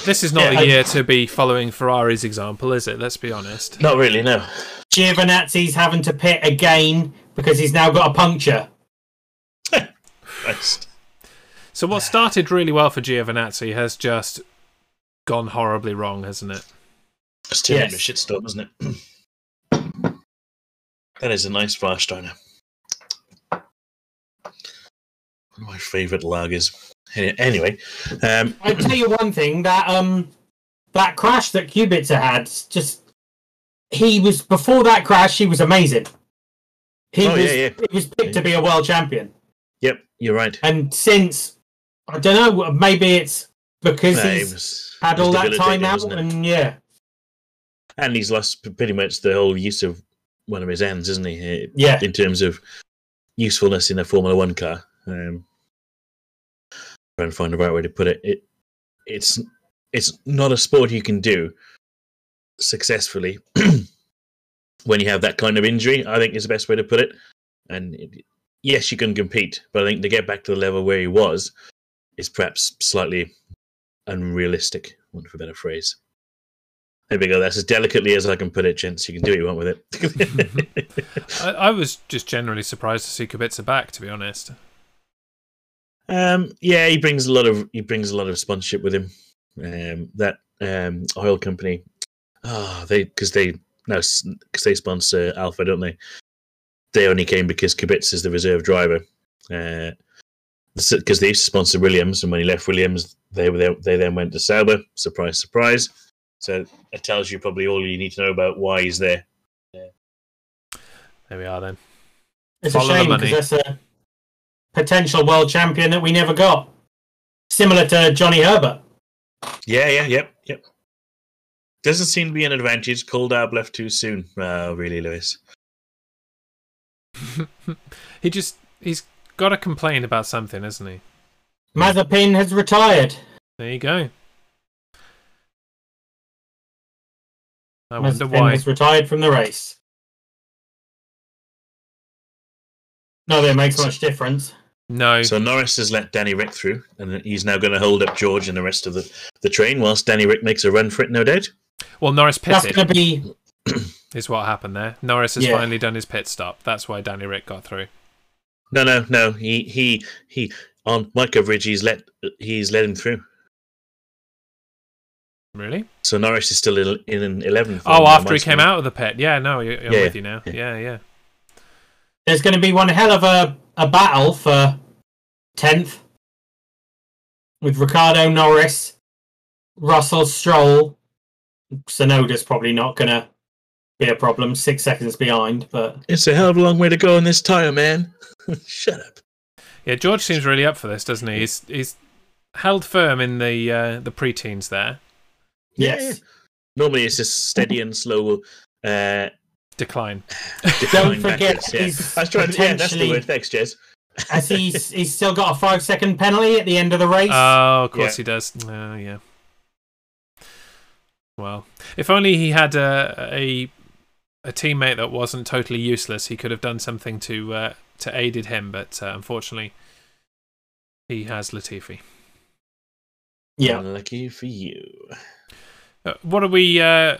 Speaker 2: This is not
Speaker 1: Yeah,
Speaker 2: the
Speaker 1: I-
Speaker 2: year to be following Ferrari's example, is it? Let's be honest.
Speaker 1: Not really. No.
Speaker 3: Giovinazzi's having to pit again because he's now got a puncture.
Speaker 1: Christ.
Speaker 2: So what started really well for Giovinazzi has just gone horribly wrong, hasn't it?
Speaker 1: It's turned into a
Speaker 3: Yes.
Speaker 1: shitstorm, isn't it? that is a nice Warsteiner. One of my favourite lagers. Any- Anyway, um,
Speaker 3: I tell you one thing that um that crash that Kubica had just he was before that crash he was amazing. He
Speaker 1: Oh,
Speaker 3: was
Speaker 1: yeah, yeah.
Speaker 3: he was picked to be a world champion,
Speaker 1: yep, you're right.
Speaker 3: and since I don't know, maybe it's because
Speaker 1: No, it
Speaker 3: he's
Speaker 1: was-
Speaker 3: had
Speaker 1: it was
Speaker 3: all that
Speaker 1: debilitating,
Speaker 3: time out,
Speaker 1: wasn't it?
Speaker 3: and yeah,
Speaker 1: and he's lost p- pretty much the whole use of one of his ends, isn't he? Uh,
Speaker 3: yeah,
Speaker 1: in terms of usefulness in a Formula One car. Um, try and find the right way to put it. It it's it's not a sport you can do successfully when you have that kind of injury. I think is the best way to put it. And it, yes, you can compete, but I think to get back to the level where he was is perhaps slightly unrealistic. Want for a better phrase. There we go. That's as delicately as I can put it, gents. You can do what you want with it.
Speaker 2: I, I was just generally surprised to see Kubica back, to be honest.
Speaker 1: Um, yeah, he brings a lot of he brings a lot of sponsorship with him. Um, that um, oil company, ah, they because they no because they sponsor Alpha, don't they? They only came because Kibitz is the reserve driver. Because they used to sponsor Williams, and when he left Williams, they were there, they then went to Sauber. Surprise, surprise. So it tells you probably all you need to know about why he's there.
Speaker 2: There we are then.
Speaker 3: it's a
Speaker 2: Follow the
Speaker 3: shame
Speaker 2: money.
Speaker 3: because that's a potential world champion that we never got, similar to Johnny Herbert.
Speaker 1: Yeah, yeah, yep, yep. Doesn't seem to be an advantage. Coldab left too soon. Oh, really, Lewis?
Speaker 2: He just he's got to complain about something, isn't he?
Speaker 3: Mazepin has retired.
Speaker 2: There you go. I wonder
Speaker 3: Mazepin
Speaker 2: why.
Speaker 3: has retired from the race. No, that makes much difference.
Speaker 2: No,
Speaker 1: So Norris has let Danny Rick through, and he's now going to hold up George and the rest of the, the train whilst Danny Rick makes a run for it, no doubt.
Speaker 2: well Norris
Speaker 3: That's
Speaker 2: pitted
Speaker 3: going to be
Speaker 2: is what happened there. Norris has
Speaker 3: Yeah.
Speaker 2: finally done his pit stop. That's why Danny Rick got through.
Speaker 1: No, no, no. He he he. On my coverage, he's let he's let him through.
Speaker 2: Really?
Speaker 1: So Norris is still in in eleventh.
Speaker 2: Oh,
Speaker 1: on
Speaker 2: after
Speaker 1: my
Speaker 2: he came
Speaker 1: score.
Speaker 2: out of the pit. Yeah, no, you're, you're
Speaker 1: Yeah,
Speaker 2: with you now.
Speaker 1: yeah.
Speaker 2: Yeah, yeah.
Speaker 3: there's going to be one hell of a, a battle for tenth with Ricardo Norris, Russell Stroll. Sonoda's probably not going to be a problem. Six seconds behind, but
Speaker 1: It's a hell of a long way to go in this tire, man. Shut up.
Speaker 2: Yeah, George seems really up for this, doesn't he? He's he's held firm in the uh, the preteens there.
Speaker 3: Yes.
Speaker 1: Normally, it's just steady and slow. Uh,
Speaker 2: Decline.
Speaker 1: decline
Speaker 3: forget
Speaker 1: backwards, yeah.
Speaker 3: he's
Speaker 1: I was trying to. Yeah, that's the
Speaker 3: potentially-
Speaker 1: word. Thanks, Jez.
Speaker 3: As he's he's still got a five second penalty at the end of the race.
Speaker 1: Uh,
Speaker 2: Oh, of course
Speaker 1: Yeah.
Speaker 2: he does. Oh, yeah. Well, if only he had a, a a teammate that wasn't totally useless, he could have done something to uh, to aided him. But uh, unfortunately, he has Latifi.
Speaker 3: yeah.
Speaker 1: Lucky for you.
Speaker 2: Uh, what are we uh,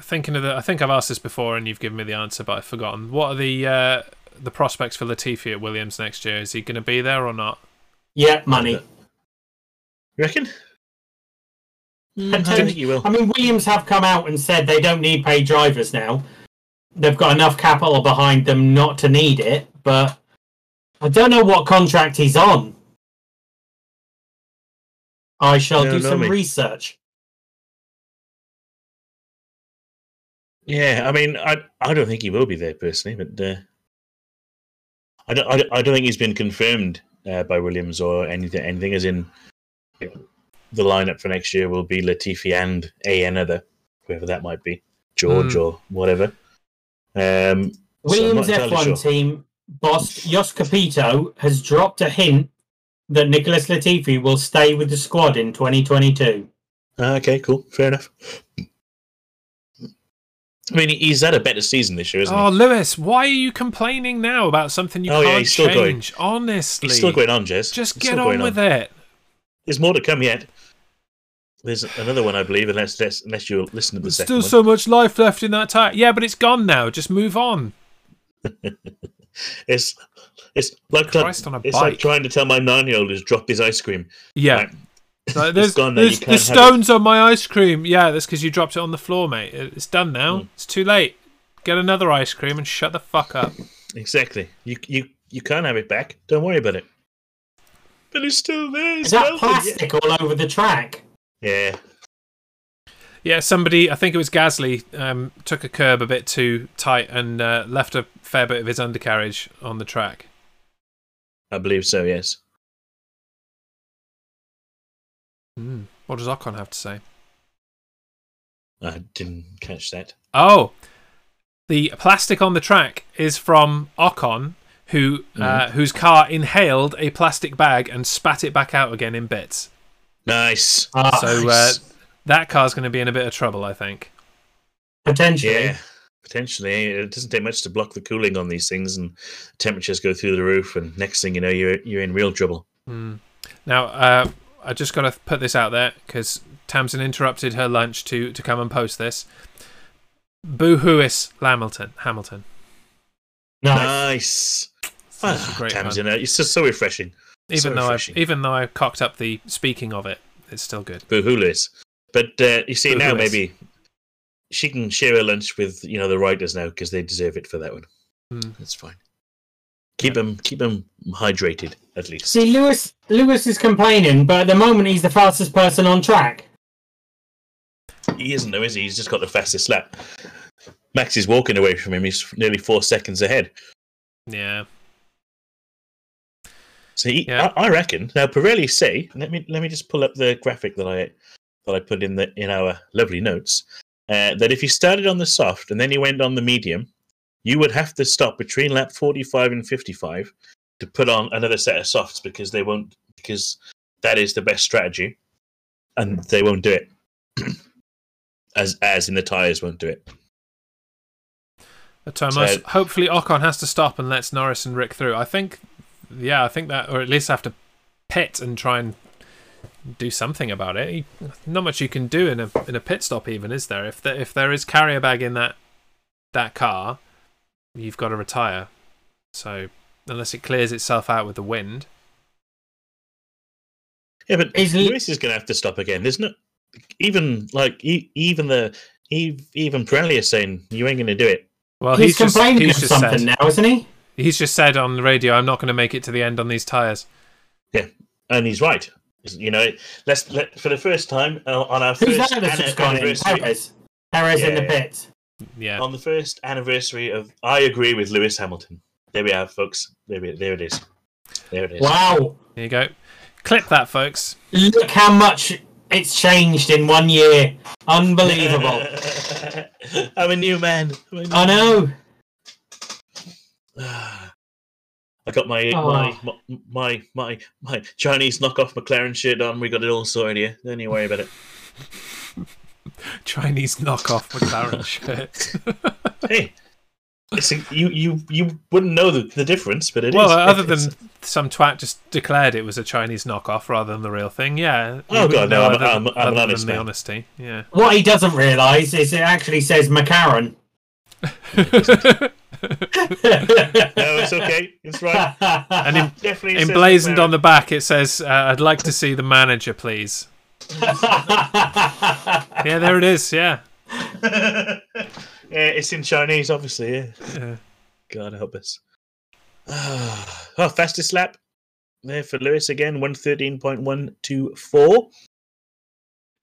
Speaker 2: thinking of? The, I think I've asked this before, and you've given me the answer, but I've forgotten. What are the uh, the prospects for Latifi at Williams next year? Is he going to be there or not?
Speaker 3: Yeah, money.
Speaker 1: You reckon? Hmm,
Speaker 3: I
Speaker 1: I don't think you will.
Speaker 3: I mean, Williams have come out and said they don't need paid drivers now. They've got enough capital behind them not to need it, but I don't know what contract he's on. I shall
Speaker 1: No,
Speaker 3: do
Speaker 1: no,
Speaker 3: some
Speaker 1: mate.
Speaker 3: research.
Speaker 1: Yeah, I mean, I I don't think he will be there personally, but uh, I don't I, don't- I don't think he's been confirmed uh, by Williams or anything anything as in you know, the lineup for next year will be Latifi and a another whoever that might be George
Speaker 2: Hmm.
Speaker 1: or whatever. Um, not
Speaker 3: Williams
Speaker 1: entirely
Speaker 3: F1
Speaker 1: sure.
Speaker 3: team boss Jos Capito has dropped a hint that Nicholas Latifi will stay with the squad in 2022.
Speaker 1: okay, cool, fair enough. I mean, he's had a better season this year, isn't
Speaker 2: Oh,
Speaker 1: he?
Speaker 2: Lewis, why are you complaining now about something you
Speaker 1: Oh, yeah,
Speaker 2: can't
Speaker 1: he's still going.
Speaker 2: change? Honestly,
Speaker 1: He's still going on, Jez.
Speaker 2: just
Speaker 1: He's
Speaker 2: get
Speaker 1: still
Speaker 2: on
Speaker 1: going
Speaker 2: with it.
Speaker 1: There's more to come yet. There's another one, I believe, unless unless, unless you listen to the
Speaker 2: There's
Speaker 1: second
Speaker 2: still
Speaker 1: one.
Speaker 2: so much life left in that tire. Yeah, but it's gone now. Just move on.
Speaker 1: It's it's like
Speaker 2: Christ on a
Speaker 1: it's
Speaker 2: bike.
Speaker 1: like trying to tell my nine-year-old who's dropped his ice cream.
Speaker 2: Yeah.
Speaker 1: Right.
Speaker 2: Like, there's,
Speaker 1: gone now, you
Speaker 2: there's-
Speaker 1: can't
Speaker 2: the
Speaker 1: have it.
Speaker 2: stones on my ice cream. Yeah, that's because you dropped it on the floor, mate. It- It's done
Speaker 1: Hmm.
Speaker 2: now. It's too late. Get another ice cream and shut the fuck up.
Speaker 1: Exactly. You you you can't have it back. Don't worry about it. But it's still there. It's
Speaker 3: Is that
Speaker 1: melted,
Speaker 3: plastic all over the track?
Speaker 1: Yeah.
Speaker 2: Yeah, somebody, I think it was Gasly, um, took a curb a bit too tight and uh, left a fair bit of his undercarriage on the track.
Speaker 1: I believe so. Yes.
Speaker 2: Hmm. What does Ocon have to say?
Speaker 1: I didn't catch that.
Speaker 2: Oh, the plastic on the track is from Ocon, who
Speaker 1: Mm-hmm.
Speaker 2: uh, whose car inhaled a plastic bag and spat it back out again in bits.
Speaker 1: Nice.
Speaker 3: Ah,
Speaker 2: So uh,
Speaker 1: Nice.
Speaker 2: that car's going to be in a bit of trouble, I think.
Speaker 3: potentially.
Speaker 1: yeah. Potentially, it doesn't take much to block the cooling on these things, and temperatures go through the roof. And next thing you know, you're you're in real trouble.
Speaker 2: Now, uh, I just got to put this out there because Tamsin interrupted her lunch to to come and post this. Boohoois Hamilton. Hamilton.
Speaker 3: Nice.
Speaker 1: Nice.
Speaker 2: This is a great
Speaker 1: Tamsin,
Speaker 2: one.
Speaker 1: uh, it's just so refreshing.
Speaker 2: Even
Speaker 1: so
Speaker 2: though I
Speaker 1: refreshing.
Speaker 2: even though I cocked up the speaking of it, it's still good.
Speaker 1: Boohoo, Lewis. But uh, you see now,
Speaker 2: Boohoo, Liz.
Speaker 1: maybe she can share her lunch with you know the writers now because they deserve it for that one.
Speaker 2: Mm.
Speaker 1: That's fine. Keep them, keep them hydrated at least.
Speaker 3: See, Lewis Lewis is complaining, but at the moment he's the fastest person on track.
Speaker 1: He isn't though, is he? He's just got the fastest lap. Max is walking away from him. He's nearly four seconds ahead.
Speaker 2: Yeah.
Speaker 1: So he,
Speaker 2: Yeah.
Speaker 1: I, I reckon now Pirelli say. Let me let me just pull up the graphic that I that I put in the in our lovely notes. Uh, that if you started on the soft and then you went on the medium, you would have to stop between lap forty-five and fifty-five to put on another set of softs because they won't because that is the best strategy, and they won't do it. as as in the tires won't do it.
Speaker 2: Thomas,
Speaker 1: So-
Speaker 2: hopefully Ocon has to stop and lets Norris and Rick through. I think, yeah, I think that, or at least have to pit and try and do something about it. You- Not much you can do in a in a pit stop, even is there? If there, if there is carrier bag in that that car, you've got to retire. So unless it clears itself out with the wind,
Speaker 1: Yeah, but
Speaker 3: Is he-
Speaker 1: Lewis is going to have to stop again. There's no even like e- even the e- even Pirelli is saying you ain't going to do it.
Speaker 2: well,
Speaker 3: he's,
Speaker 2: Oh, he's,
Speaker 3: complaining
Speaker 2: just, he's
Speaker 3: of
Speaker 2: just
Speaker 3: something
Speaker 2: said
Speaker 3: now, isn't he?
Speaker 2: he's just said on the radio, I'm not going to make it to the end on these tires.
Speaker 1: And he's right. You know, let's let for the first time uh, on our
Speaker 3: Who's
Speaker 1: first
Speaker 3: that that's just
Speaker 1: anni-
Speaker 3: gone in?
Speaker 1: anniversary
Speaker 3: Perez. Perez in the
Speaker 1: Yeah.
Speaker 3: pit.
Speaker 2: Yeah,
Speaker 1: on the first anniversary of I agree with Lewis Hamilton. There we are, folks. There, we, there it is. There it is.
Speaker 3: Wow.
Speaker 2: there you go. Clip that, folks.
Speaker 3: Look how much it's changed in one year. Unbelievable.
Speaker 1: I'm a new man. I'm a new-
Speaker 3: I know.
Speaker 1: I got my,
Speaker 3: Oh.
Speaker 1: my my my my Chinese knockoff McLaren shirt on. We got it all sorted here. Don't you worry about it.
Speaker 2: Chinese knockoff McLaren shirt.
Speaker 1: Hey, it's a, you you you wouldn't know the, the difference, but it is.
Speaker 2: well, uh, other
Speaker 1: It's-
Speaker 2: than some twat just declared it was a Chinese knockoff rather than the real thing. Yeah. you
Speaker 1: Oh, God,
Speaker 2: wouldn't
Speaker 1: no,
Speaker 2: know
Speaker 1: I'm-
Speaker 2: other than-
Speaker 1: I'm- I'm an
Speaker 2: other than
Speaker 1: honest
Speaker 2: the
Speaker 1: man.
Speaker 2: honesty. Yeah.
Speaker 3: What he doesn't realise is it actually says McCarran.
Speaker 1: no, it's okay. It's right.
Speaker 2: and em-
Speaker 1: Definitely says
Speaker 2: emblazoned
Speaker 1: McLaren.
Speaker 2: on the back, it says, uh, "I'd like to see the manager, please." Yeah, there it is. Yeah.
Speaker 1: yeah, uh, it's in Chinese, obviously. Yeah.
Speaker 2: Yeah.
Speaker 1: God help us. oh, fastest lap there for Lewis again, one thirteen point one two four.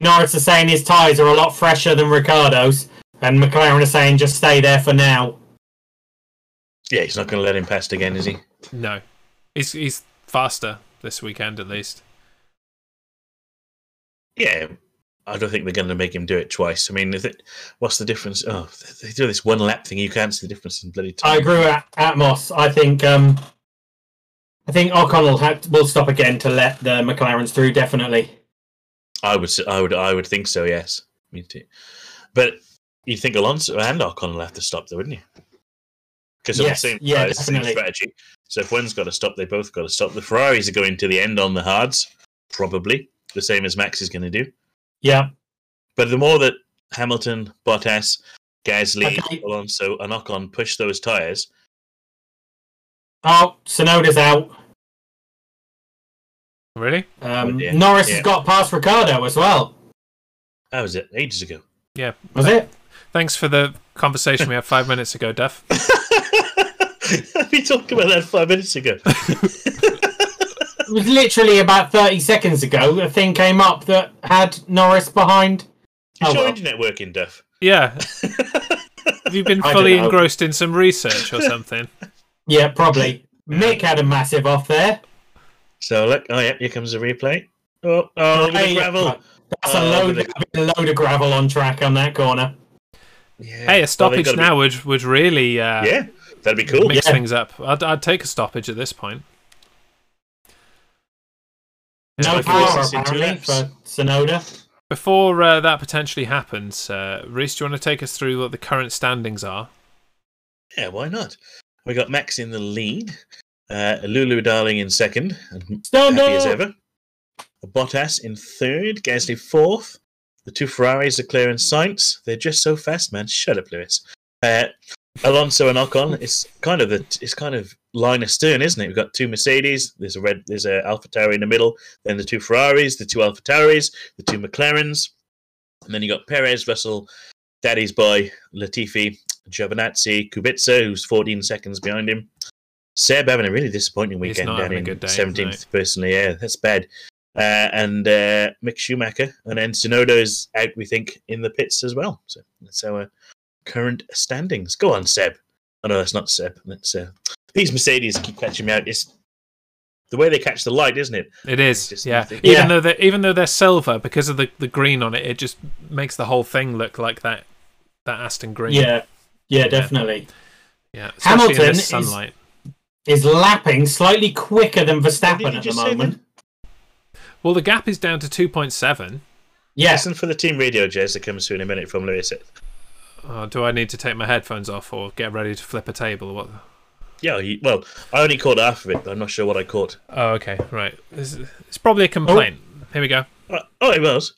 Speaker 3: Norris is saying his tyres are a lot fresher than Ricardo's, and McLaren is saying just stay there for now.
Speaker 1: Yeah, he's not going to let him past again, is he?
Speaker 2: No, he's he's faster this weekend at least.
Speaker 1: Yeah, I don't think they're going to make him do it twice. I mean, is it, what's the difference? Oh, they do this one lap thing. You can't see the difference in bloody time.
Speaker 3: I agree with Atmos. I think um, I think Ocon will, have, will stop again to let the McLarens through. Definitely.
Speaker 1: I would, s- I would, I would think so. Yes, me too. But you think Alonso and Ocon will have to stop, though, wouldn't you? Because of
Speaker 3: Yes,
Speaker 1: the same,
Speaker 3: yeah,
Speaker 1: cars, same
Speaker 3: definitely.
Speaker 1: strategy. So if one's got to stop, they both got to stop. The Ferraris are going to the end on the hards, probably the same as Max is going to do.
Speaker 3: Yeah.
Speaker 1: But the more that Hamilton, Bottas, Gasly,
Speaker 3: Okay.
Speaker 1: Alonso, and Ocon push those tires,
Speaker 3: Oh, Sonoda's out.
Speaker 2: Really?
Speaker 3: Um,
Speaker 1: Oh, dear.
Speaker 3: Norris
Speaker 1: Yeah.
Speaker 3: has got past Ricardo as well.
Speaker 1: that was it ages ago.
Speaker 2: Yeah.
Speaker 3: Was it?
Speaker 2: Thanks for the conversation we had five minutes ago, Duff.
Speaker 1: we talked about that five minutes ago.
Speaker 3: It was literally about 30 seconds ago. A thing came up that had Norris behind.
Speaker 1: Is
Speaker 3: Oh,
Speaker 1: your
Speaker 3: well.
Speaker 1: internet working, Duff?
Speaker 2: Yeah. Have you been
Speaker 3: I
Speaker 2: fully
Speaker 3: don't know.
Speaker 2: engrossed in some research or something?
Speaker 3: Yeah, probably. Mick had a massive off there.
Speaker 1: So look, oh yeah, here comes the replay. Oh, oh, look at the
Speaker 3: Hey,
Speaker 1: gravel.
Speaker 3: That's
Speaker 1: Oh,
Speaker 3: a load,
Speaker 1: look
Speaker 3: a load of gravel on track on that corner.
Speaker 1: Yeah.
Speaker 2: Hey,
Speaker 1: Oh,
Speaker 2: a
Speaker 1: they've
Speaker 2: stoppage
Speaker 1: gotta be-
Speaker 2: now would would really uh,
Speaker 1: yeah, that'd be cool.
Speaker 2: mix
Speaker 3: Yeah.
Speaker 2: things up. I'd, I'd take a stoppage at this point. Yeah,
Speaker 3: No
Speaker 1: like
Speaker 2: okay.
Speaker 3: power
Speaker 1: it's in two
Speaker 3: apparently
Speaker 1: laps.
Speaker 3: for Sonoda.
Speaker 2: Before uh, that potentially happens, uh, Reese, do you want to take us through what the current standings are?
Speaker 1: Yeah, why not? We got Max in the lead, uh, Lulu Darling in second, and
Speaker 3: Stand
Speaker 1: happy as
Speaker 3: up!
Speaker 1: ever. Bottas in third, Gasly fourth. The two Ferraris are clear in Sainz. They're just so fast, man. Shut up, Lewis. Uh, Alonso and Ocon. It's kind of the it's kind of line astern, isn't it? We've got two Mercedes. There's a red. There's a Alpha Tauri in the middle. Then the two Ferraris, the two Alpha Tauris, the two McLarens, and then you got Perez, Russell, Daddy's boy, Latifi, Giovinazzi, Kubica, who's 14 seconds behind him. Seb having a really disappointing
Speaker 2: He's
Speaker 1: weekend
Speaker 2: not
Speaker 1: down
Speaker 2: having a
Speaker 1: in
Speaker 2: good day,
Speaker 1: 17th,
Speaker 2: mate.
Speaker 1: personally. Yeah, that's bad. Uh, and uh, Mick Schumacher, and then Sonoda is out, we think, in the pits as well. So that's our current standings. Go on, Seb. Oh no, that's not Seb. That's uh, these Mercedes keep catching me out. It's the way they catch the light, isn't it?
Speaker 2: It is,
Speaker 1: Just
Speaker 2: yeah.
Speaker 1: nothing.
Speaker 2: Even
Speaker 3: Yeah.
Speaker 2: though they're even though they're silver, because of the, the green on it, it just makes the whole thing look like that that Aston green.
Speaker 3: Yeah, yeah, definitely.
Speaker 2: yeah. Especially in
Speaker 3: Hamilton
Speaker 2: this
Speaker 3: is-
Speaker 2: sunlight.
Speaker 3: Is lapping slightly quicker than
Speaker 1: Did
Speaker 3: Verstappen
Speaker 1: you
Speaker 3: at the
Speaker 1: just say
Speaker 3: moment.
Speaker 1: that?
Speaker 2: Well, the gap is down to two point seven.
Speaker 3: Yes.
Speaker 1: Listen for the team radio, Jez, that comes through in a minute from Lewis.
Speaker 2: Oh, do I need to take my headphones off or get ready to flip a table? What?
Speaker 1: Yeah, you, well, I only caught half of it, but I'm not sure what I caught.
Speaker 2: Oh, okay, right. This is- it's probably a complaint. Here we go.
Speaker 1: Uh, oh, it was.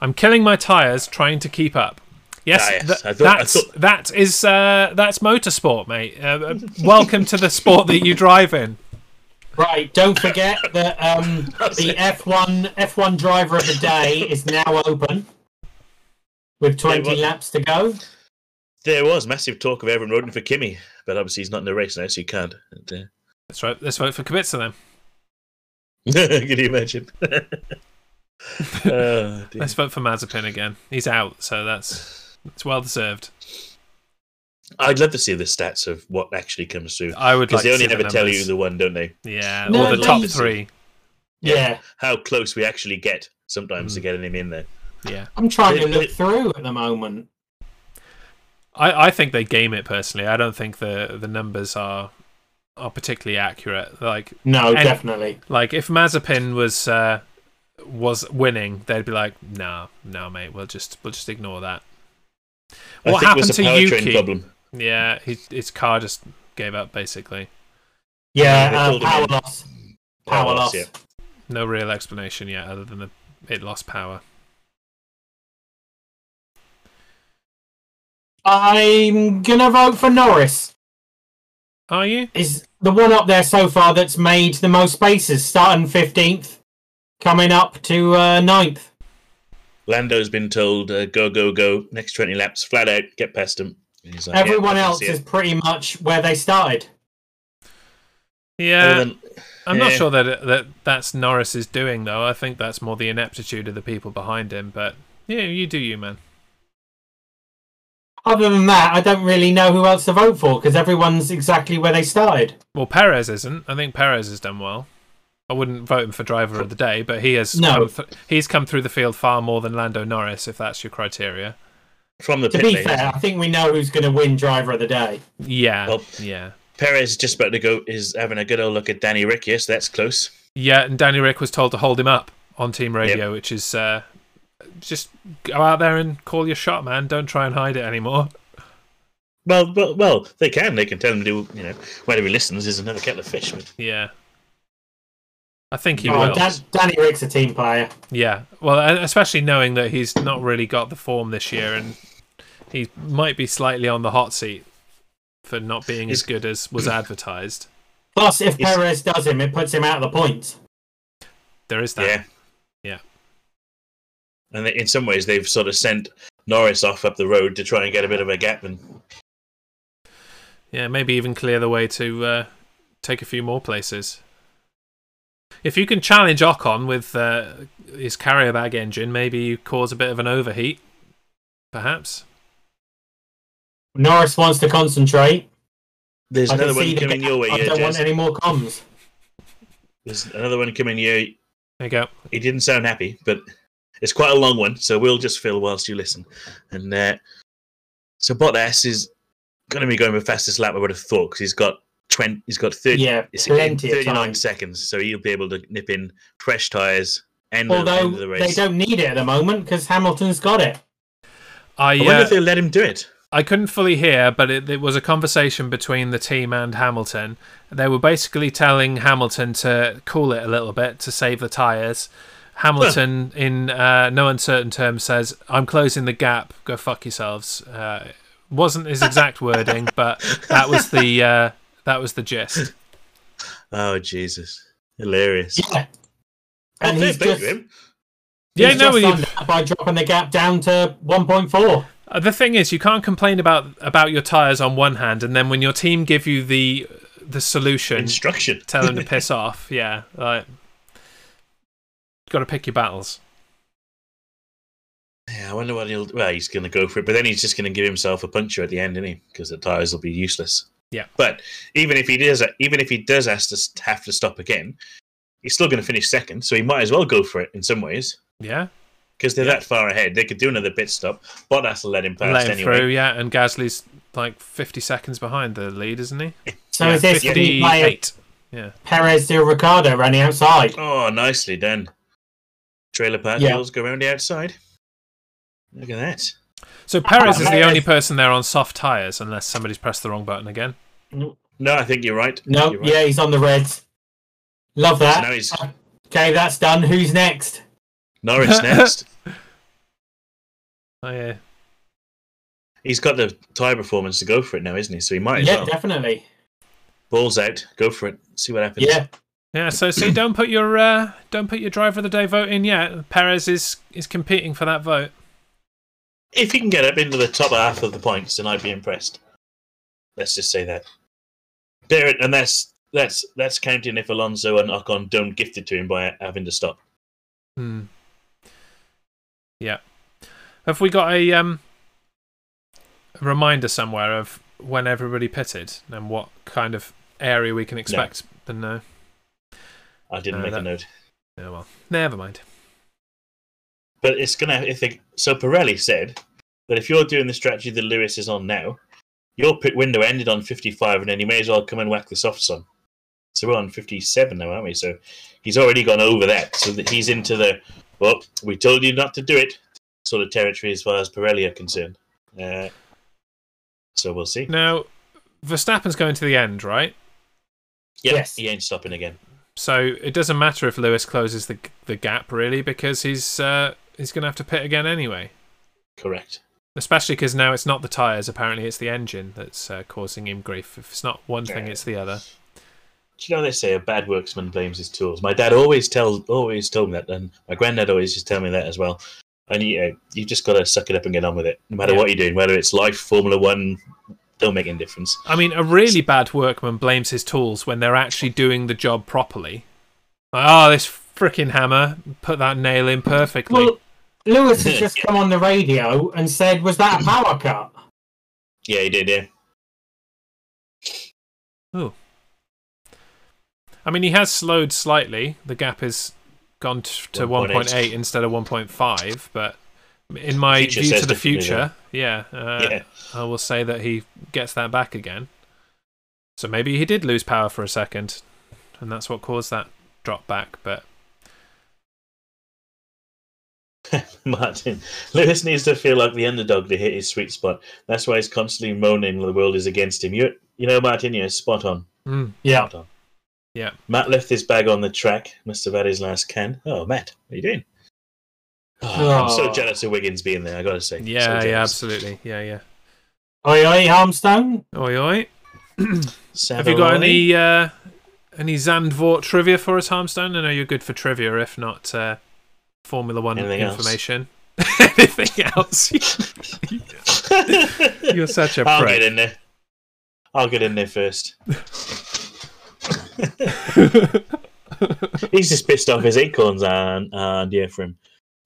Speaker 2: I'm killing my tires trying to keep up. Yes,
Speaker 1: Ah, yes.
Speaker 2: tha-
Speaker 1: I thought- I
Speaker 2: that's
Speaker 1: thought-
Speaker 2: that is uh, that's motorsport, mate. Uh, Uh, welcome to the sport that you drive in.
Speaker 3: Right. Don't forget that um,
Speaker 1: That's
Speaker 3: the
Speaker 1: it.
Speaker 3: F1 F1 driver of the day is now open with 20
Speaker 1: what-
Speaker 3: laps to go.
Speaker 1: There was massive talk of everyone voting for Kimi, but obviously he's not in the race now, so you can't. And, uh,
Speaker 2: That's right. Let's vote for Kubica then.
Speaker 1: Can you imagine? oh, dear.
Speaker 2: Let's vote for Mazepin again. He's out, so that's it's well deserved.
Speaker 1: I'd love to see the stats of what actually comes through
Speaker 2: I would
Speaker 1: because
Speaker 2: like
Speaker 1: they
Speaker 2: to
Speaker 1: only
Speaker 2: see the
Speaker 1: ever tell you
Speaker 2: numbers.
Speaker 1: the one, don't they?
Speaker 2: yeah,
Speaker 3: No,
Speaker 2: or the
Speaker 3: they-
Speaker 2: top three.
Speaker 1: Yeah.
Speaker 3: Yeah.
Speaker 1: How close we actually get sometimes
Speaker 2: Hmm.
Speaker 1: to getting him in there.
Speaker 2: Yeah,
Speaker 3: I'm trying to
Speaker 1: It-
Speaker 3: look
Speaker 1: it-
Speaker 3: through at the moment.
Speaker 2: I, I think they game it personally. I don't think the the numbers are are particularly accurate. Like
Speaker 3: No,
Speaker 2: And-
Speaker 3: definitely.
Speaker 2: Like if Mazepin was uh, was winning, they'd be like, "Nah, nah, mate, we'll just we'll just ignore that." What
Speaker 1: I think
Speaker 2: happened
Speaker 1: it was a
Speaker 2: to
Speaker 1: powertrain
Speaker 2: Yuki?
Speaker 1: problem.
Speaker 2: Yeah, his, his car just gave up basically.
Speaker 3: Yeah,
Speaker 1: they
Speaker 3: uh,
Speaker 1: pulled him
Speaker 3: power
Speaker 1: in.
Speaker 3: loss. Power loss.
Speaker 1: yeah.
Speaker 2: No real explanation yet, other than the, it lost power.
Speaker 3: I'm gonna vote for Norris.
Speaker 2: Are you?
Speaker 3: Is the one up there so far that's made the most spaces, starting fifteenth, coming up to uh, 9th.
Speaker 1: Lando's been told, uh, go, go, go, next 20 laps, flat out, get past him. And he's like, yeah,
Speaker 3: Everyone
Speaker 1: I can
Speaker 3: else
Speaker 1: see
Speaker 3: is
Speaker 1: it.
Speaker 3: pretty much where they started.
Speaker 2: Yeah,
Speaker 1: Other than-
Speaker 2: I'm not
Speaker 1: yeah.
Speaker 2: sure that that that's Norris's doing though. I think that's more the ineptitude of the people behind him. But yeah, you do you, man.
Speaker 3: Other than that, I don't really know who else to vote for because everyone's exactly where they started.
Speaker 2: Well, Perez isn't. I think Perez has done well. I wouldn't vote him for driver of the day, but he has
Speaker 3: No.
Speaker 2: come th- he's come through the field far more than Lando Norris, if that's your criteria.
Speaker 1: from the
Speaker 3: To
Speaker 1: pit
Speaker 3: be
Speaker 1: lane,
Speaker 3: fair, I think we know who's going to win driver of the day.
Speaker 2: Yeah,
Speaker 1: Well-
Speaker 2: yeah,
Speaker 1: Perez is just about to go, is having a good old look at Danny Rick. Yes, that's close.
Speaker 2: yeah. And Danny Rick was told to hold him up on team radio, which is uh, just go out there and call your shot, man. Don't try and hide it anymore.
Speaker 1: Well, well, well, they can. They can tell him to do, you know, whether he listens is another kettle of fish. But
Speaker 2: Yeah, I think he
Speaker 3: Oh,
Speaker 2: will.
Speaker 3: Dan- Danny Rick's a team player.
Speaker 2: Yeah, well, and especially knowing that he's not really got the form this year, and he might be slightly on the hot seat for not being as
Speaker 1: He's-
Speaker 2: good as was advertised.
Speaker 3: Plus, if
Speaker 1: Yes.
Speaker 3: Perez does him, it puts him out of the points.
Speaker 2: There is that.
Speaker 1: yeah.
Speaker 2: Yeah.
Speaker 1: And in some ways, they've sort of sent Norris off up the road to try and get a bit of a gap. And
Speaker 2: Yeah, maybe even clear the way to uh, take a few more places. If you can challenge Ocon with uh, his carrier bag engine, maybe you cause a bit of an overheat, perhaps.
Speaker 3: Norris wants to concentrate.
Speaker 1: there's
Speaker 3: I can
Speaker 1: another one
Speaker 3: see the
Speaker 1: coming
Speaker 3: gap.
Speaker 1: your way
Speaker 3: I
Speaker 1: here,
Speaker 3: don't want
Speaker 1: Jez.
Speaker 3: any more comms.
Speaker 1: There's another one coming here.
Speaker 2: There you go.
Speaker 1: He didn't sound happy, but it's quite a long one, so we'll just fill whilst you listen. And uh, so Bottas is going to be going the fastest lap I would have thought because he's got 20, he's got 30,
Speaker 3: Yeah,
Speaker 1: it's in
Speaker 3: plenty of
Speaker 1: 39
Speaker 3: time.
Speaker 1: seconds, so he'll be able to nip in fresh tyres. End of,
Speaker 3: Although
Speaker 1: end of the
Speaker 3: they
Speaker 1: race.
Speaker 3: don't need it at the moment because Hamilton's got it.
Speaker 2: I
Speaker 1: I wonder
Speaker 2: uh,
Speaker 1: if they'll let him do it.
Speaker 2: I couldn't fully hear, but it, it was a conversation between the team and Hamilton. They were basically telling Hamilton to cool it a little bit to save the tyres. Hamilton, in uh, no uncertain terms, says, "I'm closing the gap. Go fuck yourselves." Uh, wasn't his exact wording, but that was the uh, that was the gist.
Speaker 1: Oh Jesus, hilarious! Oh,
Speaker 3: Yeah.
Speaker 1: I
Speaker 3: And
Speaker 1: don't
Speaker 3: he's
Speaker 1: blame
Speaker 3: just,
Speaker 1: him.
Speaker 2: Yeah,
Speaker 3: he's
Speaker 2: no,
Speaker 3: just
Speaker 2: you-
Speaker 3: on that by dropping the gap down to 1.4.
Speaker 2: Uh, The thing is, you can't complain about about your tyres on one hand, and then when your team give you the the solution,
Speaker 1: Instruction.
Speaker 2: tell them to piss off. Yeah, like got to pick your battles.
Speaker 1: Yeah, I wonder what he'll. Well, he's going to go for it, but then he's just going to give himself a puncture at the end, isn't he? Because the tires will be useless.
Speaker 2: Yeah.
Speaker 1: But even if he does, even if he does has to s- have to stop again, he's still going to finish second, so he might as well go for it in some ways
Speaker 2: Yeah,
Speaker 1: because they're that far ahead. They could do another pit stop. Bottas will let him pass
Speaker 2: let him
Speaker 1: anyway.
Speaker 2: through. Yeah, and Gasly's like fifty seconds behind the lead, isn't he?
Speaker 3: So
Speaker 2: yeah,
Speaker 3: is this the player
Speaker 2: fifty-eight. Yeah,
Speaker 3: Perez Del Ricardo running outside?
Speaker 1: Oh, nicely done. Trailer park
Speaker 3: Yeah.
Speaker 1: wheels go around the outside. Look at that.
Speaker 2: so Perez is the
Speaker 3: Perez.
Speaker 2: only person there on soft tires, unless somebody's pressed the wrong button again.
Speaker 3: No,
Speaker 1: No, I think you're right. You're right.
Speaker 3: yeah, he's on the reds. Love
Speaker 1: So
Speaker 3: that.
Speaker 1: now he's
Speaker 3: Okay, that's done. Who's next?
Speaker 1: Norris next.
Speaker 2: Oh yeah,
Speaker 1: He's got the tie performance to go for it now, isn't he? So he might as
Speaker 3: yeah,
Speaker 1: well.
Speaker 3: definitely.
Speaker 1: Balls out, go for it, see what happens.
Speaker 3: Yeah,
Speaker 2: yeah. So see, don't put your uh, don't put your driver of the day vote in yet. Perez is is competing for that vote.
Speaker 1: If he can get up into the top half of the points, then I'd be impressed. Let's just say that. There, and that's that's that's counting if Alonso and Ocon don't gift it to him by having to stop.
Speaker 2: Hmm. Yeah. Have we got a um a reminder somewhere of when everybody pitted and what kind of area we can expect, then no.
Speaker 1: I didn't
Speaker 2: Uh,
Speaker 1: make a
Speaker 2: that-
Speaker 1: note.
Speaker 2: Yeah, well, never mind.
Speaker 1: But it's gonna. I think so. Pirelli said that if you're doing the strategy that Lewis is on now, your pit window ended on 55, and then you may as well come and whack the softs on. So we're on 57 now, aren't we? So he's already gone over that. So that he's into the well. We told you not to do it sort of territory as far as Pirelli are concerned. Uh, so we'll see.
Speaker 2: Now, Verstappen's going to the end, right?
Speaker 1: Yeah,
Speaker 3: Yes.
Speaker 1: he ain't stopping again.
Speaker 2: So it doesn't matter if Lewis closes the the gap really because he's uh, he's going to have to pit again anyway.
Speaker 1: Correct.
Speaker 2: Especially because now it's not the tires. Apparently, it's the engine that's uh, causing him grief. If it's not one thing,
Speaker 1: Yeah.
Speaker 2: it's the other.
Speaker 1: Do you know they say a bad worksman blames his tools? My dad always tells, always told me that, and my granddad always just tell me that as well. And you, uh, you just got to suck it up and get on with it, no matter
Speaker 2: Yeah.
Speaker 1: what you're doing, whether it's life, Formula One, don't make any difference.
Speaker 2: I mean, a really bad workman blames his tools when they're actually doing the job properly. Like, oh, this freaking hammer put that nail in perfectly.
Speaker 3: Well, Lewis has just come on the radio and said, "Was that a power cut?"
Speaker 1: Yeah, he did. Yeah,
Speaker 2: I mean, he has slowed slightly. The gap has gone t- to
Speaker 1: 1.8.
Speaker 2: 1.8 instead of 1.5. But in my
Speaker 1: Future
Speaker 2: view
Speaker 1: says
Speaker 2: to the
Speaker 1: differently,
Speaker 2: future, yeah, uh,
Speaker 1: yeah.
Speaker 2: I will say that he gets that back again. So maybe he did lose power for a second, and that's what caused that drop back. But
Speaker 1: Martin Lewis needs to feel like the underdog to hit his sweet spot. That's why he's constantly moaning the world is against him. You, you know, Martin, you're spot on.
Speaker 2: mm,
Speaker 3: Yeah.
Speaker 1: Matt left his bag on the track. Must have had his last can. Oh, Matt, what are you doing? Oh, I'm so
Speaker 3: Oh.
Speaker 1: jealous of Wiggins being there. I gotta say.
Speaker 2: yeah,
Speaker 1: so
Speaker 2: yeah,
Speaker 1: jealous.
Speaker 2: absolutely, yeah, yeah.
Speaker 3: Oi, oi, Harmstone.
Speaker 2: Oi, oi. Have
Speaker 1: Savoy.
Speaker 2: you got any uh, any Zandvoort trivia for us, Harmstone? I know you're good for trivia, if not uh, Formula One
Speaker 1: Anything else?
Speaker 2: information. Anything else? you're such a
Speaker 1: I'll
Speaker 2: prick.
Speaker 1: get in there. I'll get in there first. He's just pissed off his acorns and and yeah, for him.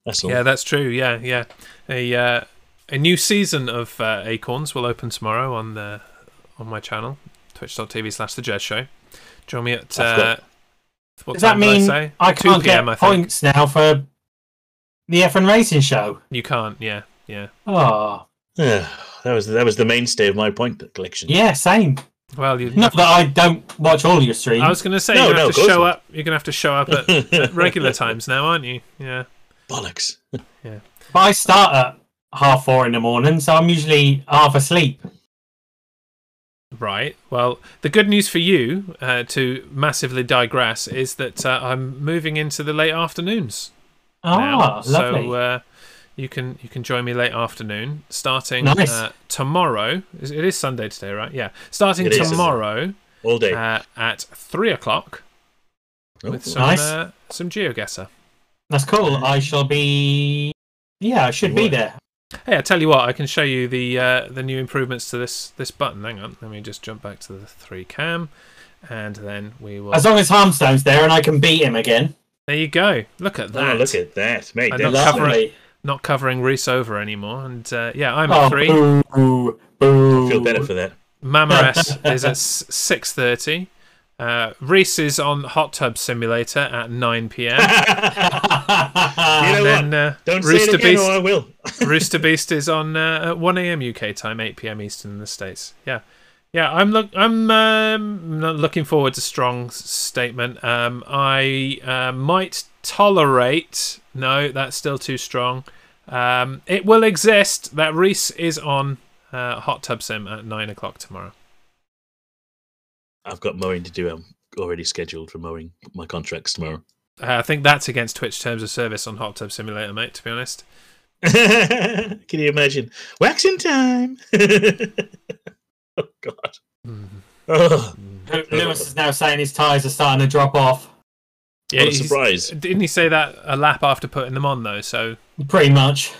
Speaker 1: That's all.
Speaker 2: Yeah, that's true. Yeah, yeah. A uh, a new season of uh, Acorns will open tomorrow on the on my channel, twitch.tv slash the Jazz Show. Join me at
Speaker 1: I've
Speaker 2: uh,
Speaker 1: got-
Speaker 2: what
Speaker 3: Does that
Speaker 2: time did
Speaker 3: mean
Speaker 2: I, say?
Speaker 3: I
Speaker 2: 2
Speaker 3: can't
Speaker 2: p.m.
Speaker 3: get
Speaker 2: I think
Speaker 3: points now for the F1 Racing Show?
Speaker 2: you can't. Yeah, yeah.
Speaker 3: Oh,
Speaker 1: that was that was the mainstay of my point collection.
Speaker 3: yeah, same.
Speaker 2: Well, you.
Speaker 3: Not that I don't watch all your streams.
Speaker 2: I was going to say
Speaker 1: No,
Speaker 2: you
Speaker 1: no,
Speaker 2: have
Speaker 1: of
Speaker 2: to
Speaker 1: course
Speaker 2: show
Speaker 1: not.
Speaker 2: up. You're going to have to show up at, at regular times now, aren't you? Yeah.
Speaker 1: Bollocks.
Speaker 3: But I start at half four in the morning, so I'm usually half asleep.
Speaker 2: Right. Well, the good news for you, uh, to massively digress, is that uh, I'm moving into the late afternoons. now.
Speaker 3: Ah, lovely.
Speaker 2: So uh, you can you can join me late afternoon, starting
Speaker 3: Nice.
Speaker 2: uh, tomorrow. Is- It is Sunday today, right? Yeah, starting
Speaker 1: It is, isn't it?
Speaker 2: tomorrow
Speaker 1: All day. Oh,
Speaker 2: uh, at three o'clock with some
Speaker 3: Nice.
Speaker 2: uh, some GeoGuessr.
Speaker 3: That's cool. I shall be. Yeah, I should be
Speaker 1: Right.
Speaker 3: there.
Speaker 2: Hey, I tell you what, I can show you the uh, the new improvements to this this button. Hang on, let me just jump back to the three cam, and then we will.
Speaker 3: As long as Harmstone's there and I can beat him again.
Speaker 2: There you go. Look at that.
Speaker 1: Oh, look at that, mate.
Speaker 2: I
Speaker 1: that's-
Speaker 2: love cover it.
Speaker 3: Lovely.
Speaker 2: Not covering Reese over anymore, and uh, yeah, I'm
Speaker 3: Oh,
Speaker 2: at three.
Speaker 3: boo, boo, boo.
Speaker 1: I feel better for that.
Speaker 2: Mama S is at six thirty. Uh, Reese is on Hot Tub Simulator at nine p.m.
Speaker 1: You know
Speaker 2: and
Speaker 1: what?
Speaker 2: then uh,
Speaker 1: Don't say it
Speaker 2: Rooster
Speaker 1: again,
Speaker 2: Beast
Speaker 1: or I will.
Speaker 2: Rooster Beast is on uh, at one a.m. UK time, eight p.m. Eastern in the states. Yeah, yeah. I'm look. I'm um, not looking forward to Strong's statement. Um, I uh, might tolerate. No, that's still too strong. Um, it will exist. That Reese is on uh, Hot Tub Sim at nine o'clock tomorrow.
Speaker 1: I've got mowing to do. I'm already scheduled for mowing my contracts tomorrow.
Speaker 2: Uh, I think that's against Twitch terms of service on Hot Tub Simulator, mate. To be honest,
Speaker 1: Can you imagine? Waxing time. oh God. Oh,
Speaker 3: Lewis is now saying his tyres are starting to drop off.
Speaker 1: what a
Speaker 2: he's-
Speaker 1: surprise!
Speaker 2: Didn't he say that a lap after putting them on though? So
Speaker 3: Pretty much.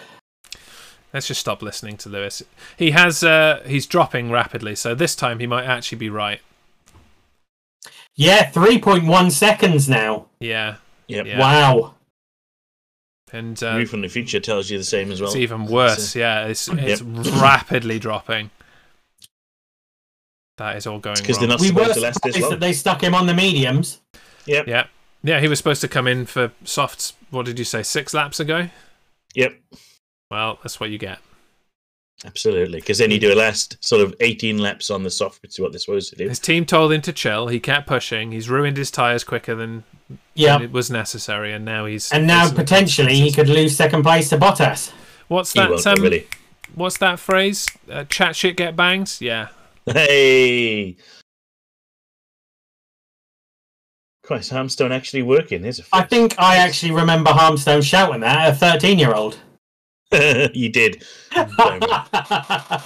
Speaker 2: let's just stop listening to Lewis. He has uh, he's dropping rapidly, so this time he might actually be right.
Speaker 3: Yeah, 3.1 seconds now.
Speaker 2: Yeah,
Speaker 1: Yep.
Speaker 2: Yeah.
Speaker 3: Wow.
Speaker 2: and uh,
Speaker 1: View from the future tells you the same as well.
Speaker 2: it's even worse. Yeah, it's it's rapidly dropping. That is all going
Speaker 1: because they're
Speaker 2: wrong.
Speaker 1: not
Speaker 3: we were
Speaker 1: supposed to last
Speaker 3: surprised
Speaker 1: this long.
Speaker 3: that they stuck him on the mediums.
Speaker 1: Yep,
Speaker 2: yeah, yeah. He was supposed to come in for softs. What did you say? Six laps ago.
Speaker 1: yep,
Speaker 2: Well, that's what you get.
Speaker 1: absolutely. Because then you do a last sort of 18 laps on the soft, which is what they're supposed to do.
Speaker 2: His team told him to chill. He kept pushing. He's ruined his tires quicker than,
Speaker 3: Yeah,
Speaker 2: than it was necessary, and now he's
Speaker 3: and now
Speaker 2: he's-
Speaker 3: potentially he could lose second place to Bottas.
Speaker 2: What's
Speaker 1: He
Speaker 2: that?
Speaker 1: won't,
Speaker 2: um,
Speaker 1: really.
Speaker 2: What's that phrase? Uh, chat shit, get bangs. Yeah,
Speaker 1: Hey! Christ, Harmstone actually working. There's a
Speaker 3: I think I actually remember Harmstone shouting that at a thirteen-year-old
Speaker 1: you did.
Speaker 3: on
Speaker 1: Yeah.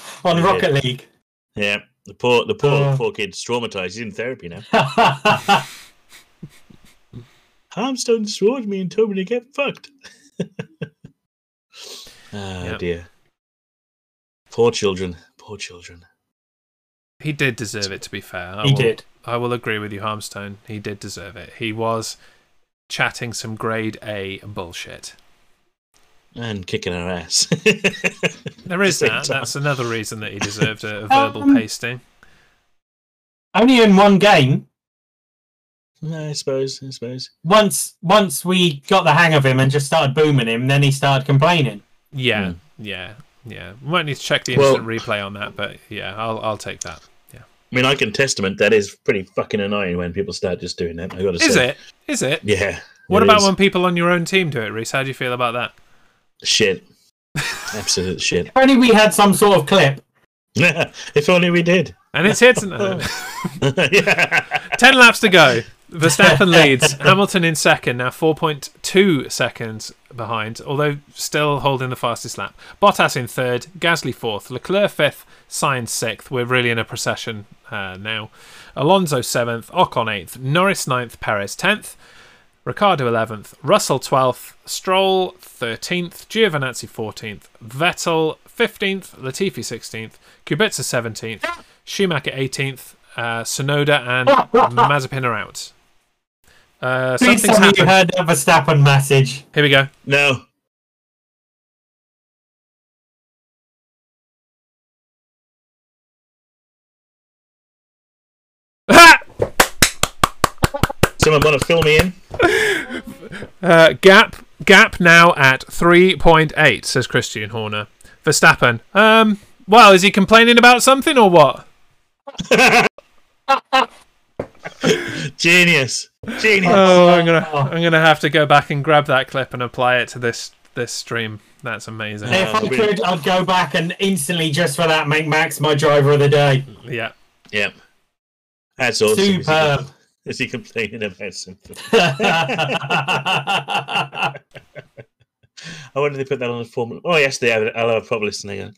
Speaker 3: Rocket League.
Speaker 1: Yeah, the poor, the poor,
Speaker 3: Uh.
Speaker 1: poor kid's traumatized. He's in therapy now.
Speaker 2: Oh,
Speaker 3: yeah,
Speaker 1: Harmstone swore at me and told me to get fucked. oh
Speaker 2: Yep.
Speaker 1: dear. Poor children. Poor children.
Speaker 2: he did deserve it. To be fair, I
Speaker 3: He
Speaker 2: will,
Speaker 3: did.
Speaker 2: I will agree with you, Harmstone. He did deserve it. He was chatting some grade A bullshit.
Speaker 1: And kicking her ass.
Speaker 2: There is
Speaker 1: Same
Speaker 2: that.
Speaker 1: time.
Speaker 2: That's another reason that he deserved a, a verbal
Speaker 3: Um,
Speaker 2: pasting.
Speaker 3: only in one game.
Speaker 1: I suppose. I suppose.
Speaker 3: Once once we got the hang of him and just started booming him, then he started complaining.
Speaker 2: Yeah, yeah, yeah. We might need to check the
Speaker 1: Hmm. Well-
Speaker 2: instant replay on that, but yeah, I'll I'll take that. Yeah,
Speaker 1: I mean, I can testament that is pretty fucking annoying when people start just doing that. I gotta
Speaker 2: is
Speaker 1: say.
Speaker 2: it? Is it?
Speaker 1: Yeah.
Speaker 2: What
Speaker 1: it
Speaker 2: about
Speaker 1: is.
Speaker 2: when people on your own team do it, Reese? How do you feel about that?
Speaker 1: Shit. Absolute shit.
Speaker 3: If only we had some sort of clip.
Speaker 1: if only we did.
Speaker 2: And it's hidden. Uh,
Speaker 1: yeah.
Speaker 2: Ten laps to go. Verstappen leads. Hamilton in second, now 4.2 seconds behind, although still holding the fastest lap. Bottas in third, Gasly fourth, Leclerc fifth, Sainz sixth. We're really in a procession uh, now. Alonso seventh, Ocon eighth, Norris ninth, Perez tenth, Ricardo eleventh, Russell twelfth, Stroll thirteenth, Giovinazzi fourteenth, Vettel fifteenth, Latifi sixteenth, Kubica seventeenth, Schumacher eighteenth, uh, Sonoda and Mazepin are out. Uh, something's
Speaker 3: Please tell me you
Speaker 2: happened.
Speaker 3: heard that Verstappen message.
Speaker 2: Here we go.
Speaker 1: No. Someone want to fill me in?
Speaker 2: Uh, gap gap now at 3.8 says Christian Horner. Verstappen. Um well, is he complaining about something or what?
Speaker 1: Genius. Genius.
Speaker 2: Oh, I'm going to I'm going to have to go back and grab that clip and apply it to this this stream. That's amazing.
Speaker 1: Yeah.
Speaker 3: If I
Speaker 1: we-
Speaker 3: could, I'd go back and instantly, just for that, make Max my driver of the day.
Speaker 2: Yeah.
Speaker 1: Yep. That's awesome. Is he-
Speaker 3: Superb.
Speaker 1: Is he complaining about something? I wonder if they put that on the form. Oh, yes, they have. it. I'll have a pub listening. on.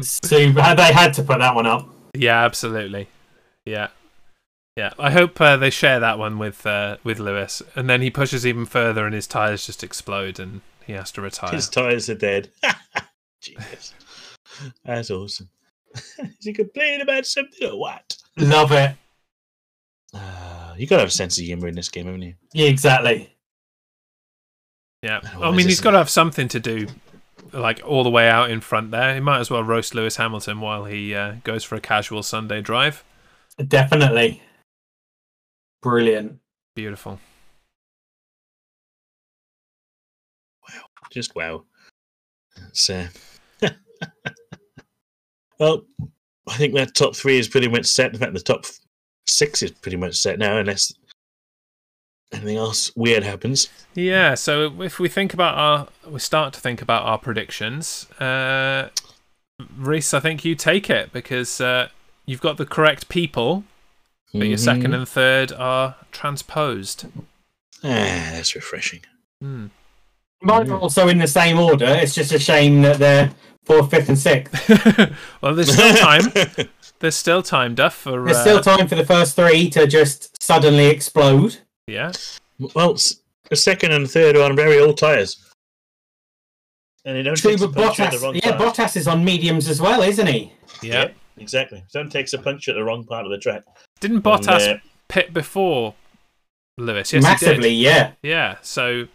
Speaker 3: Super. They had to put that one up.
Speaker 2: Yeah, absolutely. Yeah. Yeah. I hope uh, they share that one with uh, with Lewis and then he pushes even further and his tires just explode and he has to retire.
Speaker 1: His tires are dead. Genius. That's awesome. Is he complaining about something or what?
Speaker 3: Love it.
Speaker 1: Uh, you got to have a sense of humor in this game, haven't you?
Speaker 3: Yeah, exactly.
Speaker 2: Yeah,
Speaker 1: Otherwise
Speaker 2: I mean, he's
Speaker 1: it's-
Speaker 2: got to have something to do, like all the way out in front there. He might as well roast Lewis Hamilton while he uh, goes for a casual Sunday drive.
Speaker 3: Definitely. Brilliant.
Speaker 2: Beautiful.
Speaker 1: Just wow. That's, uh... well, I think that top three is pretty much set. In fact, the top f- six is pretty much set now, unless anything else weird happens.
Speaker 2: Yeah. So if we think about our, we start to think about our predictions. Uh, Reese, I think you take it because uh, you've got the correct people, but your
Speaker 1: Mm-hmm.
Speaker 2: second and third are transposed.
Speaker 1: Ah, that's refreshing.
Speaker 2: Hmm.
Speaker 3: Mine
Speaker 1: Mm.
Speaker 3: are also in the same order. It's just a shame that they're fourth, fifth, and sixth.
Speaker 2: well, there's still time. There's still time, Duff. For
Speaker 3: There's
Speaker 2: uh,
Speaker 3: still time for the first three to just suddenly explode.
Speaker 2: yeah.
Speaker 1: well, s- the second and third are on very old tyres. And they don't
Speaker 3: True,
Speaker 1: take a
Speaker 3: but
Speaker 1: puncture at the wrong
Speaker 3: Bottas, yeah,
Speaker 1: time.
Speaker 3: Bottas is on mediums as well, isn't he?
Speaker 2: Yeah.
Speaker 1: exactly. Someone takes a puncture at the wrong part of the track.
Speaker 2: Didn't
Speaker 1: And,
Speaker 2: Bottas
Speaker 1: uh,
Speaker 2: pit before Lewis. Yes,
Speaker 3: Massively,
Speaker 2: He
Speaker 3: yeah.
Speaker 2: did. Yeah. So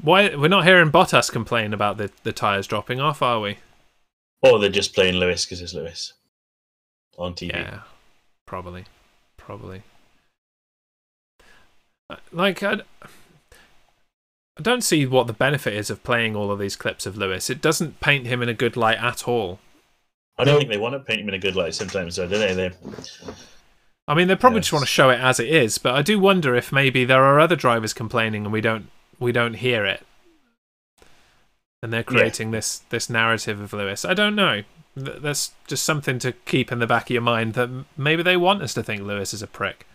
Speaker 2: why we're not hearing Bottas complain about the the tires dropping off, are we?
Speaker 1: uh, Or they're just playing Lewis because it's Lewis. on TV.
Speaker 2: Yeah, probably, probably. Uh, Like I, I don't see what the benefit is of playing all of these clips of Lewis. It doesn't paint him in a good light at all.
Speaker 1: I don't think they want to paint him in a good light sometimes, though, do they? They
Speaker 2: I mean, they probably just
Speaker 1: Yes.
Speaker 2: want to show it as it is, but I do wonder if maybe there are other drivers complaining and we don't we don't hear it, and they're creating this this narrative of Lewis. I don't know. Th- That's just something to keep in the back of your mind that m- maybe they want us to think Lewis is a prick.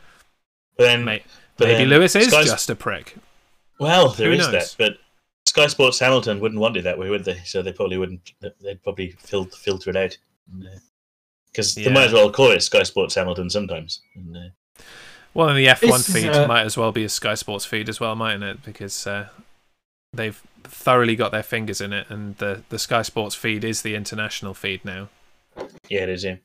Speaker 1: but then
Speaker 2: Mate,
Speaker 1: but
Speaker 2: maybe
Speaker 1: then
Speaker 2: Lewis is
Speaker 1: Sky's-
Speaker 2: just a prick.
Speaker 1: Well, there
Speaker 2: Who
Speaker 1: is that,
Speaker 2: knows?
Speaker 1: but Sky Sports Hamilton wouldn't want it that way, would they? So they probably wouldn't. They'd probably fil- filter it out because
Speaker 2: Yeah.
Speaker 1: they might as well call it Sky Sports Hamilton sometimes. And, uh,
Speaker 2: Well, in the F1
Speaker 3: This is,
Speaker 2: feed
Speaker 3: uh,
Speaker 2: might as well be a Sky Sports feed as well, mightn't it? Because uh, they've thoroughly got their fingers in it, and the the Sky Sports feed is the international feed now.
Speaker 1: yeah, it is. Yeah.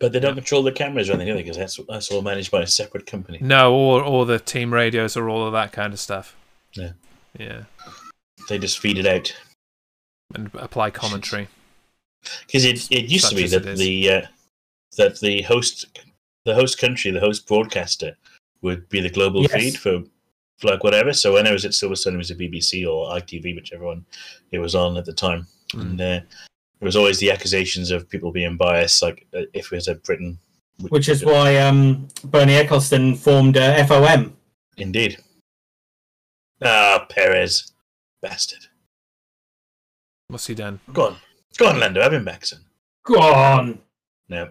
Speaker 1: But they don't control the cameras or anything, because that's that's all managed by a separate company.
Speaker 2: No, or or the team radios or all of that kind of stuff.
Speaker 1: Yeah.
Speaker 2: Yeah.
Speaker 1: They just feed it out.
Speaker 2: And apply commentary.
Speaker 1: because it, it used
Speaker 2: Such
Speaker 1: to be
Speaker 2: as
Speaker 1: that
Speaker 2: it is.
Speaker 1: the uh, that the host the host country the host broadcaster would be the global
Speaker 3: Yes.
Speaker 1: feed for for like whatever so when i was at silverstone it was a bbc or itv whichever one it was on at the time
Speaker 2: Hmm.
Speaker 1: and uh, there was always the accusations of people being biased like uh, if it was a britain
Speaker 3: which is why um, Bernie Eccleston formed uh, FOM.
Speaker 1: indeed ah perez bastard
Speaker 2: What's he done?
Speaker 1: go on go on lando have him back son
Speaker 3: Gone.
Speaker 1: no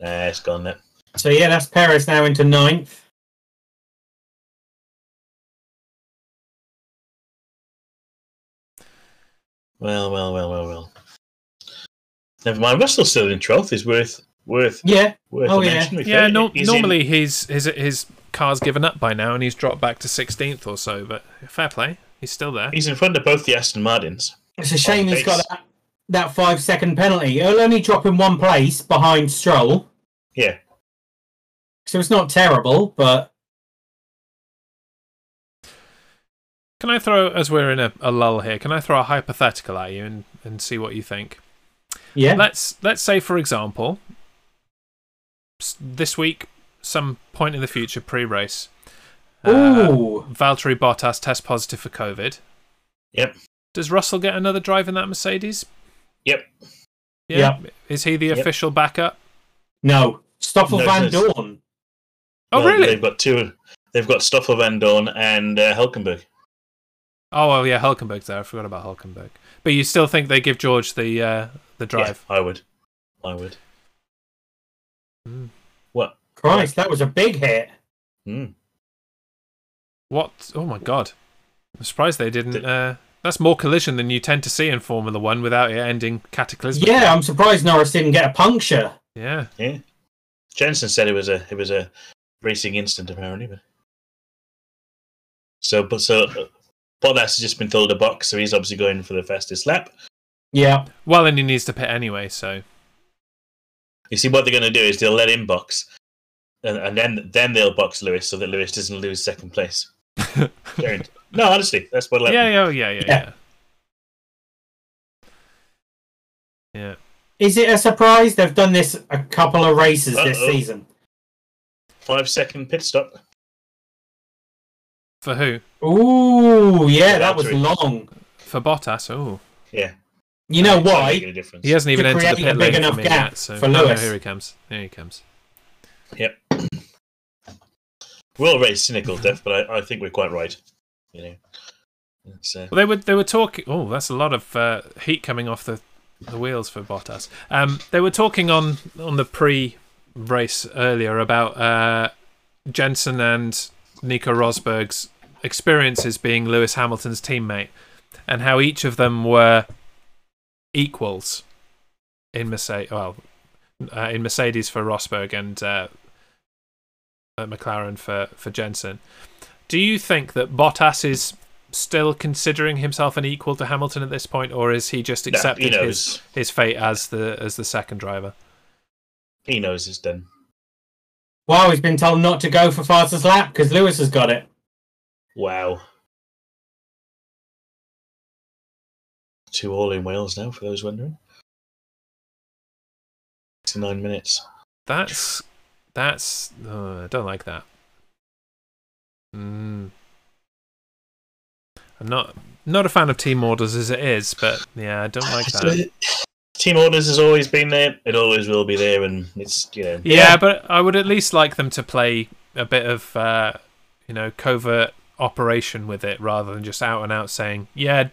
Speaker 1: nah it's gone now
Speaker 3: So yeah, that's Perez now into ninth.
Speaker 1: Well, well, well, well, well. Never mind. Russell's still in twelfth. Is worth worth
Speaker 3: Yeah,
Speaker 1: worth
Speaker 3: Oh,
Speaker 1: a
Speaker 3: yeah.
Speaker 1: mention. We've
Speaker 2: Yeah,
Speaker 1: heard
Speaker 2: no,
Speaker 1: it. He's in-
Speaker 2: normally he's his his car's given up by now and he's dropped back to sixteenth or so, but fair play. He's still there.
Speaker 1: he's in front of both the Aston Martins.
Speaker 3: it's a shame
Speaker 1: Oh,
Speaker 3: he's got
Speaker 1: thanks.
Speaker 3: that, that five second penalty. It'll only drop him one place behind Stroll,
Speaker 1: Yeah,
Speaker 3: so it's not terrible. But
Speaker 2: Can I throw as we're in a, a lull here, can I throw a hypothetical at you and, and see what you think?
Speaker 3: yeah,
Speaker 2: Let's let's say for example s- this week, some point in the future pre race,
Speaker 3: ooh,
Speaker 2: Valtteri Bottas test positive for COVID.
Speaker 1: Yep.
Speaker 2: Does Russell get another drive in that Mercedes?
Speaker 1: Yep.
Speaker 2: Yeah. Is he the
Speaker 1: Yep.
Speaker 2: official backup?
Speaker 3: no, Stoffel
Speaker 1: No,
Speaker 3: Van
Speaker 1: it's-
Speaker 3: Dorn.
Speaker 2: Oh,
Speaker 1: Well,
Speaker 2: really?
Speaker 1: They've got two. They've got Stoffel Van Dorn and uh, Hulkenberg.
Speaker 2: Oh, well, yeah, Hulkenberg's there. I forgot about Hulkenberg. But you still think they give George the uh, the drive?
Speaker 1: Yeah, I would. I would.
Speaker 2: Hmm.
Speaker 1: What?
Speaker 3: Christ, that was a big hit.
Speaker 1: Mm.
Speaker 2: What? Oh my God! I'm surprised they didn't. Uh, that's more collision than you tend to see in Formula One without it ending cataclysmic.
Speaker 3: Yeah, I'm surprised Norris didn't get a puncture.
Speaker 2: Yeah.
Speaker 1: Yeah. Jensen said it was a it was a racing incident apparently, but so but so. uh, Bottas has just been told to box, so he's obviously going for the fastest lap.
Speaker 3: Yeah,
Speaker 2: Well, and he needs to pit anyway, so
Speaker 1: You see, what they're going to do is they'll let him box, and, and then then they'll box Lewis so that Lewis doesn't lose second place. Guaranteed. no, honestly, that's what.
Speaker 2: yeah,
Speaker 1: I'll
Speaker 2: yeah, oh, yeah, yeah, yeah.
Speaker 3: Yeah.
Speaker 2: Yeah.
Speaker 3: is it a surprise they've done this a couple of races this
Speaker 1: Uh-oh.
Speaker 3: season?
Speaker 1: Five second pit stop.
Speaker 2: For who?
Speaker 3: Ooh, yeah, that was
Speaker 1: Battery.
Speaker 3: long.
Speaker 2: For Bottas. Oh,
Speaker 1: Yeah.
Speaker 3: You know
Speaker 1: It's not
Speaker 3: why?
Speaker 1: making a difference.
Speaker 2: he hasn't even
Speaker 3: To
Speaker 2: entered the
Speaker 3: create a
Speaker 2: pit
Speaker 3: big
Speaker 2: lane
Speaker 3: enough
Speaker 2: for me
Speaker 3: gap
Speaker 2: yet. So
Speaker 3: for
Speaker 2: Oh, no,
Speaker 3: Lewis.
Speaker 2: here he comes. Here he comes.
Speaker 1: We're all very cynical, Def, but I, I think we're quite right. You know. It's, uh,
Speaker 2: Well, they were they were talking. Oh, that's a lot of uh, heat coming off the, the wheels for Bottas. Um, they were talking on on the pre race earlier about uh, Jensen and Nico Rosberg's experiences being Lewis Hamilton's teammate, and how each of them were equals in Mercedes. Well, uh, in Mercedes for Rosberg and uh, at McLaren for for Jensen. Do you think that Bottas is still considering himself an equal to Hamilton at this point, or is he just
Speaker 1: no, he
Speaker 2: accepted his,
Speaker 1: knows.
Speaker 2: his fate as the as the second driver?
Speaker 1: He knows it's done.
Speaker 3: Wow, he's been told not to go for fastest lap because Lewis has got it.
Speaker 1: Wow. Two all in Wales now, for those wondering. 69 minutes.
Speaker 2: That's that's uh, I don't like that. Mm. I'm not not a fan of team orders as it is, but yeah, I don't like that.
Speaker 1: Team orders has always been there. It always will be there, and it's you know.
Speaker 2: Yeah, but I would at least like them to play a bit of uh, you know covert operation with it rather than just out and out saying, "Yeah,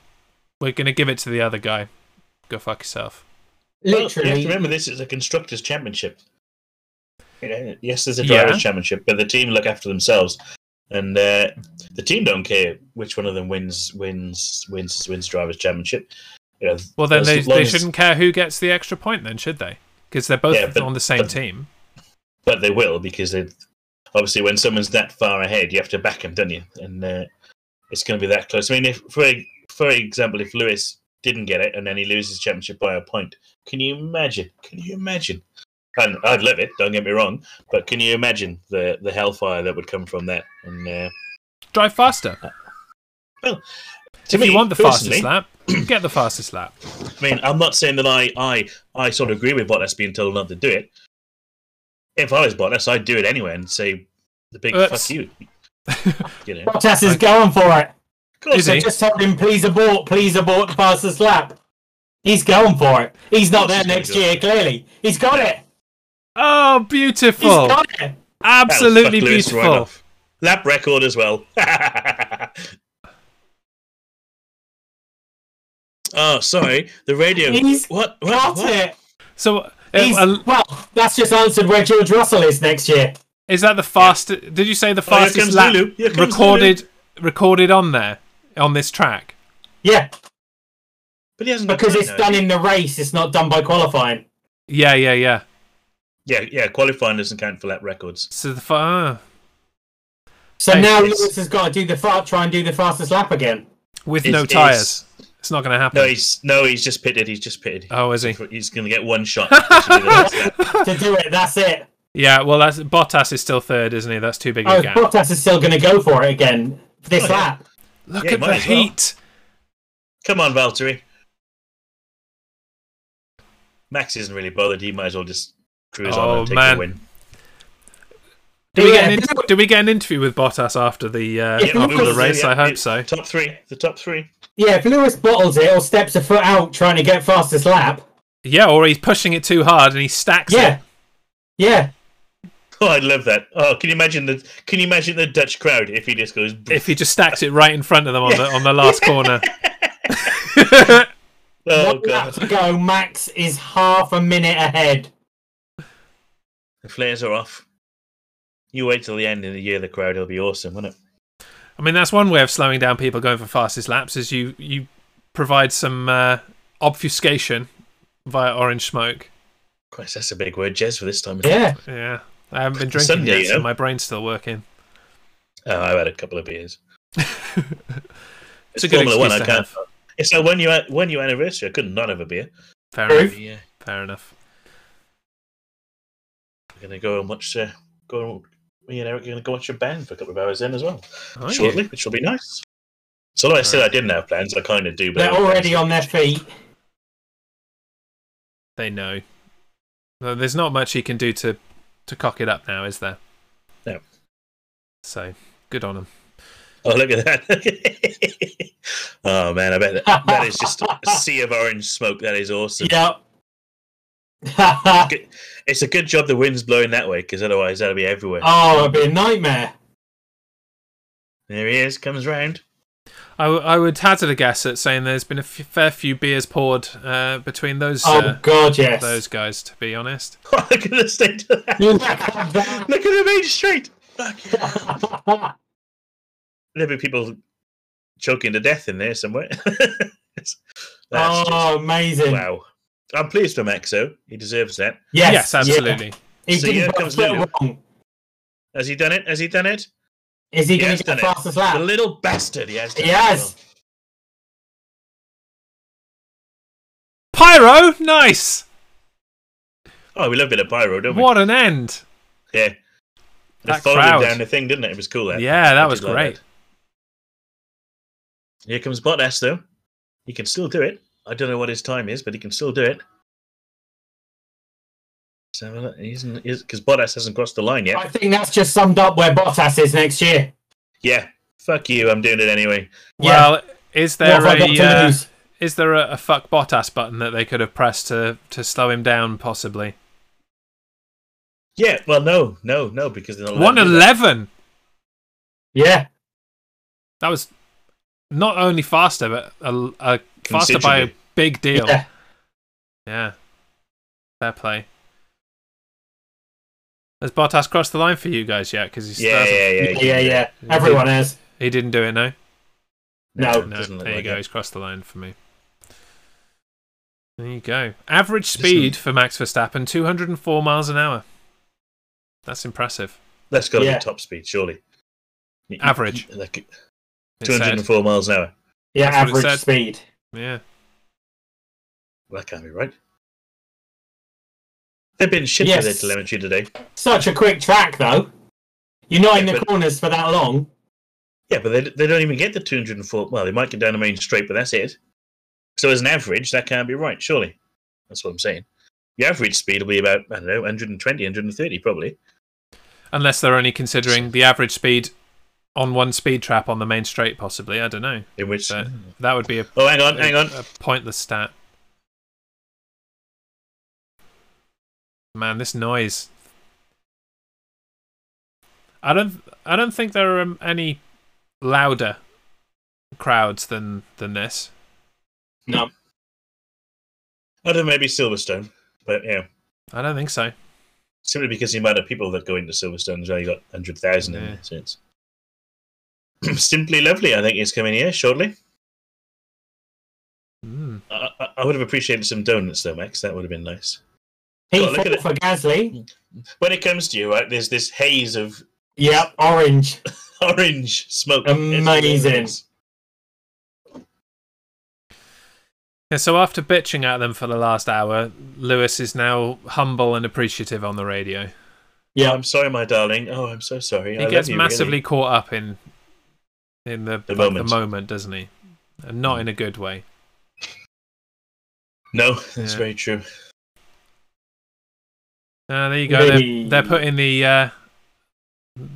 Speaker 2: we're going to give it to the other guy. Go fuck yourself."
Speaker 1: Well, you have to
Speaker 3: Literally,
Speaker 1: remember this is a constructors' championship. You know, yes, there's a drivers'
Speaker 2: Yeah.
Speaker 1: championship, but the team look after themselves, and uh, the team don't care which one of them wins wins wins wins drivers' championship. You know,
Speaker 2: Well, then
Speaker 1: as
Speaker 2: they,
Speaker 1: long
Speaker 2: they
Speaker 1: as-
Speaker 2: shouldn't care who gets the extra point, then should they? Because they're both
Speaker 1: Yeah, but-
Speaker 2: on the same
Speaker 1: but-
Speaker 2: team.
Speaker 1: but they will because they obviously when someone's that far ahead, you have to back them, don't you? And uh, it's going to be that close. I mean, if for for example, if Lewis didn't get it and then he loses championship by a point, can you imagine? Can you imagine? And I'd love it. Don't get me wrong, but can you imagine the the hellfire that would come from that? And uh,
Speaker 2: Drive faster.
Speaker 1: to
Speaker 2: if
Speaker 1: Uh, me,
Speaker 2: you want the
Speaker 1: personally,
Speaker 2: fastest lap, get the fastest lap.
Speaker 1: I mean, I'm not saying that I, I, I sort of agree with Bottas being told not to do it. If I was Bottas, I'd do it anyway and say the big
Speaker 2: Oops.
Speaker 1: fuck you. you know,
Speaker 3: Bottas is going for it.
Speaker 1: of course,
Speaker 2: Is
Speaker 1: I
Speaker 2: he?
Speaker 3: I just told him, please abort, please abort the fastest lap. He's going for it. He's
Speaker 1: Yes,
Speaker 3: not there
Speaker 1: he's gonna
Speaker 3: next
Speaker 1: go
Speaker 3: year,
Speaker 1: for
Speaker 3: clearly. He's got it.
Speaker 2: Oh,
Speaker 3: He's
Speaker 2: beautiful!
Speaker 3: got it.
Speaker 1: That'll
Speaker 2: Absolutely
Speaker 1: fuck Lewis right
Speaker 2: beautiful.
Speaker 1: off. Lap record as well. oh, sorry. The radio.
Speaker 3: He's
Speaker 1: what? What?
Speaker 3: Got
Speaker 1: what?
Speaker 3: it.
Speaker 2: So, uh,
Speaker 3: He's,
Speaker 2: uh,
Speaker 3: well, that's just answered where George Russell is next year.
Speaker 2: is that the fastest? Did you say the
Speaker 1: Oh, here
Speaker 2: fastest
Speaker 1: comes
Speaker 2: lap
Speaker 1: Lulu. Here comes
Speaker 2: recorded recorded on there on this track?
Speaker 3: Yeah,
Speaker 1: But he hasn't got
Speaker 3: because
Speaker 1: time
Speaker 3: it's
Speaker 1: now.
Speaker 3: done in the race. It's not done by qualifying.
Speaker 2: Yeah, yeah, yeah.
Speaker 1: Yeah, yeah. Qualifying doesn't count for lap records.
Speaker 2: So the uh, fa-
Speaker 3: So
Speaker 2: Hey,
Speaker 3: now
Speaker 1: it's-
Speaker 3: Lewis has got to do the far, try and do the fastest lap again.
Speaker 2: with
Speaker 1: It's-
Speaker 2: no
Speaker 1: it's-
Speaker 2: tires, it's not going to happen.
Speaker 1: No, he's no, he's just pitted. He's just pitted.
Speaker 2: oh, is he?
Speaker 1: He's going to get one shot. This will be the last lap.
Speaker 3: to do it, that's it.
Speaker 2: Yeah. Well, that's, Bottas is still third, isn't he? That's too big
Speaker 3: Oh,
Speaker 2: a gap.
Speaker 3: Bottas is still going to go for it again this
Speaker 1: Oh, yeah.
Speaker 3: lap.
Speaker 2: Look
Speaker 1: Yeah,
Speaker 2: at
Speaker 1: might
Speaker 2: the
Speaker 1: as well.
Speaker 2: heat.
Speaker 1: Come on, Valtteri. Max isn't really bothered. He might as well just cruise on
Speaker 2: Oh,
Speaker 1: and take
Speaker 2: man.
Speaker 1: the win.
Speaker 2: Do we, get
Speaker 3: Yeah,
Speaker 2: an in-
Speaker 3: do it.
Speaker 2: do we get an interview with Bottas after the uh,
Speaker 3: Yeah,
Speaker 2: after the
Speaker 3: Lewis,
Speaker 2: race?
Speaker 1: yeah,
Speaker 2: I
Speaker 1: yeah.
Speaker 2: hope so.
Speaker 1: Top three. The top three.
Speaker 3: Yeah, if Lewis bottles it or steps a foot out trying to get fastest lap,
Speaker 2: Yeah, or he's pushing it too hard and he stacks
Speaker 3: yeah,
Speaker 2: it.
Speaker 3: yeah,
Speaker 1: Oh, I love that. Oh, can you imagine the can you imagine the Dutch crowd if he just goes?
Speaker 2: If he just stacks it right in front of them on the on the last corner.
Speaker 1: oh
Speaker 2: Oh,
Speaker 3: One lap
Speaker 1: god,
Speaker 3: to go. Max is half a minute ahead.
Speaker 1: the flares are off. You wait till the end of the year, the crowd will be awesome, won't it?
Speaker 2: I mean, that's one way of slowing down people going for fastest laps is you you provide some uh, obfuscation via orange smoke.
Speaker 1: Christ, that's a big word, Jez, for this time. of
Speaker 3: Yeah,
Speaker 2: Yeah, I haven't been drinking
Speaker 1: Sunday,
Speaker 2: yet, so
Speaker 1: yeah.
Speaker 2: my brain's still working.
Speaker 1: Oh, I've had a couple of beers.
Speaker 2: It's a good excuse
Speaker 1: I
Speaker 2: to
Speaker 1: can't.
Speaker 2: have.
Speaker 1: It's a one year one year anniversary. I couldn't not have a beer.
Speaker 2: Fair
Speaker 3: True.
Speaker 2: enough.
Speaker 1: Yeah,
Speaker 2: Fair enough.
Speaker 1: we're gonna go and watch. Uh, go and me and Eric are gonna go watch a band for a couple of hours in as well
Speaker 2: Are you?
Speaker 1: shortly, which will be nice. So, like I said, I didn't have plans. I kind of do, but
Speaker 3: they're already on their feet.
Speaker 2: They know. No, There's not much he can do to to cock it up now, is there?
Speaker 1: No.
Speaker 2: So good on him.
Speaker 1: Oh, look at that. oh, man, I bet that, that is just a sea of orange smoke. That is awesome.
Speaker 3: Yep.
Speaker 1: It's a good job the wind's blowing that way because otherwise that'll be everywhere.
Speaker 3: oh, it'd be a nightmare.
Speaker 1: There he is, comes round.
Speaker 2: I, w- I would hazard a guess at saying there's been a f- fair few beers poured uh, between those
Speaker 3: oh
Speaker 2: uh,
Speaker 3: God, yes.
Speaker 2: those guys, to be honest.
Speaker 1: Oh, look at the state of that.
Speaker 3: You can't have
Speaker 1: Look at the main street. Fuck yeah.
Speaker 3: that.
Speaker 1: There'll be people choking to death in there somewhere. That's just,
Speaker 3: oh, amazing.
Speaker 1: wow. I'm pleased for Maxo. He deserves that.
Speaker 3: Yes,
Speaker 2: yes, absolutely.
Speaker 3: yeah. He
Speaker 1: So
Speaker 3: didn't
Speaker 1: here
Speaker 3: put
Speaker 1: comes
Speaker 3: a foot
Speaker 1: Lulu.
Speaker 3: wrong.
Speaker 1: Has he done it? Has he done it?
Speaker 3: Is he
Speaker 1: He
Speaker 3: going
Speaker 1: has
Speaker 3: to get
Speaker 1: done
Speaker 3: the
Speaker 1: it.
Speaker 3: fastest
Speaker 1: The
Speaker 3: lap?
Speaker 1: little bastard. He has. done it.
Speaker 3: Yes.
Speaker 2: Pyro, nice.
Speaker 1: Oh, we love a bit of pyro, don't we?
Speaker 2: What an end.
Speaker 1: Yeah. They
Speaker 2: That
Speaker 1: folded
Speaker 2: crowd.
Speaker 1: down the thing, didn't it? It was cool. That.
Speaker 2: Yeah,
Speaker 1: I
Speaker 2: that
Speaker 1: did
Speaker 2: was
Speaker 1: like
Speaker 2: great.
Speaker 1: that. Here comes Bottas though. He can still do it. I don't know what his time is, but he can still do it. So he's because Bottas hasn't crossed the line yet.
Speaker 3: I think that's just summed up where Bottas is next year.
Speaker 1: Yeah, fuck you. I'm doing it anyway.
Speaker 3: Yeah.
Speaker 2: Well, is
Speaker 3: What
Speaker 2: there
Speaker 3: have I got
Speaker 2: a
Speaker 3: to
Speaker 2: uh,
Speaker 3: lose?
Speaker 2: is there a, a fuck Bottas button that they could have pressed to to slow him down? Possibly
Speaker 1: Yeah. Well, no, no, no, because they're not. allowed
Speaker 2: one
Speaker 1: to do that.
Speaker 2: eleven.
Speaker 3: Yeah,
Speaker 2: That was not only faster, but a, a faster by a
Speaker 1: Considerably.
Speaker 2: big deal.
Speaker 3: yeah.
Speaker 2: Yeah. Fair play. Has Bottas crossed the line for you guys yet? Because he still
Speaker 1: Yeah,
Speaker 2: hasn't-
Speaker 1: yeah, yeah,
Speaker 3: Yeah, yeah, yeah.
Speaker 2: Yeah.
Speaker 3: Everyone has.
Speaker 2: he didn't do it. No,
Speaker 3: No.
Speaker 1: it
Speaker 2: no.
Speaker 1: doesn't look
Speaker 2: There you
Speaker 1: like
Speaker 2: go.
Speaker 1: it.
Speaker 2: He's crossed the line for me. There you go. Average speed for Max Verstappen: 204 miles an hour. That's impressive.
Speaker 1: That's got to
Speaker 3: Yeah.
Speaker 1: be top speed, surely. Y- y-
Speaker 2: Average.
Speaker 1: Like
Speaker 2: It said.
Speaker 1: 204 miles an hour.
Speaker 3: Yeah,
Speaker 2: That's what it
Speaker 3: average
Speaker 2: said.
Speaker 3: speed.
Speaker 2: Yeah.
Speaker 1: That can't be right. They've been shit with their
Speaker 3: Yes.
Speaker 1: telemetry today.
Speaker 3: Such a quick track, though. You're not in
Speaker 1: Yeah,
Speaker 3: the
Speaker 1: but-
Speaker 3: corners for that long.
Speaker 1: Yeah, but they, they don't even get the 204. Well, they might get down the main straight, but that's it. So as an average, that can't be right, surely. That's what I'm saying. The average speed will be about, I don't know, 120, 130 probably.
Speaker 2: Unless they're only considering the average speed on one speed trap on the main straight, possibly. I don't know.
Speaker 1: In which.
Speaker 2: But that would be a,
Speaker 1: oh, hang on, hang on.
Speaker 2: a pointless stat. Man, this noise. I don't. I don't think there are um, any louder crowds than than this.
Speaker 3: No.
Speaker 1: Other than maybe Silverstone. But yeah,
Speaker 2: I don't think so.
Speaker 1: simply because the amount of people that go into Silverstone has only got 100,000 in
Speaker 2: Yeah.
Speaker 1: there. So it's simply lovely, I think, is coming here shortly.
Speaker 2: Mm.
Speaker 1: I, I, I would have appreciated some donuts, though, Max. That would have been nice. Oh, look at
Speaker 3: P4
Speaker 1: it. Hmm.
Speaker 3: for Gasly.
Speaker 1: When it comes to you, right, there's this haze of
Speaker 3: Yep, orange.
Speaker 1: orange smoke.
Speaker 3: Amazing.
Speaker 2: Yeah, so after bitching at them for the last hour, Lewis is now humble and appreciative on the radio.
Speaker 3: Yep.
Speaker 1: I'm sorry, my darling. Oh, I'm so sorry. I
Speaker 2: He
Speaker 1: love
Speaker 2: gets
Speaker 1: you,
Speaker 2: massively
Speaker 1: really.
Speaker 2: caught up in in the,
Speaker 1: The
Speaker 2: like,
Speaker 1: moment.
Speaker 2: the moment, doesn't he? And not in a good way.
Speaker 1: No, that's
Speaker 2: Yeah.
Speaker 1: very true.
Speaker 2: Uh, there you go. They're,
Speaker 3: Maybe-
Speaker 2: they're putting the uh,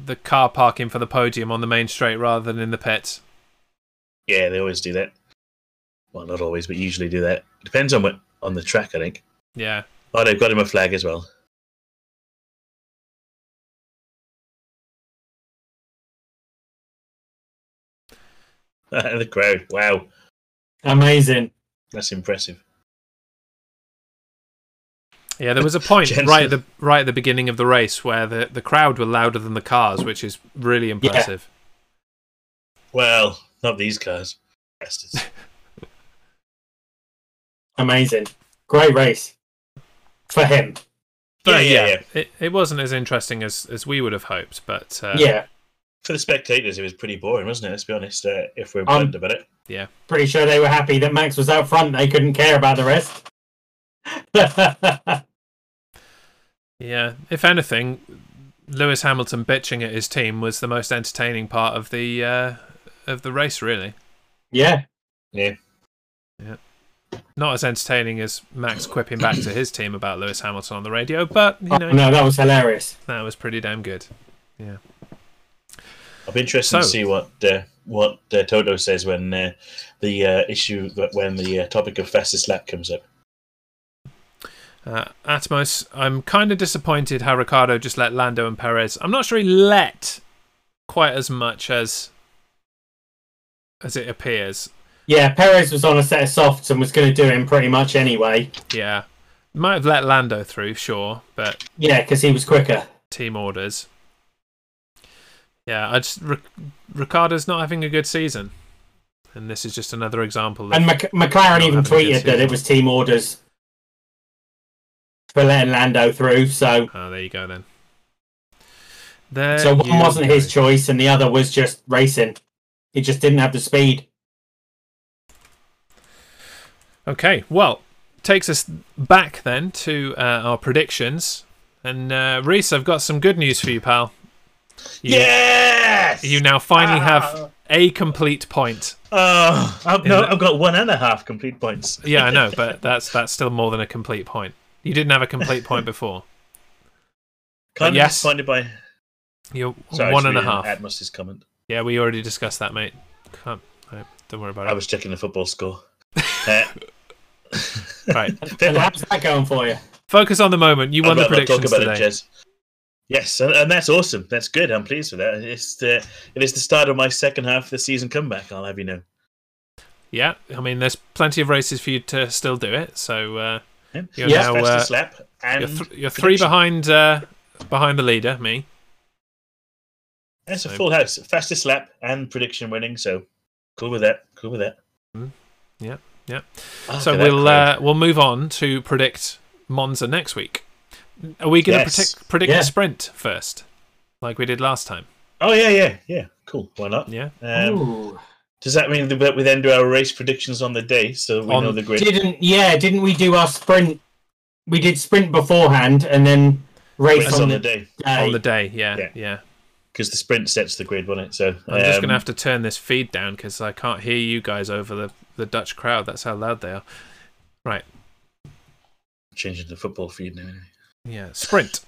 Speaker 2: the car parking for the podium on the main straight rather than in the pits.
Speaker 1: Yeah, they always do that. Well, not always, but usually do that. Depends on what on the track, I think.
Speaker 2: Yeah.
Speaker 1: Oh, they've got him a flag as well. the crowd. Wow,
Speaker 3: Amazing.
Speaker 1: that's impressive.
Speaker 2: Yeah, there was a point
Speaker 1: Jensen.
Speaker 2: right at the right at the beginning of the race where the, the crowd were louder than the cars, which is really impressive.
Speaker 1: Well, not these cars. Bastards.
Speaker 3: Amazing. Great race for him.
Speaker 2: But
Speaker 1: Yeah, yeah,
Speaker 2: It, it wasn't as interesting as, as we would have hoped, but uh,
Speaker 3: yeah,
Speaker 1: For the spectators, it was pretty boring, wasn't it? Let's be honest. Uh, if we're
Speaker 3: Um,
Speaker 1: blunt about it.
Speaker 3: pretty sure they were happy that Max was out front. They couldn't care about the rest.
Speaker 2: yeah. If anything, Lewis Hamilton bitching at his team was the most entertaining part of the uh, of the race, really.
Speaker 3: yeah,
Speaker 2: Not as entertaining as Max quipping back to his team about Lewis Hamilton on the radio, but you
Speaker 3: Oh,
Speaker 2: know
Speaker 3: no, that was hilarious.
Speaker 2: That was pretty damn good.
Speaker 1: I'll be interested to
Speaker 2: So-
Speaker 1: see what uh, what uh, Toto says when uh, the uh, issue when the uh, topic of fastest lap comes up.
Speaker 2: Uh, Atmos, I'm kind of disappointed how Ricardo just let Lando and Perez. I'm not sure he let quite as much as as it appears.
Speaker 3: Yeah, Perez was on a set of softs and was going to do him pretty much anyway.
Speaker 2: Yeah, might have let Lando through, sure, but
Speaker 3: Yeah, because he was quicker.
Speaker 2: team orders. Yeah, I just Ric- Ricardo's not having a good season, and this is just another example.
Speaker 3: And
Speaker 2: Of,
Speaker 3: Mc- McLaren
Speaker 2: Not
Speaker 3: even
Speaker 2: having a good
Speaker 3: tweeted that
Speaker 2: season.
Speaker 3: it was team orders for letting Lando through. So,
Speaker 2: oh, there you go then. There
Speaker 3: so one
Speaker 2: you
Speaker 3: wasn't
Speaker 2: go.
Speaker 3: his choice, and the other was just racing. He just didn't have the speed.
Speaker 2: Okay, well, takes us back then to uh, our predictions. And uh, Reese, I've got some good news for you, pal. You,
Speaker 1: yes.
Speaker 2: You now
Speaker 1: Ah.
Speaker 2: finally have a complete point.
Speaker 1: Oh, I've, no,
Speaker 2: Isn't it-
Speaker 1: I've got one and a half complete points.
Speaker 2: Yeah, I know, but that's that's still more than a complete point. You didn't have a complete point before.
Speaker 1: Kind of
Speaker 2: yes.
Speaker 1: disappointed by
Speaker 2: You're
Speaker 1: sorry,
Speaker 2: one and a
Speaker 1: it's me,
Speaker 2: half.
Speaker 1: At Musty's comment.
Speaker 2: Yeah, we already discussed that, mate. Can't, all right, don't worry about
Speaker 1: I
Speaker 2: it.
Speaker 1: was checking the football score. Uh,
Speaker 2: right,
Speaker 3: And how's that going for you?
Speaker 2: focus on the moment. You
Speaker 1: I'd
Speaker 2: won the
Speaker 1: rather not
Speaker 2: predictions
Speaker 1: talk about
Speaker 2: today.
Speaker 1: it, Jez. Yes, and, and that's awesome. That's good. I'm pleased with that. It's the, it is the start of my second half of the season comeback. I'll have you know.
Speaker 2: yeah, I mean, there's plenty of races for you to still do it. So uh, You're
Speaker 1: Yes,
Speaker 2: now,
Speaker 1: fastest
Speaker 2: uh,
Speaker 1: lap and
Speaker 2: you're, th- you're three
Speaker 1: prediction.
Speaker 2: behind uh, behind the leader, me.
Speaker 1: That's a
Speaker 2: so-
Speaker 1: full house. Fastest lap and prediction winning. So cool with that. Cool with that.
Speaker 2: Mm. Yeah, yeah.
Speaker 1: Ah,
Speaker 2: so
Speaker 1: look at that
Speaker 2: we'll
Speaker 1: crowd.
Speaker 2: uh, we'll move on to predict Monza next week. Are we going to
Speaker 1: Yes.
Speaker 2: predict, predict
Speaker 3: Yeah.
Speaker 2: the sprint first, like we did last time?
Speaker 1: Oh yeah, yeah, yeah. Cool. Why not?
Speaker 2: Yeah.
Speaker 1: Um,
Speaker 3: Ooh.
Speaker 1: does that mean that we then do our race predictions on the day, so we
Speaker 2: On-
Speaker 1: know the grid?
Speaker 3: Didn't yeah? Didn't we do our sprint? We did sprint beforehand and then race
Speaker 1: Race
Speaker 3: on,
Speaker 1: on the
Speaker 3: the
Speaker 1: day
Speaker 3: day.
Speaker 2: On the day, yeah, yeah.
Speaker 1: Yeah. because the sprint sets the grid, wasn't it? So
Speaker 2: I'm just going to
Speaker 1: um,
Speaker 2: have to turn this feed down because I can't hear you guys over the, the Dutch crowd. That's how loud they are.
Speaker 1: change it to the football feed now. anyway.
Speaker 2: Yeah. Sprint.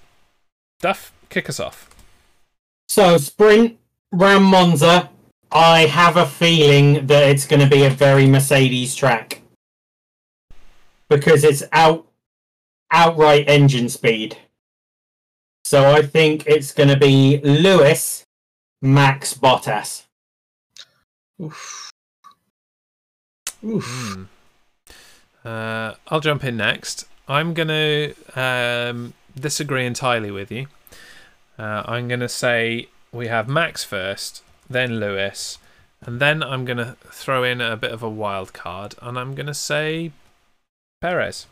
Speaker 2: Duff, kick us off.
Speaker 3: So sprint round Monza. I have a feeling that it's going to be a very Mercedes track because it's out outright engine speed. So I think it's going to be Lewis, Max, Bottas.
Speaker 1: Oof. Oof.
Speaker 2: Hmm. Uh, I'll jump in next. I'm going to um, disagree entirely with you. Uh, I'm going to say we have Max first, then Lewis, and then I'm going to throw in a bit of a wild card, and I'm going to say Perez.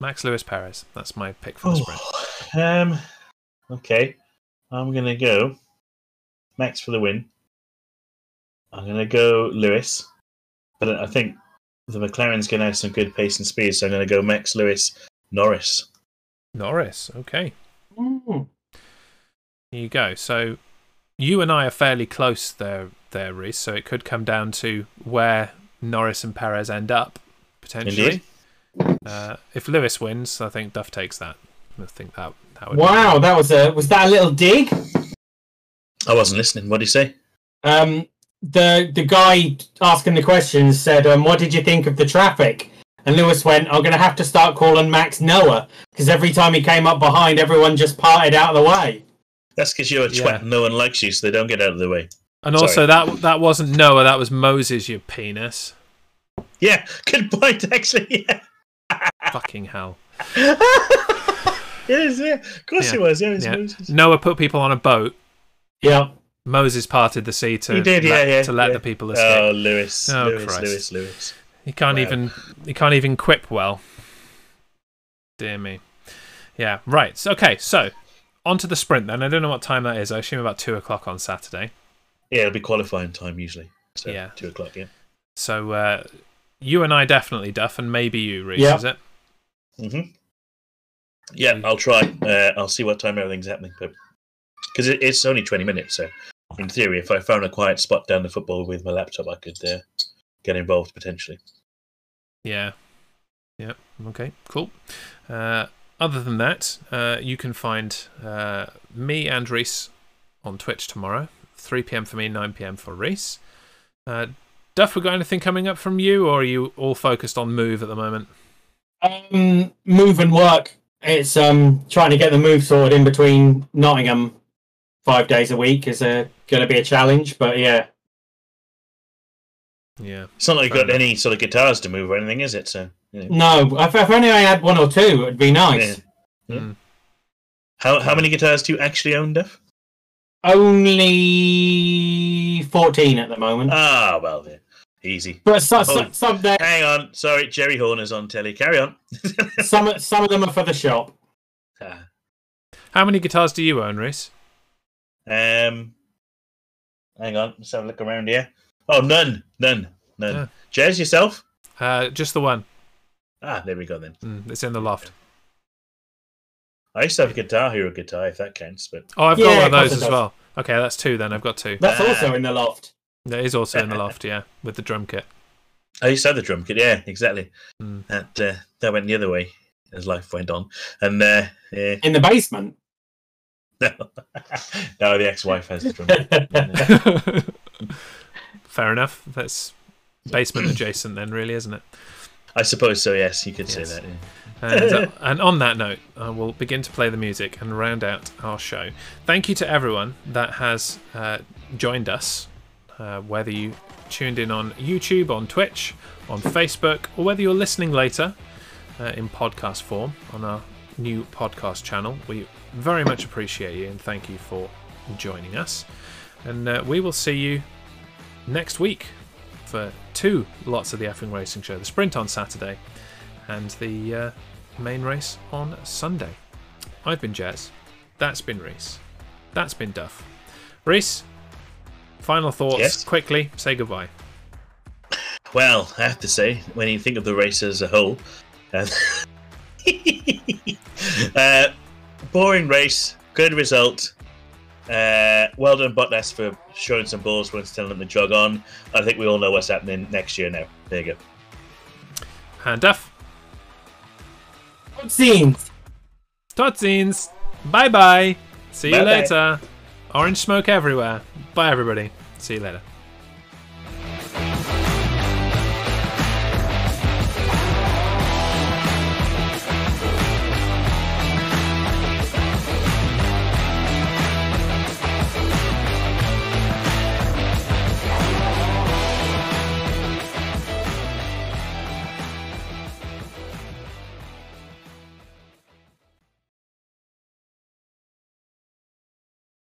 Speaker 2: Max Lewis Perez. That's my pick for the sprint.
Speaker 1: Oh, um, okay. I'm going to go Max for the win. I'm going to go Lewis. But I think the McLaren's going to have some good pace and speed, so I'm going to go Max, Lewis, Norris.
Speaker 2: Norris. Okay.
Speaker 3: Mm.
Speaker 2: Here you go. So you and I are fairly close there, there, Reese. So it could come down to where Norris and Perez end up potentially.
Speaker 1: Indeed.
Speaker 2: Uh, if Lewis wins, I think Duff takes that. I think that that would. be-
Speaker 3: Wow, that was a was that a little dig?
Speaker 1: I wasn't listening. What did he say?
Speaker 3: um, the the guy asking the questions said, um, "What did you think of the traffic?" And Lewis went, "I'm going to have to start calling Max Noah because every time he came up behind, everyone just parted out of the way."
Speaker 1: That's because you're a
Speaker 2: Yeah.
Speaker 1: twat. and No one likes you, so they don't get out of the way.
Speaker 2: And
Speaker 1: Sorry.
Speaker 2: also that that wasn't Noah. That was Moses. Your penis.
Speaker 1: Yeah, good point, actually. Yeah.
Speaker 2: Fucking hell.
Speaker 1: Yes, yeah. Of course
Speaker 2: Yeah.
Speaker 1: he was. Yeah, he was
Speaker 2: Yeah.
Speaker 1: Moses.
Speaker 2: Noah put people on a boat.
Speaker 3: Yeah,
Speaker 2: Moses parted the sea to
Speaker 1: He did,
Speaker 2: let,
Speaker 1: yeah, yeah,
Speaker 2: to let
Speaker 1: yeah.
Speaker 2: the people escape.
Speaker 1: Oh, Lewis.
Speaker 2: Oh,
Speaker 1: Lewis,
Speaker 2: Christ.
Speaker 1: Lewis, Lewis.
Speaker 2: He can't
Speaker 1: Wow.
Speaker 2: even he can't even quip well. Dear me. Yeah, right. So- Okay, so on to the sprint then. I don't know what time that is. I assume about two o'clock on Saturday.
Speaker 1: Yeah, it'll be qualifying time usually. So
Speaker 2: Yeah.
Speaker 1: two o'clock. Yeah.
Speaker 2: So uh, you and I definitely, Duff, and maybe you, Reese,
Speaker 3: Yeah.
Speaker 2: is it?
Speaker 1: hmm Yeah, I'll try. Uh, I'll see what time everything's happening, but because it, it's only twenty minutes, so in theory, if I found a quiet spot down the football with my laptop, I could uh, get involved potentially.
Speaker 2: Yeah. Yeah. Okay. Cool. Uh, other than that, uh, you can find uh, me and Reese on Twitch tomorrow, 3 p.m. for me, 9 p.m. for Reese. Uh, Duff, we got anything coming up from you, or are you all focused on Move at the moment?
Speaker 3: um, move and work. It's um trying to get the move sorted in between Nottingham five days a week is uh going to be a challenge, but yeah,
Speaker 2: Yeah.
Speaker 1: It's not like you've
Speaker 2: Fair
Speaker 1: got any sort of guitars to move or anything, is it? So yeah.
Speaker 3: no, if, if only I had one or two, it'd be nice.
Speaker 1: Yeah. Yeah. Hmm.
Speaker 2: Mm.
Speaker 1: How how many guitars do you actually own, Duff?
Speaker 3: Only fourteen at the moment,
Speaker 1: Ah, well, yeah, easy.
Speaker 3: but so, so,
Speaker 1: oh.
Speaker 3: someday
Speaker 1: Hang on, sorry, Jerry Horner's on telly. Carry on.
Speaker 3: some some of them are for the shop.
Speaker 1: Ah.
Speaker 2: How many guitars do you own, Reese?
Speaker 1: Um, hang on, let's have a look around here. Oh, none, none, none.
Speaker 2: Yeah.
Speaker 1: Jez, yourself?
Speaker 2: Uh, just the one.
Speaker 1: Ah, there we go then.
Speaker 2: Mm, it's in the loft.
Speaker 1: I used to have a guitar hero guitar, if that counts, but
Speaker 2: Oh, I've
Speaker 3: Yeah,
Speaker 2: got one of
Speaker 3: of course
Speaker 2: those
Speaker 3: it
Speaker 2: as
Speaker 3: does.
Speaker 2: well. Okay, that's two then. I've got two.
Speaker 3: That's
Speaker 1: Ah.
Speaker 3: also in the loft.
Speaker 2: That is also in the loft, yeah, with the drum kit.
Speaker 1: I used to have the drum kit. Yeah, exactly.
Speaker 2: Mm.
Speaker 1: That uh, that went the other way. as life went on. And uh, eh,
Speaker 3: in the basement.
Speaker 1: no. no, the ex-wife has the drum.
Speaker 2: Fair enough. That's basement adjacent, then, really, isn't it?
Speaker 1: I suppose so. Yes, you could
Speaker 2: Yes.
Speaker 1: say that. yeah.
Speaker 2: And, uh, and on that note, I will begin to play the music and round out our show. Thank you to everyone that has uh, joined us, uh, whether you tuned in on YouTube, on Twitch, on Facebook, or whether you're listening later uh, in podcast form on our new podcast channel. We very much appreciate you and thank you for joining us. And uh, we will see you next week for two lots of the effing racing show the sprint on Saturday and the uh, main race on Sunday. I've been Jez. That's been Reese. That's been Duff. Reese, final thoughts
Speaker 1: Yes?
Speaker 2: quickly. Say goodbye.
Speaker 1: Well, I have to say, when you think of the race as a whole, uh, uh, boring race, good result. Uh, well done, Bottas, for showing some balls when it's telling them to jog on. I think we all know what's happening next year now. There you go.
Speaker 2: And Duff,
Speaker 3: Good scenes.
Speaker 2: Totsins, bye bye. See you
Speaker 1: Bye-bye.
Speaker 2: later. Orange smoke everywhere. Bye, everybody. See you later.